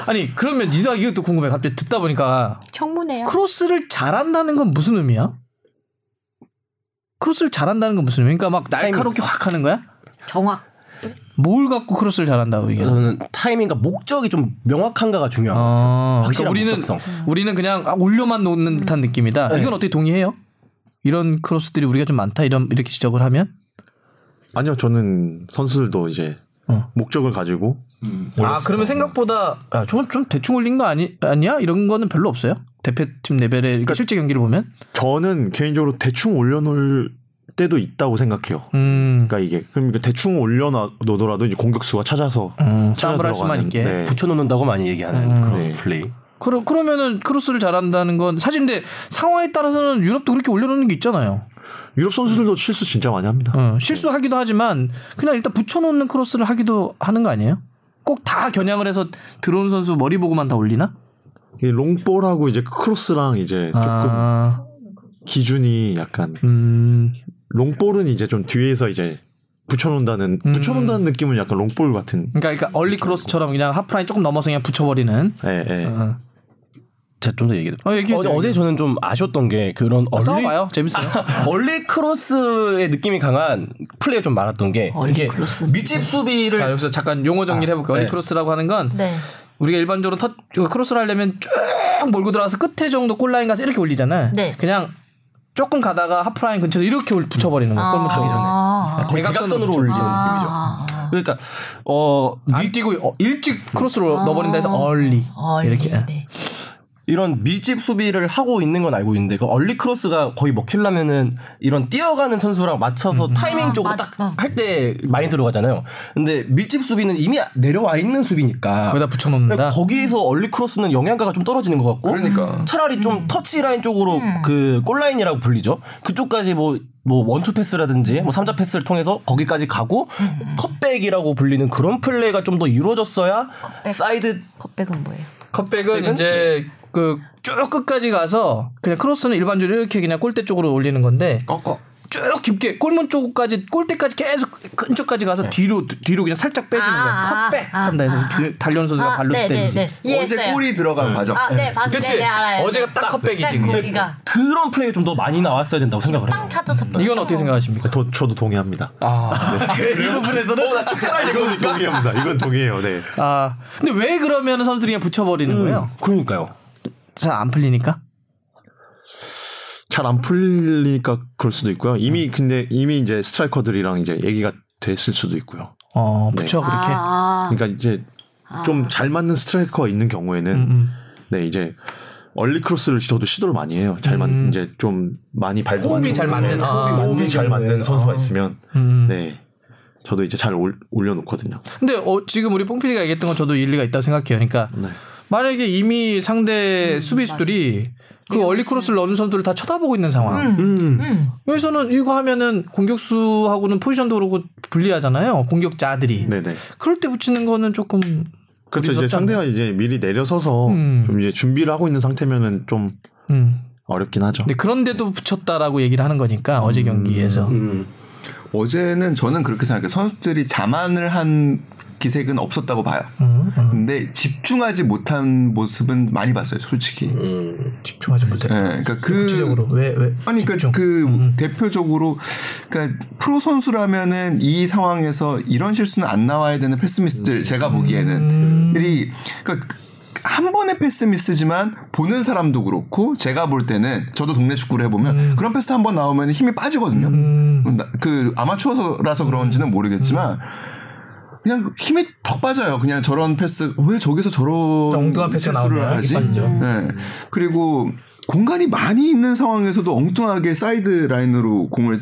Speaker 1: 아니 그러면 니가 이것도 궁금해. 갑자기 듣다 보니까
Speaker 4: 예.
Speaker 8: 청문회요?
Speaker 1: 크로스를 잘한다는 건 무슨 의미야? 크로스를 잘한다는 건 무슨 의미? 그러니까 막 날카롭게 확 하는 거야?
Speaker 8: 정확.
Speaker 1: 뭘 갖고 크로스를 잘한다고 이게?
Speaker 3: 저는 타이밍과 목적이 좀 명확한가가
Speaker 5: 어,
Speaker 3: 중요한 것 같아요.
Speaker 1: 아,
Speaker 3: 확실한
Speaker 1: 우리는
Speaker 3: 목적성.
Speaker 1: 우리는 그냥 아, 올려만 놓는 듯한 느낌이다.
Speaker 5: 네.
Speaker 1: 이건 어떻게 동의해요? 이런 크로스들이 우리가 좀 많다 이런 이렇게 지적을 하면
Speaker 5: 아니요, 저는 선수들도 이제
Speaker 1: 어.
Speaker 5: 목적을 가지고
Speaker 1: 아 그러면 생각보다 아, 좀, 좀 대충 올린 거 아니 아니야 이런 거는 별로 없어요 대표팀 레벨의
Speaker 5: 그러니까
Speaker 1: 이렇게 실제 경기를 보면
Speaker 5: 저는 개인적으로 대충 올려놓을 때도 있다고 생각해요.
Speaker 1: 음,
Speaker 5: 그러니까 이게 그러니까 대충 올려놓더라도 이제 공격수가 찾아서
Speaker 1: 음
Speaker 5: 찾아
Speaker 1: 싸움을 할 수만
Speaker 5: 들어가는,
Speaker 1: 있게
Speaker 5: 네.
Speaker 3: 붙여놓는다고 많이 얘기하는
Speaker 1: 음.
Speaker 3: 그런
Speaker 5: 네.
Speaker 3: 플레이.
Speaker 1: 그러, 그러면은 크로스를 잘한다는 건 사실 근데 상황에 따라서는 유럽도 그렇게 올려놓는 게 있잖아요
Speaker 5: 유럽 선수들도 실수 진짜 많이 합니다.
Speaker 1: 어, 실수하기도 하지만 그냥 일단 붙여놓는 크로스를 하기도 하는 거 아니에요? 꼭 다 겨냥을 해서 들어온 선수 머리 보고만 다 올리나?
Speaker 5: 이 롱볼하고 이제 크로스랑 이제 조금
Speaker 1: 아,
Speaker 5: 기준이 약간
Speaker 1: 음,
Speaker 5: 롱볼은 이제 좀 뒤에서 이제 붙여놓는다는
Speaker 1: 음.
Speaker 5: 붙여놓는다는 느낌은 약간 롱볼 같은.
Speaker 1: 그러니까, 그러니까 얼리 크로스처럼 그냥 하프라인 조금 넘어서 그냥 붙여버리는.
Speaker 5: 예, 예.
Speaker 1: 어.
Speaker 3: 제가 좀 더 얘기해
Speaker 1: 어, 얘기해
Speaker 3: 어제,
Speaker 1: 줘,
Speaker 3: 어제
Speaker 1: 얘기해.
Speaker 3: 저는 좀 아쉬웠던 게 그런 얼리
Speaker 1: 싸워봐요, 재밌어요.
Speaker 3: 얼리 크로스의 느낌이 강한 플레이가 좀 많았던 게 이게 밑집 수비를
Speaker 1: 자 여기서 잠깐 용어 정리를 해볼게요. 얼리
Speaker 3: 네.
Speaker 1: 크로스라고 하는 건
Speaker 6: 네.
Speaker 1: 우리가 일반적으로 터 크로스를 하려면 쭉 몰고 들어가서 끝에 정도 골라인 가서 이렇게 올리잖아요.
Speaker 6: 네.
Speaker 1: 그냥 조금 가다가 하프라인 근처에 이렇게 올- 붙여버리는 거예요. 골문 쪽이 전에.
Speaker 6: 아,
Speaker 3: 거의 대각선으로 올리는
Speaker 1: 아.
Speaker 3: 느낌이죠. 그러니까 어
Speaker 1: 안 뛰고 어, 일찍
Speaker 8: 아.
Speaker 1: 크로스로 넣어버린다 해서 얼리,
Speaker 6: 얼리,
Speaker 1: 이렇게
Speaker 6: 네.
Speaker 3: 이런 밀집 수비를 하고 있는 건 알고 있는데 그 얼리 크로스가 거의 먹히려면은 이런 뛰어가는 선수랑 맞춰서
Speaker 1: 음.
Speaker 3: 타이밍 쪽으로
Speaker 6: 맞-
Speaker 3: 딱 할 때 많이 들어가잖아요. 근데 밀집 수비는 이미 내려와 있는 수비니까
Speaker 1: 거기다 붙여놓는다.
Speaker 3: 거기에서 얼리 크로스는 영향가가 좀 떨어지는 것 같고
Speaker 2: 그러니까.
Speaker 3: 차라리 좀 터치 라인 쪽으로 그 골라인이라고 불리죠. 그쪽까지 뭐 뭐 원투 패스라든지 뭐 삼자 패스를 통해서 거기까지 가고 컵백이라고 불리는 그런 플레이가 좀 더 이루어졌어야 사이드
Speaker 6: 컵백은 뭐예요?
Speaker 1: 컵백은 이제 그 쭉 끝까지 가서 그냥 크로스는 일반적으로 이렇게 그냥 골대 쪽으로 올리는 건데
Speaker 2: 꺾어.
Speaker 1: 쭉 깊게 골문 쪽까지 골대까지 계속 근처까지 가서 뒤로 뒤로 그냥 살짝 빼주는 거야. 컵백 한다 해서 뒤- 달려오는 선수가 아, 발로
Speaker 8: 아. 네, 네,
Speaker 1: 때리지.
Speaker 8: 네.
Speaker 2: 어제
Speaker 8: 이해했어요.
Speaker 2: 골이 들어간 과정.
Speaker 8: 아, 네, 봤어요.
Speaker 1: 그치?
Speaker 8: 네, 네, 알아요.
Speaker 1: 어제가 딱
Speaker 8: 딱
Speaker 1: 컵백이지.
Speaker 8: 거기가
Speaker 3: 그런 플레이가 좀 더 많이 나왔어야 된다고 생각을 해요.
Speaker 8: 빵 찾아서
Speaker 1: 이건 어떻게 생각하십니까?
Speaker 5: 더- 저도 동의합니다.
Speaker 1: 아. 이그 부분에서는
Speaker 5: 이건 동의합니다. 이건 동의해요. 네.
Speaker 1: 아 음. 근데 왜 그러면 선수들이 그냥 붙여버리는 거예요?
Speaker 3: 음, 그러니까요.
Speaker 1: 잘 안 풀리니까.
Speaker 5: 잘 안 풀리니까 그럴 수도 있고요.
Speaker 1: 음.
Speaker 5: 이미 근데 이미 이제 스트라이커들이랑 이제 얘기가 됐을 수도 있고요.
Speaker 1: 어 붙여 그렇게.
Speaker 8: 아,
Speaker 4: 아.
Speaker 5: 그러니까 이제 좀 잘 맞는 스트라이커가 있는 경우에는
Speaker 1: 음, 음.
Speaker 5: 네 이제 얼리 크로스를 저도 시도를 많이 해요. 잘 만,
Speaker 1: 음.
Speaker 5: 이제 좀 많이 발
Speaker 1: 호흡이 잘 맞는
Speaker 5: 호흡이,
Speaker 1: 아,
Speaker 5: 호흡이 잘 맞는
Speaker 1: 아.
Speaker 7: 어.
Speaker 5: 선수가 있으면
Speaker 1: 음.
Speaker 5: 네 저도 이제 잘 올, 올려놓거든요.
Speaker 1: 근데 어, 지금 우리 뽕피디가 얘기했던 건 저도 일리가 있다고 생각해요. 그러니까
Speaker 5: 네.
Speaker 1: 만약에 이미 상대 수비수들이 그 얼리 크로스를 넣는 선수를 다 쳐다보고 있는
Speaker 8: 아.
Speaker 4: 음.
Speaker 1: 상황.
Speaker 8: 음.
Speaker 1: 여기서는 이거 하면은 공격수하고는 포지션도 그렇고 불리하잖아요. 공격자들이.
Speaker 7: 음.
Speaker 5: 네네.
Speaker 1: 그럴 때 붙이는 거는 조금
Speaker 5: 그렇죠. 이제
Speaker 1: 무섭잖아요.
Speaker 5: 상대가 이제 미리 내려서서
Speaker 1: 음.
Speaker 5: 좀 이제 준비를 하고 있는 상태면은 좀
Speaker 1: 음.
Speaker 5: 어렵긴 하죠.
Speaker 1: 근데 그런데도 붙였다라고 얘기를 하는 거니까 어제 경기에서.
Speaker 2: 어제는 저는 그렇게 생각해요. 선수들이 자만을 한 기색은 없었다고 봐요.
Speaker 1: 음,
Speaker 2: 근데 집중하지 못한 모습은 많이 봤어요, 솔직히.
Speaker 1: 집중하지 못해.
Speaker 2: 예, 그러니까 그
Speaker 1: 음. 구체적으로 왜 왜?
Speaker 2: 아니 그러니까 그 대표적으로 그러니까 프로 선수라면은 이 상황에서 이런 실수는 안 나와야 되는 패스미스들 제가 보기에는 일이 그러니까 한 번의 패스미스지만 보는 사람도 그렇고 제가 볼 때는 저도 동네 축구를 해보면 그런 패스 한 번 나오면 힘이 빠지거든요. 나- 그 아마추어라서 그런지는 모르겠지만. 그냥 힘이 턱 빠져요. 그냥 저런 패스 왜 저기서 저런
Speaker 1: 엉뚱한 패스가
Speaker 2: 실수를
Speaker 1: 나오냐,
Speaker 2: 하지?
Speaker 1: 이렇게 빠지죠.
Speaker 2: 네. 그리고 공간이 많이 있는 상황에서도 엉뚱하게 사이드 라인으로 공을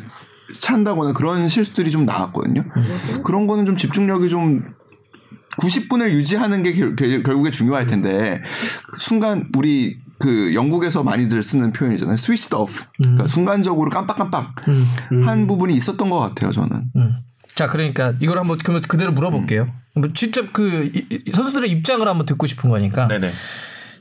Speaker 2: 찬다거나 그런 실수들이 좀 나왔거든요. 그런 거는 좀 집중력이 좀 90분을 유지하는 게 결, 국에 중요할 텐데 그 순간 우리 그 영국에서 많이들 쓰는 표현이잖아요. 스위치 오프.
Speaker 1: 음.
Speaker 2: 그러니까 순간적으로 깜빡깜빡 한 부분이 있었던 것 같아요. 저는.
Speaker 1: 음. 자, 그러니까 이걸 한번 그러면 그대로 물어볼게요. 뭐 직접 그 이- 이 선수들의 입장을 한번 듣고 싶은 거니까.
Speaker 5: 네네.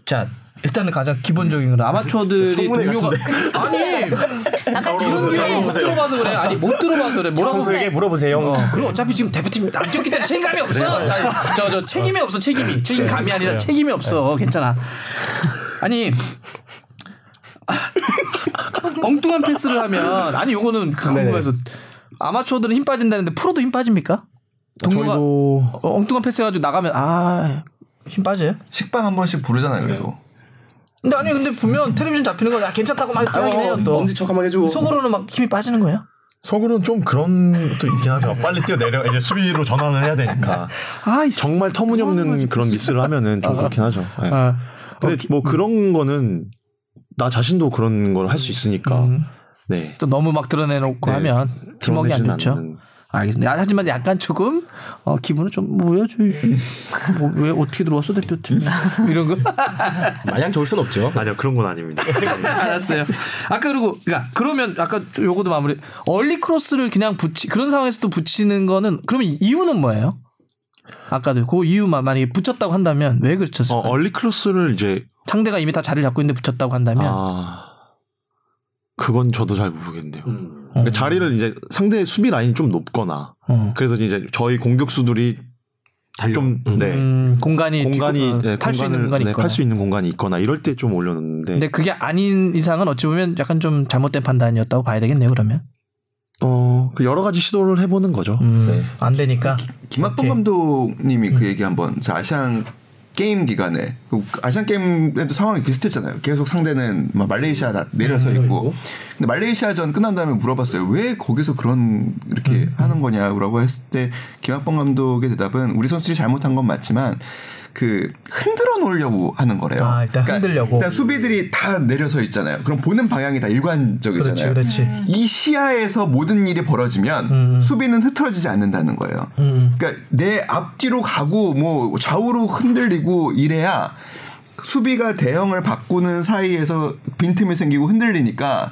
Speaker 1: 자, 일단은 가장 기본적인 건 아마추어들이 동료가 아니
Speaker 6: 약간
Speaker 1: 이런
Speaker 6: 조용히
Speaker 1: 게못 들어봐서 그래. 아니 못 들어봐서 그래. 뭐라고
Speaker 3: 선수에게 물어보세요.
Speaker 1: 그럼 네. 어차피 지금 대표팀이 안 뛰었기 때문에 책임감이 없어. 자, 저, 저 책임이 없어, 책임이. 책임감이 아니라 책임이
Speaker 5: 네.
Speaker 1: 없어. 괜찮아. 아니. 엉뚱한 패스를 하면 아니 요거는 그 궁금해서 아마추어들은 힘 빠진다는데 프로도 힘 빠집니까? 동료가
Speaker 5: 저희도
Speaker 1: 어, 엉뚱한 패스 해가지고 나가면 아 힘 빠져요?
Speaker 2: 식빵 한 번씩 부르잖아요. 그래도.
Speaker 1: 근데 아니 근데 보면 텔레비전 잡히는 거 야, 괜찮다고 막
Speaker 5: 어,
Speaker 1: 하긴 해요 또
Speaker 3: 엄지척 한번 해주고.
Speaker 1: 속으로는 막 힘이 빠지는 거예요?
Speaker 7: 서구는 좀 그런 것도 있긴 하죠. 빨리 뛰어내려 이제 수비로 전환을 해야 되니까.
Speaker 1: 아이 씨.
Speaker 5: 정말 터무니없는 그런 미스를 하면은 좀 그렇긴 하죠. 네.
Speaker 1: 아,
Speaker 5: 근데 뭐 그런 거는 나 자신도 그런 걸 할 수 있으니까 네
Speaker 1: 또 너무 막 드러내놓고
Speaker 5: 네.
Speaker 1: 하면 팀워크가 안
Speaker 5: 드러내진
Speaker 1: 좋죠.
Speaker 5: 않는.
Speaker 1: 알겠습니다. 야, 하지만 약간 조금 어, 기분은 좀 뭐야 뭐, 저왜 어떻게 들어왔어 대표팀 이런 거
Speaker 3: 마냥 좋을 순 없죠.
Speaker 5: 아니요 그런 건 아닙니다.
Speaker 1: 네, 알았어요. 아까 그리고 그러니까 그러면 아까 요거도 마무리 얼리 크로스를 그냥 붙이 그런 상황에서도 붙이는 거는 그러면 이- 이유는 뭐예요? 아까도 그 이유만 만약에 붙였다고 한다면 왜
Speaker 5: 어,
Speaker 1: 그랬었을까요?
Speaker 5: 얼리 크로스를 이제
Speaker 1: 상대가 이미 다 자리를 잡고 있는데 붙였다고 한다면
Speaker 5: 아 그건 저도 잘 모르겠네요. 그러니까 자리를 이제 상대 수비 라인이 좀 높거나
Speaker 1: 어.
Speaker 5: 그래서 이제 저희 공격수들이 좀 네.
Speaker 1: 음, 공간이
Speaker 5: 공간이 네,
Speaker 1: 팔 수 있는
Speaker 5: 공간을,
Speaker 1: 공간이
Speaker 5: 네,
Speaker 1: 있거나 네.
Speaker 5: 팔수 있는 네. 공간이 있거나 이럴 때 좀 올려놓는데
Speaker 1: 근데 그게 아닌 이상은 어찌 보면 약간 좀 잘못된 판단이었다고 봐야 되겠네요 그러면
Speaker 5: 어그 여러 가지 시도를 해보는 거죠.
Speaker 1: 음,
Speaker 5: 네.
Speaker 1: 안 되니까
Speaker 2: 김학범
Speaker 1: 오케이. 음.
Speaker 2: 감독님이 그 얘기 한번 자, 아시안 게임 기간에 그 아시안 게임에도 상황이 비슷했잖아요. 계속 상대는 막 말레이시아 다 내려서
Speaker 1: 음,
Speaker 2: 있고 근데 말레이시아전 끝난 다음에 물어봤어요. 왜 거기서 그런 이렇게
Speaker 1: 음,
Speaker 2: 하는 거냐라고 했을 때 김학범 감독의 대답은 우리 선수들이 잘못한 건 맞지만 그 흔들어 놓으려고 하는 거래요. 그러니까
Speaker 1: 아, 일단 흔들려고.
Speaker 2: 일단 수비들이 다 내려서 있잖아요. 그럼 보는 방향이 다 일관적이잖아요.
Speaker 1: 그렇지 음, 그렇지
Speaker 2: 이 시야에서 모든 일이 벌어지면 수비는 흐트러지지 않는다는 거예요.
Speaker 1: 음.
Speaker 2: 그러니까 내 앞뒤로 가고 뭐 좌우로 흔들리고 이래야 수비가 대형을 바꾸는 사이에서 빈틈이 생기고 흔들리니까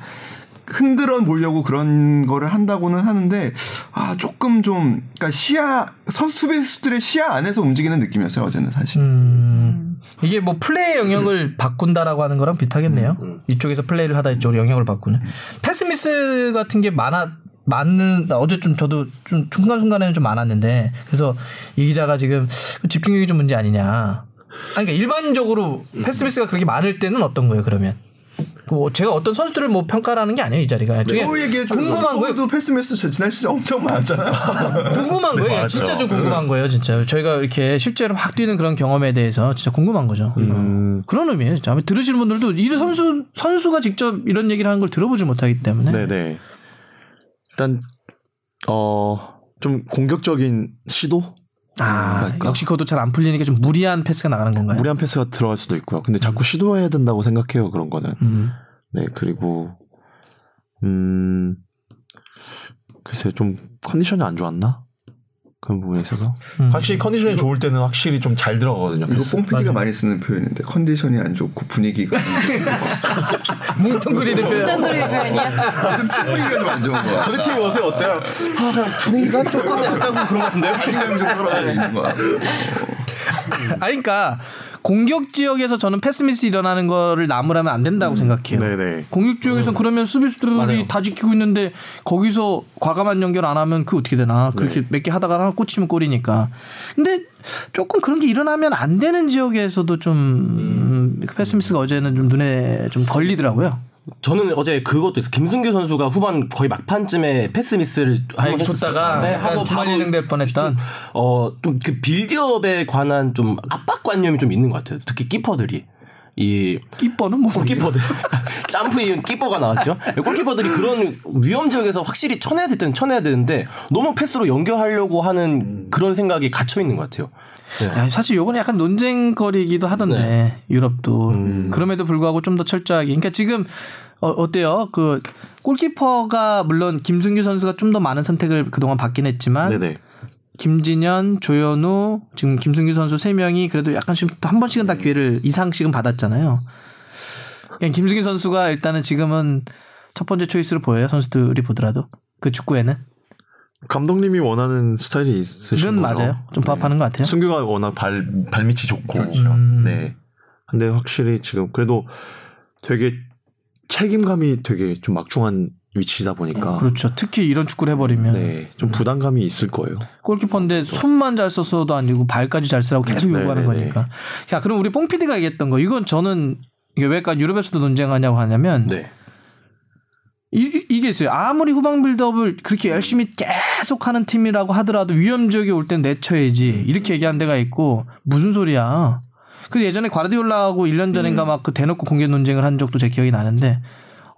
Speaker 2: 흔들어 보려고 그런 거를 한다고는 하는데 아 조금 좀 그러니까 시야 선 수비수들의 시야 안에서 움직이는 느낌이었어요 어제는 사실.
Speaker 1: 음. 이게 뭐 플레이 영역을
Speaker 2: 음.
Speaker 1: 바꾼다라고 하는 거랑 비슷하겠네요. 이쪽에서 플레이를 하다 이쪽으로 영역을 바꾸는. 패스미스 같은 게 많아 많은 나 어제 좀 저도 좀 중간 순간에는 좀 많았는데 그래서 이 기자가 지금 집중력이 좀 문제 아니냐. 아니 그러니까 일반적으로
Speaker 2: 음,
Speaker 1: 패스미스가 그렇게 많을 때는 어떤 거예요 그러면? 뭐 제가 어떤 선수들을 뭐 평가하는 게 아니에요 이 자리가. 되게
Speaker 2: 서울 뭐 얘기해 주고
Speaker 1: 예. 궁금한 거예요.
Speaker 2: 서울도 패스미스 지난 시즌 엄청 많았잖아요.
Speaker 1: 궁금한 거예요.
Speaker 7: 맞아요.
Speaker 1: 진짜 좀 궁금한 거예요, 진짜. 저희가 이렇게 실제로 확 뛰는 그런 경험에 대해서 진짜 궁금한 거죠.
Speaker 2: 음.
Speaker 5: 음,
Speaker 1: 그런 의미예요. 진짜. 아마 들으시는 분들도 이 선수 선수가 직접 이런 얘기를 하는 걸 들어보지 못하기 때문에.
Speaker 5: 네네. 일단 어 좀 공격적인 시도
Speaker 1: 아,
Speaker 5: 그러니까.
Speaker 1: 역시 그것도 잘 안 풀리니까 좀 무리한 패스가 나가는 건가요?
Speaker 5: 무리한 패스가 들어갈 수도 있고요. 근데 자꾸 시도해야 된다고 생각해요 그런 거는.
Speaker 1: 음.
Speaker 5: 네 그리고 음 글쎄 좀 컨디션이 안 좋았나 그런 부분에 있어서
Speaker 1: 음.
Speaker 7: 확실히 컨디션이 좋을 때는 확실히 좀 잘 들어가거든요.
Speaker 2: 이거
Speaker 7: 패스.
Speaker 2: 뽕피디가 많이 쓰는 표현인데 컨디션이 안 좋고 분위기가
Speaker 1: 뭉뚱그리는 표현.
Speaker 6: 덩그리 표현이야.
Speaker 2: 아무튼 팀 분위기가 좀 안 좋은 거야.
Speaker 3: 도대체 요새 어때요?
Speaker 2: 아, 분위기가 조금
Speaker 3: 약간 그런 것 같은데요?
Speaker 2: 자신감이 좀 떨어져 있는 거야.
Speaker 1: 아, 그러니까 공격 지역에서 저는 패스미스 일어나는 거를 나무라면 안 된다고 생각해요.
Speaker 5: 음. 네네
Speaker 1: 공격 지역에서 그러면 수비수들이 다 지키고 있는데 거기서 과감한 연결 안 하면 그 어떻게 되나 그렇게
Speaker 5: 네.
Speaker 1: 몇 개 하다가 하나 꽂히면 골이니까 근데 조금 그런 게 일어나면 안 되는 지역에서도 좀 음, 패스미스가 어제는 좀 눈에 좀 걸리더라고요.
Speaker 3: 저는 어제 그것도 있어. 김승규 선수가 후반 거의 막판쯤에 패스 미스를 한번
Speaker 1: 아, 이렇게 줬다가
Speaker 3: 했었어요. 네,
Speaker 1: 약간 주말
Speaker 3: 바로
Speaker 1: 예능 될 뻔했던.
Speaker 3: 어좀 그 빌드업에 관한 좀 압박관념이 좀 있는 것 같아요. 특히 키퍼들이 이
Speaker 1: 끼뻐는 뭐
Speaker 3: 골키퍼들 점프 이은 키퍼가 나왔죠. 네, 골키퍼들이 그런 위험 지역에서 확실히 쳐내야 될 때는 쳐내야 되는데 너무 패스로 연결하려고 하는 그런 생각이 갇혀 있는 것 같아요.
Speaker 1: 야, 사실 요거는 약간 논쟁거리이기도 하던데
Speaker 5: 네.
Speaker 1: 유럽도
Speaker 5: 음.
Speaker 1: 그럼에도 불구하고 좀 더 철저하게 그러니까 지금 어, 어때요 그 골키퍼가 물론 김승규 선수가 좀 더 많은 선택을 그동안 받긴 했지만
Speaker 5: 네네
Speaker 1: 김진현 조현우 지금 김승규 선수 세 명이 그래도 약간씩 또한 번씩은 다 기회를 이상씩은 받았잖아요 그냥 김승규 선수가 일단은 지금은 첫 번째 초이스로 보여요 선수들이 보더라도 그 축구에는
Speaker 5: 감독님이 원하는 스타일이 있으신
Speaker 1: 이건
Speaker 5: 거죠? 네.
Speaker 1: 맞아요 좀 부합하는 것 같아요
Speaker 5: 승규가 워낙 발 발밑이 좋고
Speaker 1: 네?
Speaker 2: 그렇죠.
Speaker 1: 음.
Speaker 5: 네 근데 확실히 지금 그래도 되게 책임감이 되게 좀 막중한 위치다 보니까
Speaker 1: 그렇죠 특히 이런 축구를 해버리면
Speaker 5: 아. 네좀 부담감이 있을 거예요
Speaker 1: 골키퍼인데 손만 잘 써서도 아니고 발까지 잘 쓰라고 계속
Speaker 5: 네,
Speaker 1: 요구하는
Speaker 5: 네, 네.
Speaker 1: 거니까. 야, 그럼 우리 뽕 PD가 얘기했던 거. 이건 저는 이게 왜 약간 유럽에서도 논쟁하냐고 하냐면
Speaker 3: 네.
Speaker 1: 이, 게 있어요. 아무리 후방 빌드업을 그렇게 열심히 계속 하는 팀이라고 하더라도 위험 지역에 올 땐 내쳐야지. 이렇게 얘기한 데가 있고 무슨 소리야. 그 예전에 과르디올라하고 1년
Speaker 5: 음.
Speaker 1: 전인가 막 그 대놓고 공개 논쟁을 한 적도 제 기억이 나는데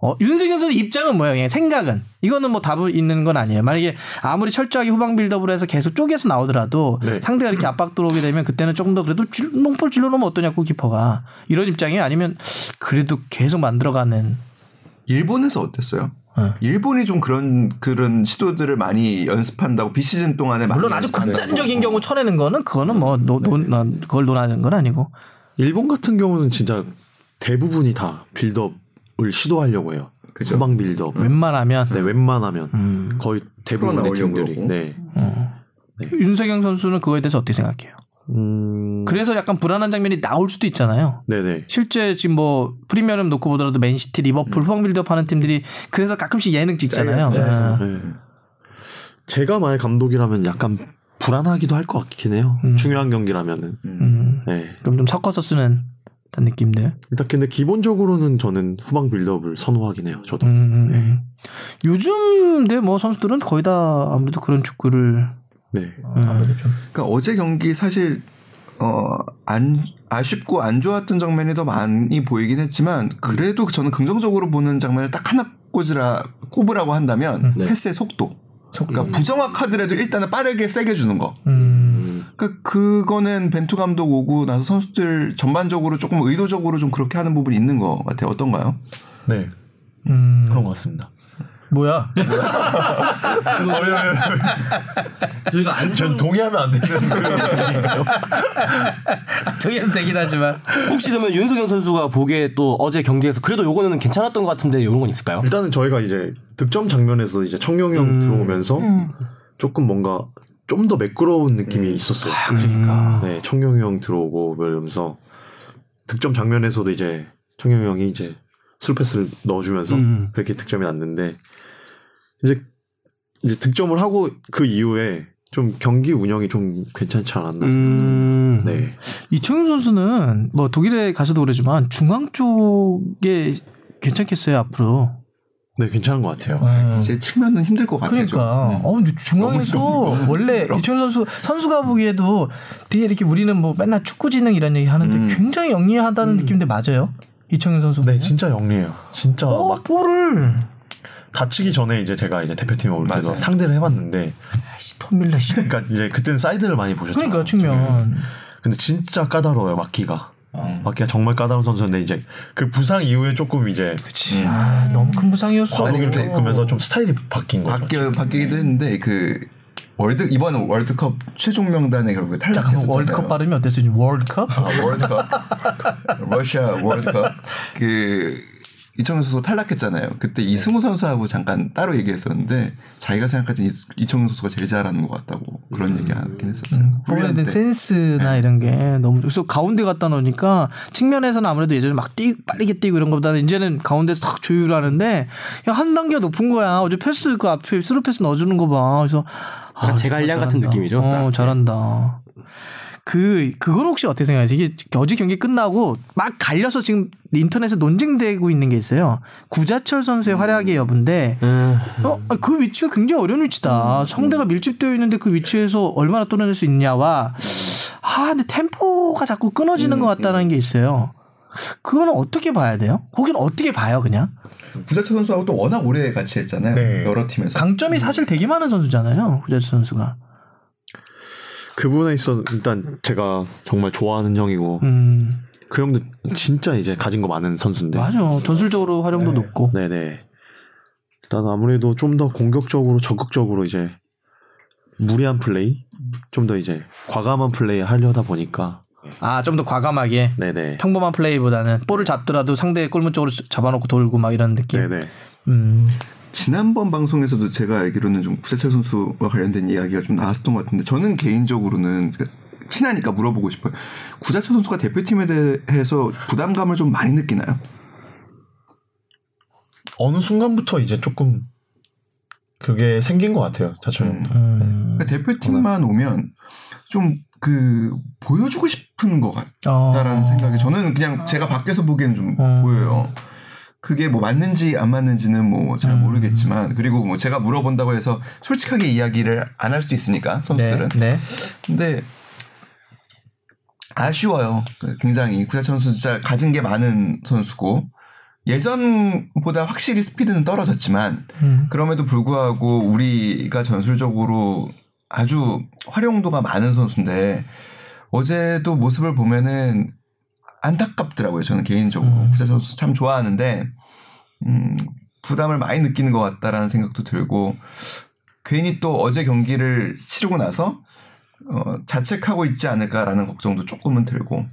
Speaker 1: 어, 윤석열 선수 입장은 뭐예요? 그냥 생각은 이거는 뭐 답은 있는 건 아니에요. 만약에 아무리 철저하게 후방 빌드업을 해서 계속 쪼개서 나오더라도
Speaker 5: 네.
Speaker 1: 상대가 이렇게 압박 들어오게 되면 그때는 조금 더 그래도 줄, 농포를 질러놓으면 어떠냐 골키퍼가 이런 입장이 아니면 그래도 계속 만들어가는
Speaker 2: 일본에서 어땠어요?
Speaker 1: 네.
Speaker 2: 일본이 좀 그런 그런 시도들을 많이 연습한다고 비시즌 동안에 많이
Speaker 1: 물론 아주
Speaker 5: 네,
Speaker 2: 연습한다고.
Speaker 1: 극단적인 경우 쳐내는 거는 그거는 뭐 노, 노, 난 그걸 논하는 건 아니고
Speaker 5: 일본 같은 경우는 진짜 대부분이 다 빌드업을 시도하려고 해요.
Speaker 2: 그죠.
Speaker 5: 후방 빌드업.
Speaker 1: 웬만하면
Speaker 5: 네, 웬만하면
Speaker 1: 음.
Speaker 5: 거의 대부분의
Speaker 2: 풀어나오려고
Speaker 5: 팀들이.
Speaker 2: 그러고.
Speaker 5: 네.
Speaker 1: 윤석영 선수는 그거에 대해서 어떻게 생각해요?
Speaker 5: 음.
Speaker 1: 그래서 약간 불안한 장면이 나올 수도 있잖아요.
Speaker 5: 네네.
Speaker 1: 실제 지금 뭐 프리미엄 놓고 보더라도 맨시티, 리버풀 후방 빌드업 하는 팀들이 그래서 가끔씩 예능 찍잖아요. 아.
Speaker 5: 네. 제가 만약 감독이라면 약간 불안하기도 할 것 같긴 해요.
Speaker 1: 음.
Speaker 5: 중요한 경기라면은.
Speaker 1: 음,
Speaker 5: 네.
Speaker 1: 그럼 좀 섞어서 쓰는 듯한 느낌들.
Speaker 5: 일단 근데 기본적으로는 저는 후방 빌드업을 선호하긴 해요.
Speaker 1: 음,
Speaker 5: 저도.
Speaker 1: 음, 음. 요즘 내뭐 선수들은 거의 다 아무래도 그런 축구를
Speaker 5: 네.
Speaker 1: 음,
Speaker 2: 그러니까 어제 경기 사실 어안 아쉽고 안 좋았던 장면이 더 많이 보이긴 했지만 그래도 저는 긍정적으로 보는 장면을 딱 하나 꽂으라 꼽으라고 한다면
Speaker 3: 네.
Speaker 2: 패스의 속도. 그러니까 부정확하더라도 일단은 빠르게 세게 주는 거.
Speaker 1: 음,
Speaker 2: 그러니까 그거는 벤투 감독 오고 나서 선수들 전반적으로 조금 의도적으로 좀 그렇게 하는 부분이 있는 것 같아요. 어떤가요?
Speaker 7: 네
Speaker 1: 음.
Speaker 7: 그런 것 같습니다.
Speaker 1: 뭐야?
Speaker 3: 저희가 안
Speaker 7: 전 동의하면 안 되는
Speaker 1: 저기는 되긴 하지만
Speaker 3: 혹시 그러면 윤석영 선수가 보기에 또 어제 경기에서 그래도 요거는 괜찮았던 것 같은데 이런 건 있을까요?
Speaker 5: 일단은 저희가 이제 득점 장면에서 이제
Speaker 1: 음.
Speaker 5: 청룡이 형 들어오면서 조금 뭔가 좀 더 매끄러운
Speaker 7: 음.
Speaker 5: 느낌이 있었어요.
Speaker 1: 그러니까
Speaker 5: 네, 청룡이 형 들어오고 그러면서 득점 장면에서도 이제 청룡이 형이 이제 슬패스를 넣어주면서
Speaker 3: 음.
Speaker 5: 그렇게 득점이 났는데 이제 이제 득점을 하고 그 이후에 좀 경기 운영이 좀 괜찮지 않았나.
Speaker 3: 음.
Speaker 5: 네,
Speaker 1: 이청용 선수는 뭐 독일에 가서도 그러지만 중앙 쪽에 괜찮겠어요 앞으로.
Speaker 5: 네 괜찮은 것 같아요.
Speaker 2: 제 측면은 힘들 것 같아요. 네. 좀.
Speaker 1: 음. 그러니까. 어, 근데 중앙에서 원래 이철 선수 선수가 보기에도 뒤에 이렇게 우리는 뭐 맨날 축구 지능 이런 얘기 하는데 굉장히
Speaker 5: 네,
Speaker 1: 영리하다는 느낌인데 맞아요? 이청용 선수.
Speaker 7: 네 진짜 영리해요. 진짜
Speaker 1: 어,
Speaker 7: 막
Speaker 1: 볼을
Speaker 5: 다치기 전에 이제 제가 이제 대표팀에 올 때도 상대를 해봤는데
Speaker 1: 아이씨, 톰 밀러 씨.
Speaker 5: 그러니까 이제 그때는 사이드를 많이 보셨죠. 네.
Speaker 1: 그러니까 측면.
Speaker 5: 근데 진짜 까다로워요 막기가.
Speaker 2: 음.
Speaker 5: 막기가 정말 까다로운 선수인데 이제 그 부상 이후에 조금 이제
Speaker 1: 아, 너무 큰 부상이었어.
Speaker 5: 과도기를 겪으면서 좀 스타일이 바뀐 거죠.
Speaker 2: 바뀌 바뀌기도 했는데 그 월드 이번 월드컵 최종 명단에 결국 탈락했었잖아요.
Speaker 1: 월드컵 발음이 어땠어요? 월드컵?
Speaker 2: 아, 월드컵 러시아 월드컵 그 이청용 선수 탈락했잖아요. 그때
Speaker 1: 네.
Speaker 2: 이승우 선수하고 잠깐 따로 얘기했었는데 자기가 생각하던 이- 이청용 선수가 제일 잘하는 것 같다고 그런
Speaker 1: 음.
Speaker 2: 얘기하긴 했었어요. 훈련
Speaker 1: 폴란드
Speaker 2: 때.
Speaker 1: 센스나
Speaker 2: 네.
Speaker 1: 이런 게 너무 그래서 가운데 갖다 놓으니까 측면에서는 아무래도 예전에 막 뛰, 빠르게 뛰고 이런 것보다는 이제는 가운데서 탁 조율하는데 그냥 한 단계 높은 거야. 어제 패스 그 앞에 스루 패스 넣어주는 거 봐. 그래서
Speaker 3: 약간 제갈량 같은
Speaker 1: 아, 잘한다.
Speaker 3: 느낌이죠,
Speaker 1: 어,
Speaker 3: 딱. 네.
Speaker 1: 잘한다. 그 그건 혹시 어떻게 생각하세요? 이게 어제 경기 끝나고 막 갈려서 지금 인터넷에 논쟁되고 있는 게 있어요. 구자철
Speaker 3: 음.
Speaker 1: 선수의 활약의 여부인데 어, 아, 그 위치가 굉장히 어려운
Speaker 3: 음,
Speaker 1: 위치다. 상대가 밀집되어 있는데 그 위치에서 얼마나 뚫어낼 수 있냐와
Speaker 3: 음.
Speaker 1: 아 근데 템포가 자꾸 끊어지는 것 같다는 게 있어요. 그거는 어떻게 봐야 돼요? 거기는 어떻게 봐요, 그냥?
Speaker 2: 구자철 선수하고 또 워낙 오래 같이 했잖아요.
Speaker 5: 네.
Speaker 2: 여러 팀에서.
Speaker 3: 음.
Speaker 1: 강점이 사실 되게 많은 선수잖아요, 구자철 선수가.
Speaker 5: 그 부분에 있어 일단 제가 정말 좋아하는 형이고
Speaker 1: 음,
Speaker 5: 그 형도 진짜 이제 가진 거 많은 선수인데.
Speaker 1: 맞아. 전술적으로 활용도 높고.
Speaker 5: 네네. 일단 아무래도 좀 더 공격적으로 적극적으로 이제 무리한 플레이, 좀 더 이제 과감한 플레이 하려다 보니까
Speaker 1: 아, 좀 더 과감하게.
Speaker 5: 네네.
Speaker 1: 평범한 플레이보다는 볼을 잡더라도 상대의 골문 쪽으로 잡아놓고 돌고 막 이런 느낌.
Speaker 5: 네네.
Speaker 1: 음.
Speaker 2: 지난번 방송에서도 제가 알기로는 좀 구세철 선수와 관련된 이야기가 좀 나왔었던 것 같은데 저는 개인적으로는 그 친하니까 물어보고 싶어요. 구자철 선수가 대표팀에 대해서 부담감을 좀 많이 느끼나요?
Speaker 7: 어느 순간부터 이제 조금 그게 생긴 것 같아요. 자철 형도.
Speaker 1: 음.
Speaker 2: 그러니까 대표팀만 오면 좀 그 보여주고 싶은 것
Speaker 1: 어.
Speaker 2: 같다라는 생각이 저는 그냥 제가 밖에서 보기엔 좀
Speaker 1: 어.
Speaker 2: 보여요. 그게 뭐 맞는지 안 맞는지는 뭐 잘
Speaker 1: 음.
Speaker 2: 모르겠지만 그리고 뭐 제가 물어본다고 해서 솔직하게 이야기를 안 할 수도 있으니까 선수들은
Speaker 1: 네. 네.
Speaker 2: 근데 아쉬워요. 굉장히 구자철 선수 진짜 가진 게 많은 선수고 예전보다 확실히 스피드는 떨어졌지만
Speaker 1: 음.
Speaker 2: 그럼에도 불구하고 우리가 전술적으로 아주 활용도가 많은 선수인데 어제도 모습을 보면은 안타깝더라고요. 저는 개인적으로
Speaker 1: 음.
Speaker 2: 구자철 선수 참 좋아하는데 음, 부담을 많이 느끼는 것 같다라는 생각도 들고 괜히 또 어제 경기를 치르고 나서 어, 자책하고 있지 않을까라는 걱정도 조금은 들고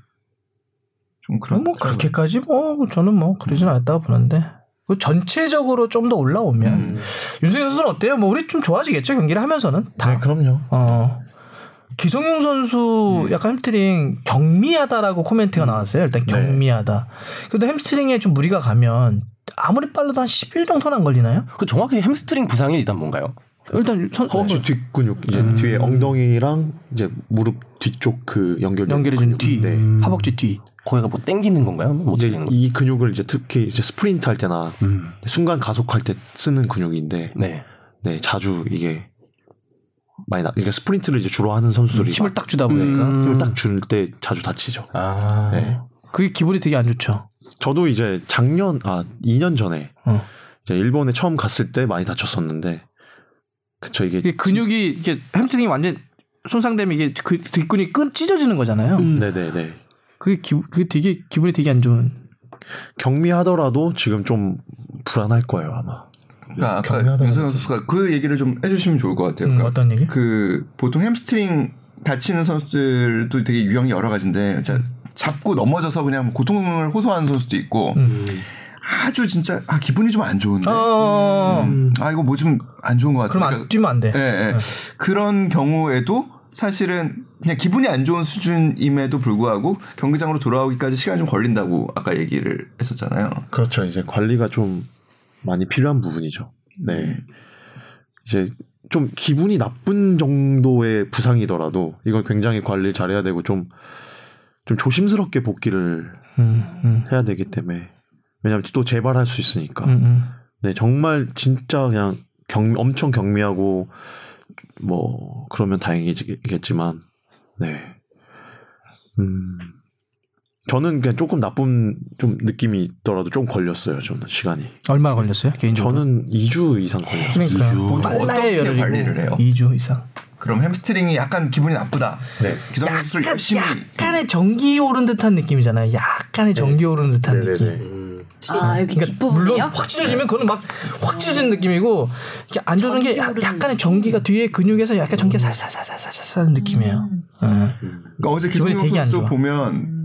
Speaker 2: 좀 그런
Speaker 1: 뭐 그렇게까지 뭐 저는 뭐 그러진 않았다고 보는데 그 전체적으로 좀 더 올라오면
Speaker 2: 음.
Speaker 1: 윤승현 선수는 어때요? 뭐 우리 좀 좋아지겠죠 경기를 하면서는 다.
Speaker 7: 네, 그럼요.
Speaker 5: 아,
Speaker 1: 어. 음. 기성용 선수 약간 햄스트링 경미하다라고 코멘트가 나왔어요. 일단 경미하다. 그래도 햄스트링에 좀 무리가 가면 아무리 빨라도 한 10일 정도는 안 걸리나요?
Speaker 3: 그 정확히 햄스트링 부상이 일단 뭔가요?
Speaker 1: 일단 선, 네.
Speaker 5: 허벅지 뒷근육 이제 뒤에 엉덩이랑 이제 무릎 뒤쪽 그 연결
Speaker 1: 연결해 준 뒤, 음.
Speaker 5: 네.
Speaker 1: 허벅지 뒤.
Speaker 3: 거기가 뭐 땡기는 건가요? 뭐
Speaker 5: 이제
Speaker 3: 땡기는 거?
Speaker 5: 이 근육을 이제 특히 이제 스프린트 할 때나
Speaker 3: 음.
Speaker 5: 순간 가속할 때 쓰는 근육인데
Speaker 3: 네.
Speaker 5: 네 자주 이게 많이 나 그러니까 스프린트를 이제 주로 하는 선수들이
Speaker 1: 음, 힘을
Speaker 5: 많-
Speaker 1: 딱 주다 보니까 어.
Speaker 3: 음.
Speaker 5: 힘을 딱 줄 때 자주 다치죠.
Speaker 3: 아.
Speaker 5: 네.
Speaker 1: 그게 기분이 되게 안 좋죠.
Speaker 5: 저도 이제 작년 아 2년 전에
Speaker 1: 어.
Speaker 5: 이제 일본에 처음 갔을 때 많이 다쳤었는데 그쵸 이게
Speaker 1: 이게 근육이 이게 햄스트링이 완전 손상되면 이게 그 뒷근이 끈 찢어지는 거잖아요.
Speaker 5: 음. 네네네
Speaker 1: 그게 기, 그게 되게 기분이 되게 안 좋은.
Speaker 5: 경미하더라도 지금 좀 불안할 거예요 아마
Speaker 2: 그러니까 아까
Speaker 7: 경미하다고
Speaker 2: 윤성현 선수가 그 얘기를 좀 해주시면 좋을 것 같아요. 그러니까
Speaker 1: 음, 어떤 얘기?
Speaker 2: 그 보통 햄스트링 다치는 선수들도 되게 유형이 여러 가지인데 자, 잡고 넘어져서 그냥 고통을 호소하는 선수도 있고
Speaker 1: 음.
Speaker 2: 아주 진짜 아 기분이 좀 안 좋은데
Speaker 1: 어.
Speaker 2: 음, 아 이거 뭐 좀 안 좋은 것 같아.
Speaker 1: 그럼
Speaker 5: 그러니까
Speaker 1: 안 네. 뛰면 안 돼.
Speaker 2: 예,
Speaker 5: 네.
Speaker 2: 예. 그런 경우에도 사실은 그냥 기분이 안 좋은 수준임에도 불구하고 경기장으로 돌아오기까지 시간이 좀 걸린다고 아까 얘기를 했었잖아요.
Speaker 5: 그렇죠 이제 관리가 좀 많이 필요한 부분이죠 네 이제 좀 기분이 나쁜 정도의 부상이더라도 이건 굉장히 관리를 잘해야 되고 좀 좀 조심스럽게 복귀를
Speaker 1: 음, 음,
Speaker 5: 해야 되기 때문에 왜냐하면 또 재발할 수 있으니까
Speaker 1: 음, 음.
Speaker 5: 네, 정말 진짜 그냥 경 엄청 경미하고 뭐 그러면 다행이겠지만 네. 음. 저는 그냥 조금 나쁜 좀 느낌이 있더라도 좀 걸렸어요. 저는 시간이.
Speaker 1: 얼마나 걸렸어요? 개인적으로?
Speaker 5: 저는 2주 이상 걸렸어요.
Speaker 1: 그러니까
Speaker 2: 보통 어떻게 관리를 해요?
Speaker 1: 2주 이상.
Speaker 2: 그럼 햄스트링이 약간 기분이 나쁘다.
Speaker 5: 네.
Speaker 2: 기성용 수술 열심히
Speaker 1: 약간의 전기 오른 듯한 느낌이잖아요. 약간의 전기 오른 듯한 느낌.
Speaker 5: 네네네.
Speaker 6: 아 여기
Speaker 1: 그러니까 물론 확 찢어지면 그거는 막 확 찢어진 느낌이고 이게 안 좋은 게 야- 약간의 전기가 뒤에 근육에서 약간 전기가 살살살살살살 느낌이에요. 예.
Speaker 2: 그러니까 어제
Speaker 1: 기분이
Speaker 2: 기성용
Speaker 1: 되게 안
Speaker 2: 선수
Speaker 1: 좋아.
Speaker 2: 보면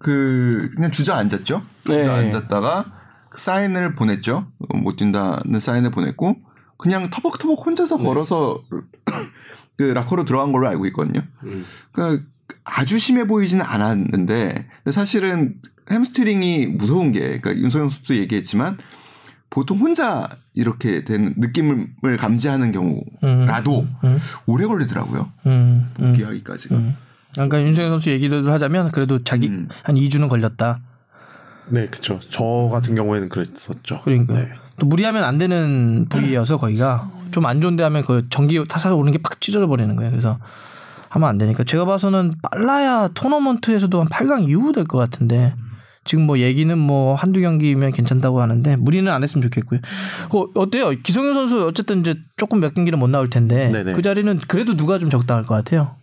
Speaker 2: 그 그냥 주저 앉았죠.
Speaker 3: 네.
Speaker 2: 주저 앉았다가 그 사인을 보냈죠. 못 뛴다는 사인을 보냈고 그냥 터벅터벅 혼자서
Speaker 1: 네.
Speaker 2: 걸어서 그 라커로 들어간 걸로 알고 있거든요.
Speaker 1: 음.
Speaker 2: 그러니까 아주 심해 보이지는 않았는데 근데 사실은 햄스트링이 무서운 게 그러니까 윤서영 수도 얘기했지만 보통 혼자 이렇게 된 느낌을 감지하는 경우라도
Speaker 1: 음.
Speaker 2: 오래 걸리더라고요.
Speaker 1: 음, 음.
Speaker 2: 기하기까지.
Speaker 1: 그러니까 윤석열 선수 얘기를 하자면 그래도 자기
Speaker 2: 음.
Speaker 1: 한 2주는 걸렸다.
Speaker 5: 네, 그쵸. 저 같은 경우에는 그랬었죠.
Speaker 1: 그러니까
Speaker 5: 네.
Speaker 1: 또 무리하면 안 되는 부위여서 거기가 좀 안 좋은데 하면 그 전기 타살 오는 게 팍 찢어져 버리는 거예요. 그래서 하면 안 되니까 제가 봐서는 빨라야 토너먼트에서도 한 8강 이후 될 것 같은데 지금 뭐 얘기는 뭐 한두 경기면 괜찮다고 하는데 무리는 안 했으면 좋겠고요. 어, 어때요? 기성용 선수 어쨌든 이제 조금 몇 경기는 못 나올 텐데
Speaker 5: 네네.
Speaker 1: 그 자리는 그래도 누가 좀 적당할 것 같아요.
Speaker 5: 어.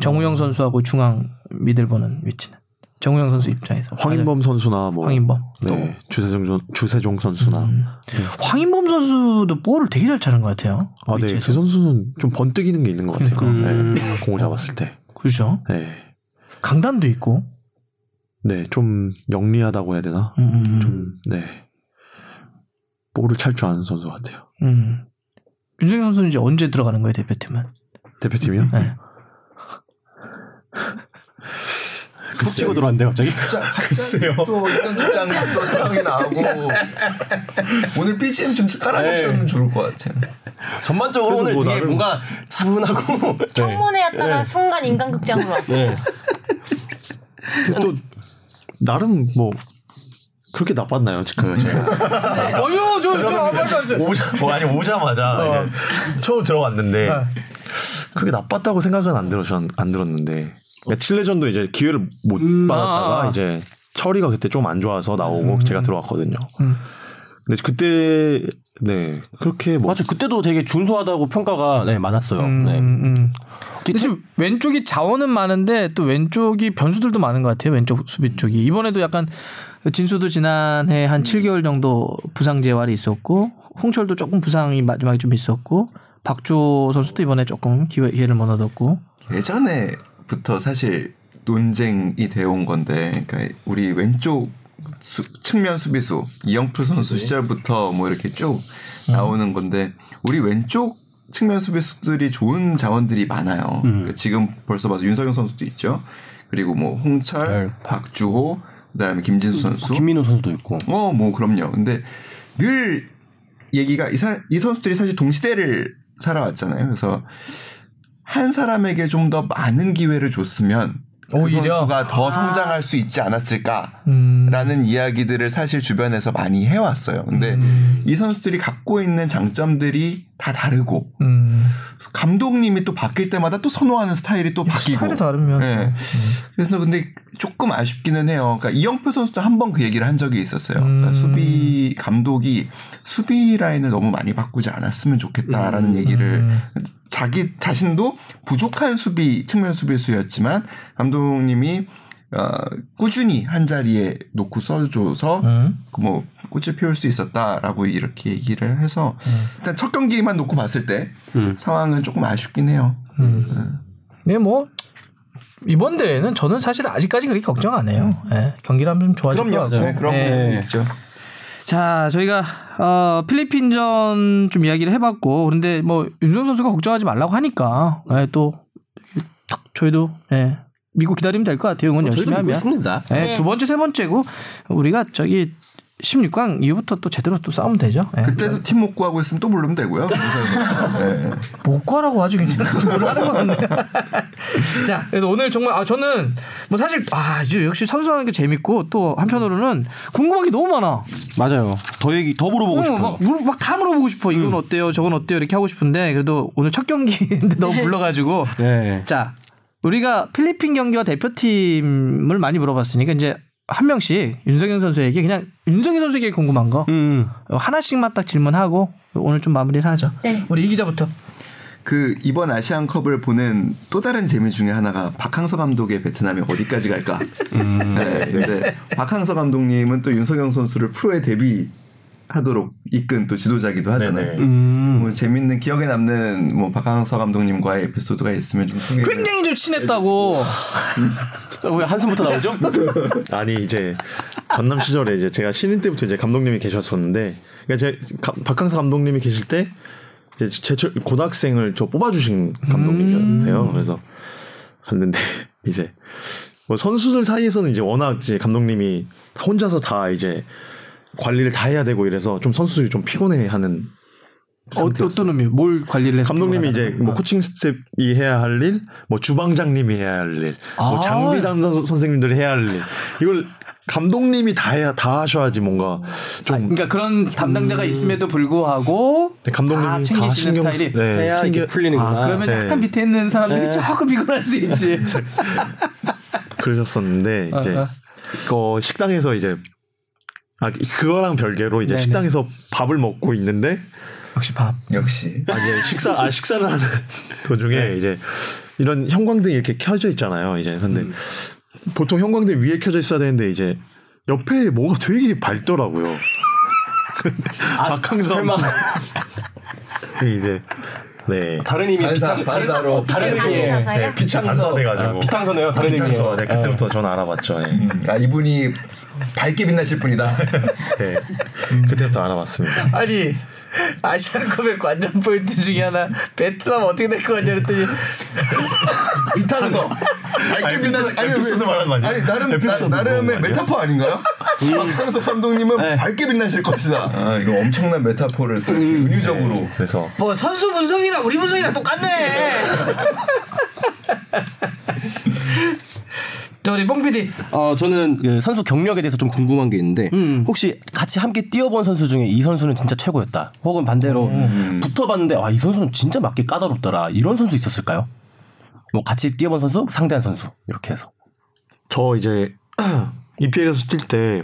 Speaker 1: 정우영 선수하고 중앙 미들 보는 위치는 정우영 선수 입장에서
Speaker 5: 네. 황인범 선수나 뭐
Speaker 1: 황인범 음.
Speaker 5: 네, 주세종 전- 주세종 선수나 네.
Speaker 1: 황인범 선수도 볼을 되게 잘 차는 것 같아요.
Speaker 5: 아, 네. 그
Speaker 1: 위치에서.
Speaker 5: 선수는 좀 번뜩이는 게 있는 것 같아요.
Speaker 1: 그러니까.
Speaker 5: 네, 공을 잡았을 때.
Speaker 1: 그렇죠.
Speaker 5: 네.
Speaker 1: 강단도 있고.
Speaker 5: 네, 좀 영리하다고 해야 되나?
Speaker 1: 음, 음, 음.
Speaker 5: 좀, 네. 볼을 찰 줄 아는 선수 같아요.
Speaker 1: 음. 윤석열 선수는 이제 언제 들어가는 거예요 대표팀은?
Speaker 5: 대표팀이요?
Speaker 1: 네.
Speaker 3: 푹 치고 들어왔는데 갑자기.
Speaker 2: 글쎄요. 또 이런 입장이 또 생각이 나고 오늘 BGM 좀 깔아주시면 좋을 것 같아요.
Speaker 3: 전반적으로 오늘
Speaker 5: 뭐
Speaker 3: 되게
Speaker 5: 나름-
Speaker 3: 뭔가 차분하고
Speaker 6: 청문회였다가
Speaker 3: 네.
Speaker 6: 순간 인간극장으로 왔어.
Speaker 3: 네.
Speaker 5: 근데 또, 나름 뭐, 그렇게 나빴나요, 지금?
Speaker 1: 아니요, 저저아무 말도 안 했어요.
Speaker 7: 오자 뭐 아니 오자마자
Speaker 5: 어.
Speaker 7: 이제 처음 들어왔는데
Speaker 5: 그렇게 나빴다고 생각은 안, 들어, 전안 들었는데. 그러니까 칠레전도 이제 기회를 못 받았다가
Speaker 1: 아, 아.
Speaker 5: 이제 처리가 그때 좀 안 좋아서 나오고 제가 들어왔거든요.
Speaker 1: 음.
Speaker 5: 근데 그때, 네. 그렇게 뭐.
Speaker 3: 맞아 그때도 되게 준수하다고 평가가 네, 많았어요.
Speaker 1: 음,
Speaker 3: 네.
Speaker 1: 음, 음. 근데 지금 왼쪽이 자원은 많은데 또 왼쪽이 변수들도 많은 것 같아요. 왼쪽 수비 쪽이 이번에도 약간 진수도 지난해 한 7개월 정도 부상 재활이 있었고 홍철도 조금 부상이 마지막에 좀 있었고 박주호 선수도 이번에 조금 기회, 기회를 못 얻었고
Speaker 2: 예전에부터 사실 논쟁이 되어온 건데, 그러니까 우리 왼쪽 수- 측면 수비수 이영표 선수 시절부터 뭐 이렇게 쭉 나오는 건데, 우리 왼쪽 측면 수비수들이 좋은 자원들이 많아요. 그러니까 지금 벌써 봐서 윤석영 선수도 있죠. 그리고 뭐 홍철, 박주호, 그다음에 김진수 선수,
Speaker 3: 김민호 선수도 있고.
Speaker 2: 어, 뭐 그럼요. 근데 늘 얘기가 이, 사- 이 선수들이 사실 동시대를 살아왔잖아요. 그래서 한 사람에게 좀 더 많은 기회를 줬으면 그
Speaker 1: 오히려? 아.
Speaker 2: 선수가 더 성장할 수 있지 않았을까라는
Speaker 1: 음,
Speaker 2: 이야기들을 사실 주변에서 많이 해왔어요. 근데
Speaker 1: 음.
Speaker 2: 이 선수들이 갖고 있는 장점들이 다 다르고
Speaker 1: 음.
Speaker 2: 감독님이 또 바뀔 때마다 또 선호하는 스타일이 또 바뀌고
Speaker 1: 스타일이 다르면
Speaker 2: 예. 그래서 근데 조금 아쉽기는 해요. 그러니까 이영표 선수도 한 번 그 얘기를 한 적이 있었어요.
Speaker 1: 음.
Speaker 2: 그러니까 수비 감독이 수비 라인을 너무 많이 바꾸지 않았으면
Speaker 1: 음,
Speaker 2: 좋겠다라는 얘기를 자기 자신도 부족한 수비 측면 수비수였지만 감독님이 어, 꾸준히 한 자리에 놓고 써줘서
Speaker 1: 음.
Speaker 2: 그뭐 꽃을 피울 수 있었다라고 이렇게 얘기를 해서
Speaker 1: 음.
Speaker 2: 일단 첫 경기만 놓고 봤을 때 상황은 조금 아쉽긴 해요.
Speaker 1: 네, 뭐 이번 대회는 저는 사실 아직까지 그렇게 걱정 안 해요. 예, 경기라면 좀 좋아질 것 같고.
Speaker 2: 네, 그런
Speaker 1: 예.
Speaker 2: 부분이 있죠.
Speaker 1: 자, 저희가 어, 필리핀전 좀 이야기를 해봤고, 그런데 뭐 윤종 선수가 걱정하지 말라고 하니까 예, 또 저희도 예, 믿고 기다리면 될 것 같아요. 응원 열심히 하면.
Speaker 3: 어, 있습니다.
Speaker 1: 예, 두 번째, 세 번째고 우리가 저기 16강 이후부터 또 제대로 또 싸우면 되죠. 예.
Speaker 3: 네.
Speaker 2: 그때도 팀 못 구하고 있으면 또 부르면 되고요. 네.
Speaker 1: 못 구하라고 아주 괜찮은 걸 하는 것 같네. 자, 그래서 오늘 정말, 아, 저는 뭐 사실, 아, 이제 역시 선수하는 게 재밌고 또 한편으로는 궁금한 게 너무 많아.
Speaker 3: 맞아요. 더 얘기 더 물어보고
Speaker 1: 어,
Speaker 3: 싶어요.
Speaker 1: 막, 물, 막 다 물어보고 싶어. 이건 네. 어때요? 저건 어때요? 이렇게 하고 싶은데 그래도 오늘 첫 경기인데 너무 불러가지고.
Speaker 3: 네.
Speaker 1: 자, 우리가 필리핀 경기와 대표팀을 많이 물어봤으니까 이제 한 명씩 윤석영 선수에게 그냥 윤석영 선수에게 궁금한 거
Speaker 3: 음.
Speaker 1: 하나씩만 딱 질문하고 오늘 좀 마무리를 하죠.
Speaker 4: 네.
Speaker 1: 우리 이 기자부터.
Speaker 2: 그 이번 아시안컵을 보는 또 다른 재미 중에 하나가 박항서 감독의 베트남이 어디까지 갈까.
Speaker 3: 음.
Speaker 2: 네, 근데 박항서 감독님은 또 윤석영 선수를 프로에 데뷔하도록 이끈 또 지도자기도 하잖아요.
Speaker 7: 네네.
Speaker 3: 음.
Speaker 2: 뭐 재밌는 기억에 남는 뭐 박항서 감독님과의 에피소드가 있으면 좀 소개해.
Speaker 1: 굉장히 좀 친했다고.
Speaker 3: 왜 한숨부터 나오죠?
Speaker 5: 아니 이제 전남 시절에 이제 제가 신인 때부터 이제 감독님이 계셨었는데 그러니까 제 가- 박항서 감독님이 계실 때 이제 제 철- 고등학생을 저 뽑아주신 감독님이세요. 그래서 갔는데 이제 뭐 선수들 사이에서는 이제 워낙 이제 감독님이 혼자서 다 이제 관리를 다 해야 되고 이래서 좀 선수들이 좀 피곤해하는
Speaker 1: 어, 어떤 의미? 뭘 관리를 해서
Speaker 5: 감독님이
Speaker 1: 필요하다는
Speaker 5: 이제
Speaker 1: 그 거야? 아.
Speaker 5: 뭐 코칭 스텝이 해야 할 일, 뭐 주방장님이 해야 할 일,
Speaker 1: 아.
Speaker 5: 뭐 장비 담당 선- 선생님들이 해야 할 일. 이걸 감독님이 다 해야 다 하셔야지 뭔가 좀
Speaker 1: 아, 그러니까 그런 담당자가 있음에도 불구하고
Speaker 5: 네, 감독님이
Speaker 1: 다
Speaker 5: 다
Speaker 1: 챙기시는
Speaker 5: 신경 쓰-
Speaker 1: 스타일이
Speaker 5: 네,
Speaker 3: 해야 이게
Speaker 5: 챙겨-
Speaker 3: 풀리는구나.
Speaker 1: 아, 그러면
Speaker 5: 네.
Speaker 1: 약간 밑에 있는 사람들이 조금 피곤할 수 있지.
Speaker 5: 그러셨었는데 이제
Speaker 1: 어, 어.
Speaker 5: 그 식당에서 이제 아 그거랑 별개로 이제
Speaker 1: 네네.
Speaker 5: 식당에서 밥을 먹고 있는데
Speaker 1: 역시 밥.
Speaker 2: 역시.
Speaker 5: 아, 이제 식사 아 식사를 하는 네. 도중에 이제 이런 형광등이 이렇게 켜져 있잖아요. 이제 근데 보통 형광등 위에 켜져 있어야 되는데 이제 옆에 뭐가 되게 밝더라고요. 박항서
Speaker 3: 아, 설마
Speaker 5: 이제 네
Speaker 3: 다른 의미
Speaker 1: 아,
Speaker 7: 반사
Speaker 3: 비타
Speaker 7: 반사로
Speaker 3: 다른 의미
Speaker 6: 반사사요?
Speaker 7: 네,
Speaker 5: 그-
Speaker 7: 빛이 반사돼가지고
Speaker 3: 아, 비탄서네요. 음. 다른 의미.
Speaker 7: 비탄서. 네, 그때부터 전 알아봤죠. 예.
Speaker 2: 아 이분이 밝게 빛나실 분이다.
Speaker 5: 네.
Speaker 3: 음.
Speaker 5: 그때부터 알아봤습니다.
Speaker 1: 아니 아시안컵의 관전 포인트 중에 하나 베트남 어떻게 될 것 같냐 했더니
Speaker 2: 비타서 밝게
Speaker 5: 아니,
Speaker 2: 빛나실
Speaker 5: 에피소드- 에피소드 말하는 거 아니야?
Speaker 2: 그 아니 나름
Speaker 5: 에피소드
Speaker 2: 나, 름의
Speaker 5: 그런 거 아니야?
Speaker 2: 메타포 아닌가요? 박항서 감독님은 밝게 빛나실 것이다. 음. 네. 아 이거 엄청난 메타포를 또 이렇게 은유적으로.
Speaker 5: 그래서
Speaker 1: 뭐 선수 분석이나 우리 분석이나 똑같네. 저 우리 뽕 PD
Speaker 3: 어 저는 그 선수 경력에 대해서 좀 궁금한 게 있는데
Speaker 1: 음.
Speaker 3: 혹시 같이 함께 뛰어본 선수 중에 이 선수는 진짜 최고였다. 혹은 반대로
Speaker 1: 음.
Speaker 3: 붙어봤는데 아 이 선수는 진짜 맞게 까다롭더라. 이런 선수 있었을까요? 뭐 같이 뛰어본 선수, 상대한 선수 이렇게 해서.
Speaker 5: 저 이제 EPL에서 뛸 때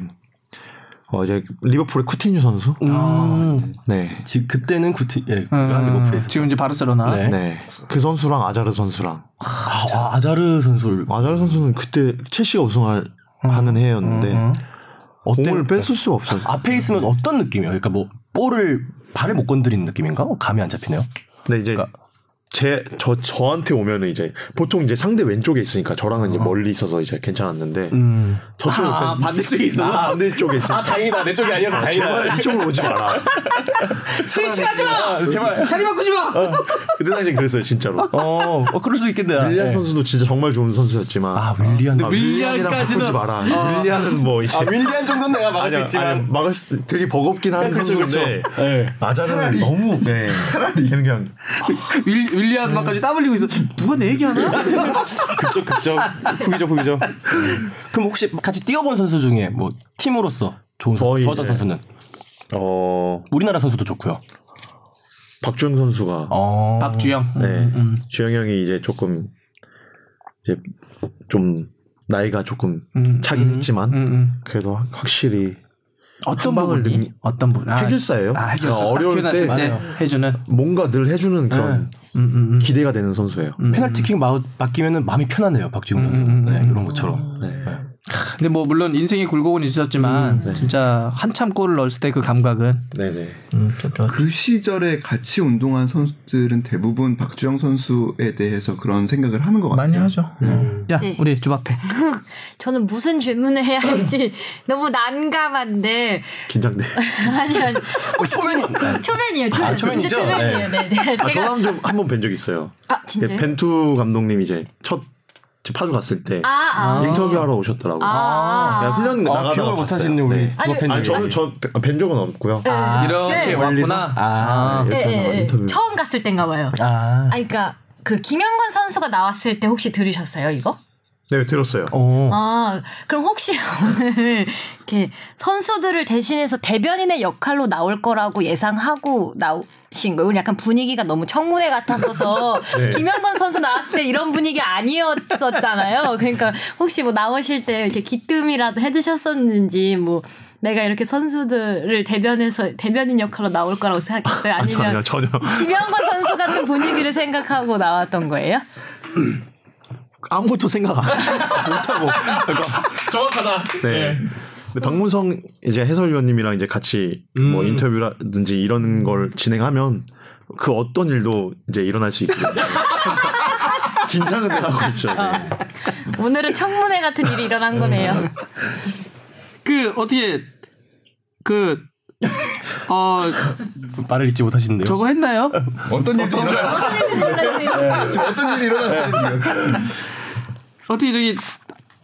Speaker 5: 어, 이제 리버풀의 쿠티뉴 선수.
Speaker 1: 아.
Speaker 3: 음.
Speaker 5: 네.
Speaker 3: 지금 그때는 구티 예.
Speaker 1: 음.
Speaker 3: 리버풀에 있었죠.
Speaker 1: 지금 이제 바르셀로나.
Speaker 3: 네.
Speaker 5: 뭐 네. 그 선수랑 아자르 선수랑
Speaker 3: 아, 아자르 선수를
Speaker 5: 아자르 선수는 그때 첼시가 우승하는 해였는데
Speaker 3: 어때?
Speaker 5: 공을 뺏을 수가 없어요.
Speaker 3: 앞에 있으면 어떤 느낌이에요? 그러니까 뭐 볼을 발을 못 건드리는 느낌인가? 어, 감이 안 잡히네요.
Speaker 5: 근데 이제
Speaker 3: 그러니까-
Speaker 5: 제 저 저한테 오면은 이제 보통 이제 상대 왼쪽에 있으니까 저랑은 이제 멀리 있어서 이제 괜찮았는데
Speaker 3: 음.
Speaker 5: 저쪽
Speaker 1: 아 반대쪽에 있어.
Speaker 5: 반대쪽에 있으니까
Speaker 3: 다행이다. 내 쪽이 아, 아니어서 아,
Speaker 5: 제발 이쪽으로 오지 마라.
Speaker 1: 스위치하지 마.
Speaker 3: 제발.
Speaker 1: 자리 바꾸지 마.
Speaker 5: 어. 그때 당시 그랬어요 진짜로.
Speaker 3: 어, 어, 그럴 수 있겠네요.
Speaker 5: 윌리안
Speaker 3: 예.
Speaker 5: 선수도 진짜 정말 좋은 선수였지만
Speaker 3: 아, 윌리안. 아,
Speaker 5: 아,
Speaker 1: 윌리안까지는-
Speaker 5: 바꾸지 마라. 윌리안은 뭐 이제
Speaker 3: 윌리안 정도는 내가
Speaker 5: 아니야, 아니야, 막을 수, 네, 그렇죠, 되게 버겁긴 한 선수인데 아자르는 너무 네. 차라리 그냥
Speaker 1: 윌, 윌리안
Speaker 5: 네.
Speaker 1: 막까지 따블리고 있어. 누가 내 얘기하나?
Speaker 3: 급적, 급적. 후기적, 후기적. 그럼 혹시 같이 뛰어본 선수 중에 뭐 팀으로서 좋은 선수,
Speaker 5: 거의
Speaker 3: 저다
Speaker 5: 이제-
Speaker 3: 선수는
Speaker 5: 어
Speaker 3: 우리나라 선수도 좋고요.
Speaker 5: 박준 선수가
Speaker 3: 어.
Speaker 1: 박주영.
Speaker 5: 네.
Speaker 1: 음.
Speaker 5: 주영 형이 이제 조금 이제 좀 나이가 조금 차긴 했지만
Speaker 1: 음, 음.
Speaker 5: 그래도 확- 확실히
Speaker 1: 어떤
Speaker 5: 한 방울
Speaker 1: 부분이?
Speaker 5: 능력.
Speaker 1: 어떤 부분? 아,
Speaker 5: 해결사예요.
Speaker 1: 아, 해결사.
Speaker 5: 그러니까 어려울
Speaker 1: 딱 태어났을
Speaker 5: 때
Speaker 1: 때 해주는.
Speaker 5: 뭔가 늘 해주는 그런
Speaker 1: 음, 음, 음.
Speaker 5: 기대가 되는 선수예요.
Speaker 3: 페널티킥 마우- 맡기면은 음. 마음이 편하네요. 박지웅 선수. 네, 이런 것처럼.
Speaker 5: 네.
Speaker 1: 근데 뭐 물론 인생의 굴곡은 있었지만 진짜 한참 골을 넣었을 때 그 감각은
Speaker 5: 네네.
Speaker 2: 그 시절에 같이 운동한 선수들은 대부분 박주영 선수에 대해서 그런 생각을 하는 것 같아요.
Speaker 1: 하죠.
Speaker 9: 음.
Speaker 1: 야 우리 주바페.
Speaker 8: 저는 무슨 질문을 해야 할지 너무 난감한데
Speaker 5: 긴장돼.
Speaker 8: 아니 아니
Speaker 3: 초면이
Speaker 8: 초면이에요 초면
Speaker 3: 아, 초면이죠?
Speaker 8: 진짜 초면이에요 네. 네.
Speaker 5: 아, 저
Speaker 8: 제가
Speaker 5: 사람 좀 한 번 뵌 적 있어요.
Speaker 8: 아 진짜요?
Speaker 5: 벤투 감독님 이제 첫 파주 갔을 때
Speaker 8: 아, 아,
Speaker 5: 인터뷰하러 오셨더라고요.
Speaker 8: 아.
Speaker 5: 그냥 훈련
Speaker 3: 아,
Speaker 5: 나가다가
Speaker 3: 기억을
Speaker 5: 봤어요.
Speaker 3: 못하시는 우리
Speaker 5: 네.
Speaker 3: 아
Speaker 8: 아니,
Speaker 5: 아니 저는 저뵌 적은 없고요.
Speaker 1: 이렇게
Speaker 8: 네.
Speaker 1: 왔구나. 아.
Speaker 5: 네,
Speaker 8: 예,
Speaker 5: 인터뷰,
Speaker 8: 예, 예.
Speaker 5: 인터뷰.
Speaker 8: 처음 갔을 땐가 봐요 아
Speaker 3: 아.
Speaker 8: 그러니까 그 김영건 선수가 나왔을 때 혹시 들으셨어요 이거?
Speaker 5: 네 들었어요.
Speaker 3: 어.
Speaker 8: 아 그럼 혹시 오늘 이렇게 선수들을 대신해서 대변인의 역할로 나올 거라고 예상하고 나오신
Speaker 6: 신 거예요. 오늘 약간 분위기가 너무 청문회 같았어서
Speaker 5: 네.
Speaker 6: 김현건 선수 나왔을 때 이런 분위기 아니었었잖아요. 그러니까
Speaker 8: 혹시 뭐 나오실 때 이렇게 기뜸이라도 해주셨었는지 뭐 내가 이렇게 선수들을 대변해서 대변인 역할로 나올 거라고 생각했어요?
Speaker 5: 아니요,
Speaker 8: 아니면
Speaker 5: 아니요, 전혀.
Speaker 8: 김영건 선수 같은 분위기를 생각하고 나왔던 거예요?
Speaker 5: 아무것도 생각 안 못하고.
Speaker 3: 정확하다.
Speaker 5: 네. 근데 박문성 이제 해설위원님이랑 이제 같이 뭐
Speaker 2: 음.
Speaker 5: 인터뷰라든지 이런 걸 진행하면 그 어떤 일도 이제 일어날 수 있고 긴장은 늘 하고 있죠. 네.
Speaker 8: 오늘은 청문회 같은 일이 일어난 거네요.
Speaker 9: 그 어떻게 그 어,
Speaker 3: 말을 잊지 못하시는데요.
Speaker 9: 저거 했나요?
Speaker 2: 어떤 일이 일어났어요?
Speaker 3: 네.
Speaker 2: 네. 지금 어떤 일이 일어났어요? 지금?
Speaker 9: 어떻게 저기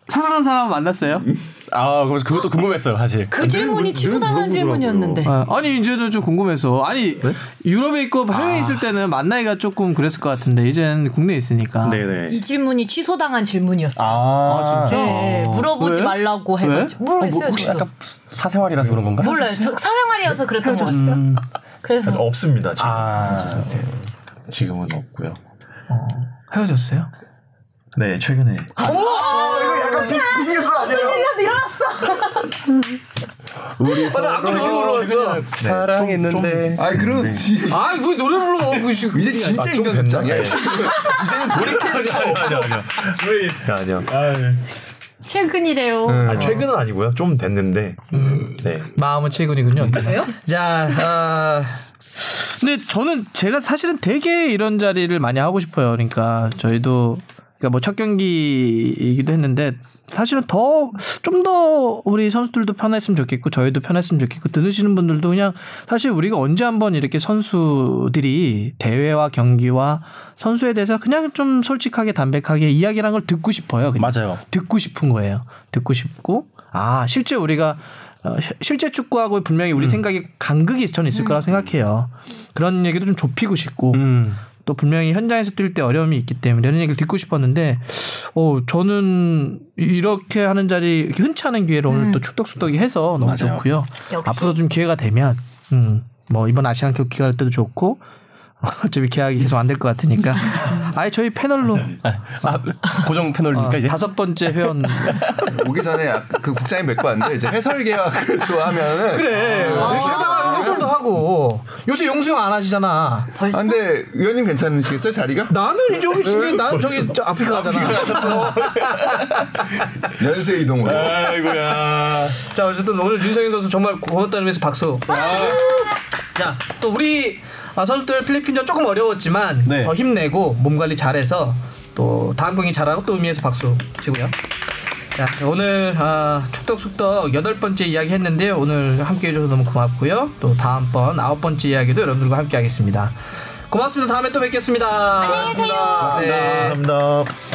Speaker 9: 사랑한 사람 만났어요?
Speaker 3: 아, 그래서 그것도 궁금했어요, 사실.
Speaker 6: 그 질문이 취소당한 질문이었는데.
Speaker 9: 아, 아니 이제는 좀 궁금해서 아니 유럽에 있고 해외에 있을 때는 만나기가 조금 그랬을 것 같은데 이젠 국내에 있으니까
Speaker 5: 네네.
Speaker 6: 이 질문이 취소당한 질문이었어요.
Speaker 3: 아,
Speaker 9: 진짜?
Speaker 6: 네, 물어보지
Speaker 9: 왜?
Speaker 6: 말라고
Speaker 9: 왜?
Speaker 6: 해가지고 모르겠어요.
Speaker 3: 뭐 혹시
Speaker 6: 저도.
Speaker 3: 약간 음. 사생활이라서 그런 건가요?
Speaker 6: 몰라요. 저 사생활이어서 그랬던 것 같아요. 그래서
Speaker 3: 어.
Speaker 7: 없습니다 지금.
Speaker 3: 아.
Speaker 7: 지금은 없고요.
Speaker 9: 헤어졌어요?
Speaker 7: 네 최근에
Speaker 2: 아,
Speaker 6: 어,
Speaker 3: 어. 우리 서로 아까 노래 불러왔어. 사랑했는데.
Speaker 2: 아니 그렇지.
Speaker 9: 아이 그 노래 불러 그 지금
Speaker 2: 이제
Speaker 7: 아,
Speaker 2: 진짜 인간극장이야.
Speaker 7: 예. 아니요 아니요 아니요
Speaker 3: 네.
Speaker 8: 최근이래요.
Speaker 7: 아, 최근은 아니고요 좀 됐는데 네
Speaker 1: 마음은 최근이군요. 자, 아,
Speaker 9: 근데
Speaker 1: 저는 제가 사실은 되게 이런 자리를 많이 하고 싶어요. 그러니까 저희도 그러니까 뭐 첫 경기이기도 했는데 사실은 더 좀 더 우리 선수들도 편했으면 좋겠고 저희도 편했으면 좋겠고 들으시는 분들도 그냥 사실 우리가 언제 한번 이렇게 선수들이 대회와 경기와 선수에 대해서 그냥 좀 솔직하게 담백하게 이야기라는 걸 듣고 싶어요. 그냥.
Speaker 3: 맞아요.
Speaker 1: 듣고 싶은 거예요. 듣고 싶고 아 실제 우리가 어, 시- 실제 축구하고 분명히
Speaker 3: 음.
Speaker 1: 우리 생각이 간극이
Speaker 6: 음.
Speaker 1: 저는 있을 거라 고 생각해요. 그런 얘기도 좀 좁히고 싶고
Speaker 3: 음.
Speaker 1: 또 분명히 현장에서 뛸 때 어려움이 있기 때문에 이런 얘기를 듣고 싶었는데 어 저는 이렇게 하는 자리 이렇게 흔치 않은 기회를 오늘 또 축덕수덕이 해서 너무 좋고요.
Speaker 6: 음. 역시.
Speaker 1: 앞으로 좀 기회가 되면 음, 뭐 이번 아시안컵 기간 때도 좋고 어차피 계약이 계속 안 될 것 같으니까 아예 저희 패널로
Speaker 3: 아, 고정 패널이니까
Speaker 1: 어,
Speaker 3: 이제.
Speaker 1: 다섯 번째 회원
Speaker 2: 오기 전에 약- 그 국장님 뵙고 왔는데 이제 해설 계약을 또 하면은
Speaker 1: 그래. 네, 게다가 해설도 하고. 요새 용수형 안 하시잖아.
Speaker 2: 아, 근데 위원님 괜찮으시겠어요 자리가?
Speaker 1: 나는 저기 진짜 나는 저기 저 아프리카 가잖아.
Speaker 2: 연세 이동으로.
Speaker 3: 아이고야.
Speaker 1: 자 어쨌든 오늘 윤성현 선수 정말 고맙다는 의미에서 박수. 자 또 우리 아, 선수들 필리핀전 조금 어려웠지만
Speaker 3: 네.
Speaker 1: 더 힘내고 몸 관리 잘해서 또 다음 경기 잘하고 또 의미에서 박수 치고요. 자 오늘 아, 축덕숙덕 여덟 번째 이야기 했는데요. 오늘 함께 해줘서 너무 고맙고요. 또 다음 번 아홉 번째 이야기도 여러분들과
Speaker 2: 아.
Speaker 1: 함께 하겠습니다. 고맙습니다. 다음에 또 뵙겠습니다. 안녕히 계세요.
Speaker 7: 감사합니다.